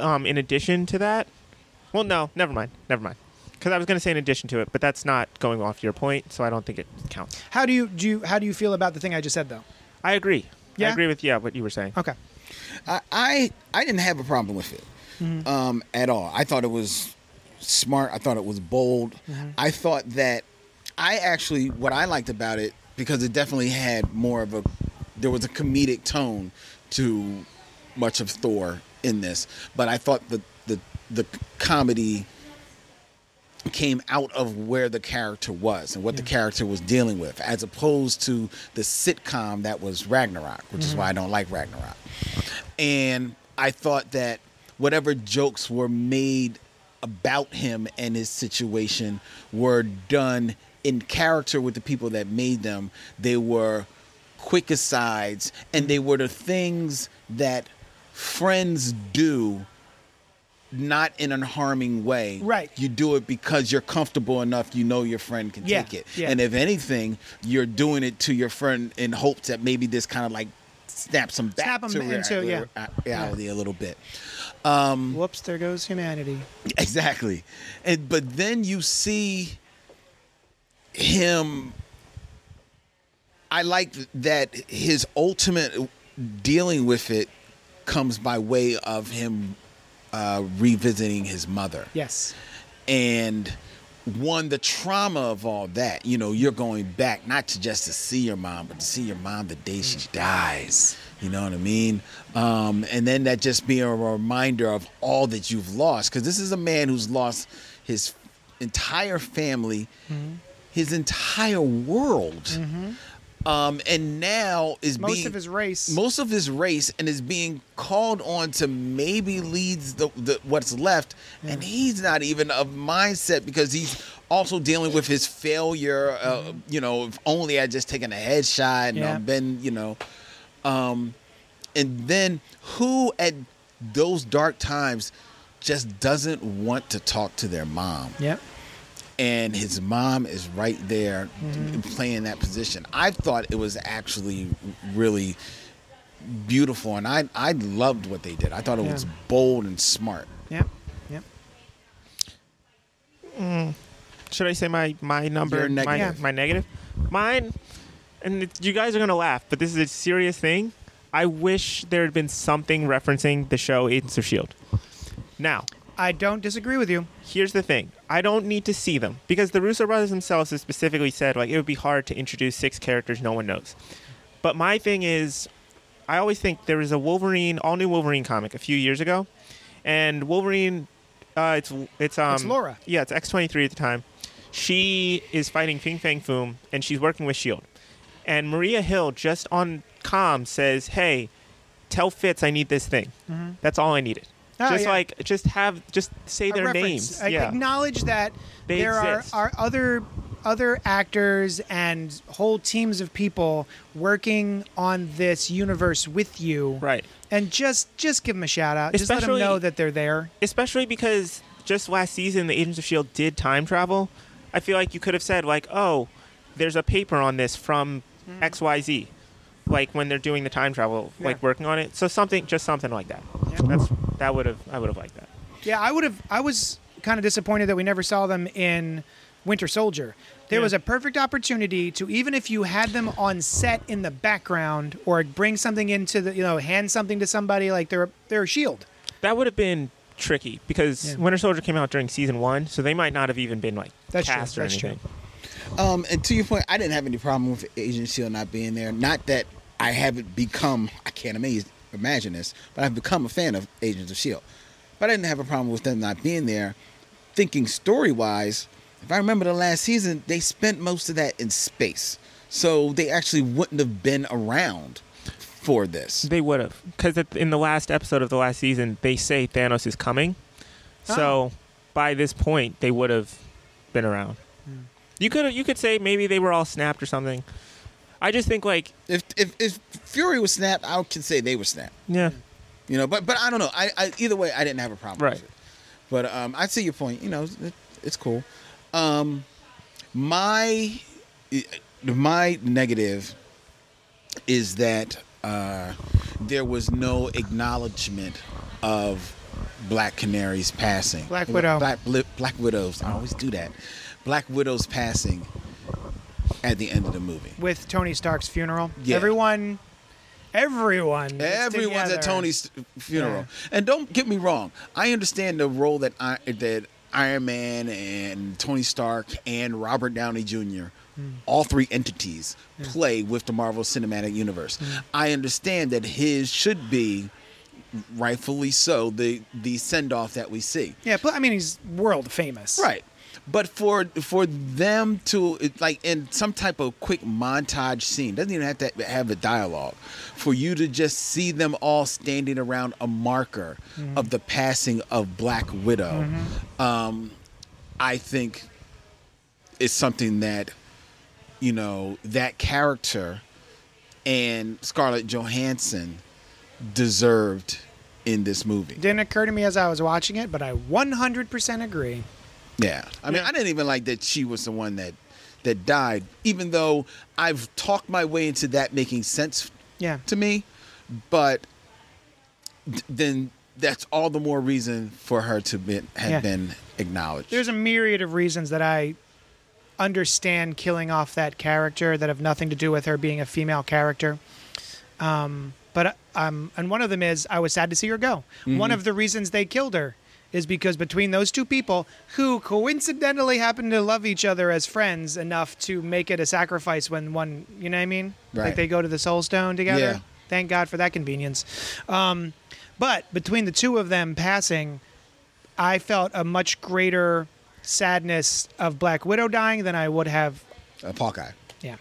C: Um, in addition to that, well, no, never mind, never mind, because I was going to say in addition to it, but that's not going off your point, so I don't think it counts.
B: How do you do? You, how do you feel about the thing I just said though?
C: I agree.
B: Yeah?
C: I agree with yeah Um, what you were saying.
B: Okay.
A: I I, I didn't have a problem with it um, at all. I thought it was smart. I thought it was bold. I thought that I actually what I liked about it because it definitely had more of a there was a comedic tone to much of Thor in this, but I thought the the the comedy came out of where the character was and what the character was dealing with, as opposed to the sitcom that was Ragnarok, which is why I don't like Ragnarok. And I thought that whatever jokes were made about him and his situation were done in character with the people that made them. They were quick asides, and they were the things that friends do not in an harming way.
B: Right.
A: You do it because you're comfortable enough. You know your friend can
B: Yeah,
A: take it.
B: yeah.
A: And if anything, you're doing it to your friend in hopes that maybe this kind of like snaps them back
B: Snap 'em
A: to rea-
B: into- yeah.
A: rea- reality a little bit. [LAUGHS]
B: Whoops! There goes humanity.
A: Exactly. And but then you see him I like that his ultimate dealing with it comes by way of him uh, revisiting his mother
B: Yes.
A: and one the trauma of all that you know you're going back not to just to see your mom but to see your mom the day she
B: Mm.
A: dies you know what i mean um, and then that just being a reminder of all that you've lost because this is a man who's lost his entire family
B: Mm-hmm.
A: his entire world um, and now is
B: Mm-hmm. Most
A: being
B: of his race.
A: most of his race and is being called on to maybe leads the, the what's left and he's not even of mindset because he's also dealing with his failure uh, you know if only i just taken a headshot and
B: Mm-hmm. Yeah.
A: i've been you know um, and then who at those dark times just doesn't want to talk to their mom
B: Yep.
A: and his mom is right there playing that position. I thought it was actually really beautiful, and I I loved what they did. I thought it
B: Yeah.
A: was bold and smart.
B: Yep. Yep.
C: Should I say my my number?
A: Your negative.
C: My, my negative. Mine. And it- you guys are gonna laugh, but this is a serious thing. I wish there had been something referencing the show Agents of Shield. E Now,
B: I don't disagree with you.
C: here's the thing i don't need to see them because the russo brothers themselves have specifically said like it would be hard to introduce six characters no one knows but my thing is i always think there was a wolverine all new wolverine comic a few years ago and wolverine uh, it's it's um
B: It's Laura.
C: yeah it's x23 at the time she is fighting ping fang foom and she's working with shield E and maria hill just on com says hey tell fitz i need this thing that's all i needed
B: Mm-hmm. Oh,
C: just
B: yeah.
C: like just have just say
B: A
C: their
B: reference.
C: names.
B: I
C: yeah.
B: Acknowledge that
C: They
B: there
C: exist.
B: are are other other actors and whole teams of people working on this universe with you.
C: Right.
B: And just just give them a shout out. just let them
C: Especially-
B: know that they're there.
C: Especially because just last season, the Agents of S.H.I.E.L.D. E did time travel. I feel like you could have said, like, oh, there's a paper on this from XYZ, like when they're doing the time travel,
B: Mm-hmm. Yeah.
C: like working on it. So something, just something like that.
B: Yeah.
C: That's That would have, I would have liked that.
B: Yeah, I would have. I was kind of disappointed that we never saw them in Winter Soldier. There
C: Yeah.
B: was a perfect opportunity to even if you had them on set in the background or bring something into the you know hand something to somebody like they're they're a shield.
C: That would have been tricky because
B: Yeah.
C: Winter Soldier came out during season one, so they might not have even been like
B: That's true,
C: cast or
B: that's true.
C: anything.
A: Um, and to your point, I didn't have any problem with Agent Shield not being there. Not that I haven't become, I can't amaze, imagine this, but I've become a fan of Agents of Shield. But I didn't have a problem with them not being there. Thinking story wise, if I remember the last season, they spent most of that in space, so they actually wouldn't have been around for this.
C: They would have because in the last episode of the last season, they say Thanos is coming. So
B: Ah.
C: by this point, they would have been around.
B: Hmm.
C: You could you could say maybe they were all snapped or something. I just think like
A: If if, if Fury was snapped, I can say they were snapped.
C: yeah,
A: You know, but but I don't know. I, I either way, I didn't have a problem
C: Right.
A: with it. But um, I see your point. You know, it, it's cool. Um, my my negative is that uh, there was no acknowledgement of Black Canary's passing.
B: Black Widow.
A: Black Bli- Black Widows. I always do that. Black Widow's passing at the end of the movie.
B: with Tony Stark's funeral.
A: Yeah.
B: Everyone, everyone, is
A: Everyone's
B: together.
A: at Tony's funeral, and don't get me wrong. I understand the role that I, that Iron Man and Tony Stark and Robert Downey Jr. All three entities play with the Marvel Cinematic Universe. I understand that his should be, rightfully so, the the send off that we see.
B: Yeah, but I mean, he's world famous.
A: Right. But for for them to it- like in some type of quick montage scene doesn't even have to have a dialogue, for you to just see them all standing around a marker of the passing of Black Widow, um, I think is something that you know that character and Scarlett Johansson deserved in this movie.
B: Didn't occur to me as I was watching it, but I 100% agree.
A: Yeah. I mean, I didn't even like that she was the one that that died, even though I've talked my way into that making sense
B: Yeah.
A: to me, but th- then that's all the more reason for her to be, have
B: Yeah.
A: been acknowledged.
B: There's a myriad of reasons that I understand killing off that character that have nothing to do with her being a female character. Um, but um, and one of them is I was sad to see her go. One of the reasons they killed her is because between those two people who coincidentally happen to love each other as friends enough to make it a sacrifice when one, you know what I mean? Like
A: Right.
B: they go to the soul stone together.
A: Yeah.
B: Thank God for that convenience. Um, but between the two of them passing, I felt a much greater sadness of Black Widow dying than I would have.
A: a Uh, Hawkeye.
B: Yeah.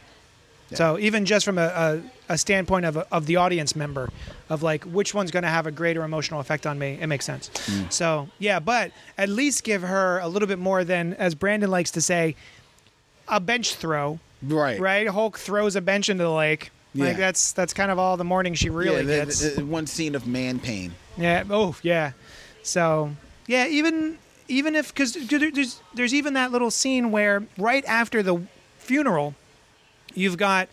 B: So even just from a, a, a standpoint of, of the audience member, of like which one's going to have a greater emotional effect on me, it makes sense. So yeah, but at least give her a little bit more than, as Brandon likes to say, a bench throw.
A: Right.
B: Right? Hulk throws a bench into the lake.
A: Yeah.
B: Like that's that's kind of all the morning she really
A: yeah, the-
B: gets.
A: the- the one scene of man pain.
B: Yeah. Oh, yeah. So, yeah. Even even if because there's there's even that little scene where right after the funeral, you've got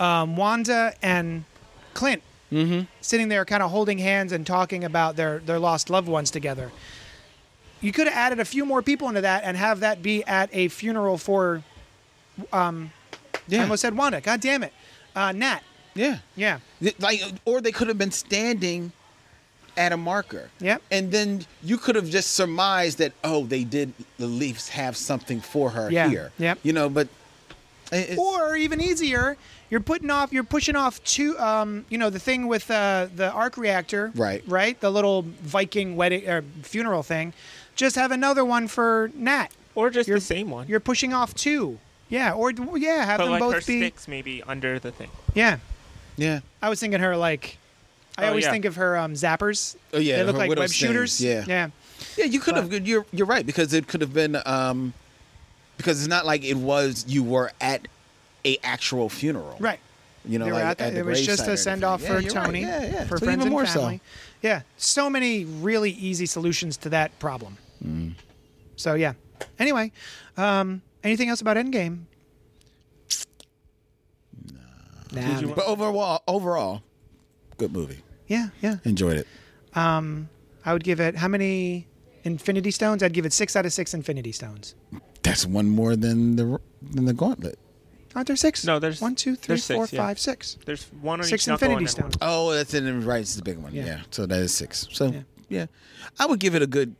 B: um, Wanda and Clint
A: Mm-hmm.
B: sitting there, kind of holding hands and talking about their their lost loved ones together. You could have added a few more people into that and have that be at a funeral for. Um, I almost said Wanda. God damn it, uh, Nat.
A: Yeah.
B: Yeah.
A: Th- Like, or they could have been standing at a marker.
B: Yep.
A: And then you could have just surmised that, oh, they did, the Leafs have something for her
B: Yeah,
A: here.
B: yep.
A: You know, but. it- it's-
B: or even easier you're putting off you're pushing off two um you know the thing with uh the arc reactor
A: Right.
B: right the little viking wedding or funeral thing just have another one for nat
C: or just
B: You're-
C: the same one.
B: you're pushing off two yeah or yeah have
C: but
B: them
C: like her
B: both be
C: sticks maybe under the thing.
B: yeah
A: yeah.
B: i was thinking her like i
C: Oh,
B: always
C: yeah.
B: think of her um zappers
A: Oh, yeah,
B: they look
A: her
B: like
A: widow
B: web
A: stings,
B: shooters
A: yeah.
B: yeah
A: Yeah, you could have. You're you're right because it could have been um, because it's not like it was. You were at a actual funeral,
B: right
A: You know,
B: They were
A: like
B: out there.
A: at the
B: it was just
A: gravesite or
B: a send off for
A: anything. Yeah, you're right.
B: Tony,
A: Yeah, yeah.
B: for
A: So
B: friends
A: even
B: and
A: more so.
B: family. Yeah, so many really easy solutions to that problem.
A: Mm.
B: So yeah. Anyway, um, anything else about Endgame? Nah.
C: you
B: man.
A: But overall, overall, good movie.
B: yeah, yeah.
A: Enjoyed it.
B: I would give it how many Infinity Stones? I'd give it six out of six Infinity Stones.
A: That's one more than the than the Gauntlet.
B: Aren't there six?
C: No, there's-
B: one, two, three,
C: there's six,
B: four,
C: yeah.
B: five, six.
C: There's one on
B: Six
C: each knuckle
B: Infinity
C: and then one-
B: Stones.
A: Oh, that's in right. It's the big one. Yeah. So that is six. So yeah, I would give it a good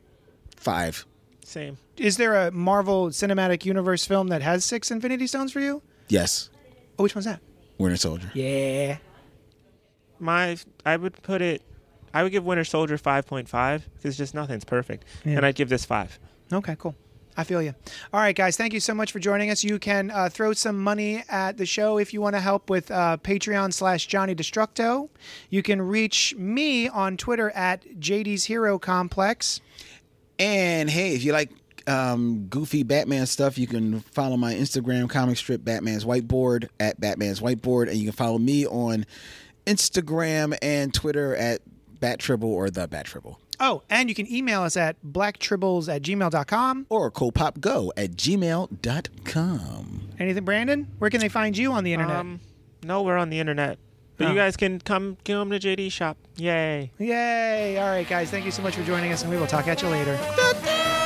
A: five.
C: Same.
B: Is there a Marvel Cinematic Universe film that has six Infinity Stones for you?
A: Yes,
B: Oh, which one's that?
A: Winter Soldier.
B: Yeah.
C: My, I would put it. I would give Winter Soldier 5.5 because just nothing's perfect,
B: Yeah.
C: and I'd give this five.
B: Okay, cool. I feel you. All right, guys, thank you so much for joining us. You can uh, throw some money at the show if you want to help with uh, Patreon slash Johnny Destructo. You can reach me on Twitter at JD's Hero Complex.
A: And hey, if you like um, goofy Batman stuff, you can follow my Instagram comic strip, Batman's Whiteboard, at Batman's Whiteboard. And you can follow me on Instagram and Twitter at Bat Tribble or The Bat Tribble.
B: Oh, and you can email us at blacktribbles at gmail.com.
A: Or copopgo at gmail.com.
B: Anything, Brandon? Where can they find you on the internet?
C: Um, no, we're on the internet, but
B: Oh.
C: you guys can come come to JD shop. Yay.
B: Yay. All right, guys, thank you so much for joining us, and we will talk at you later.
A: Da-da!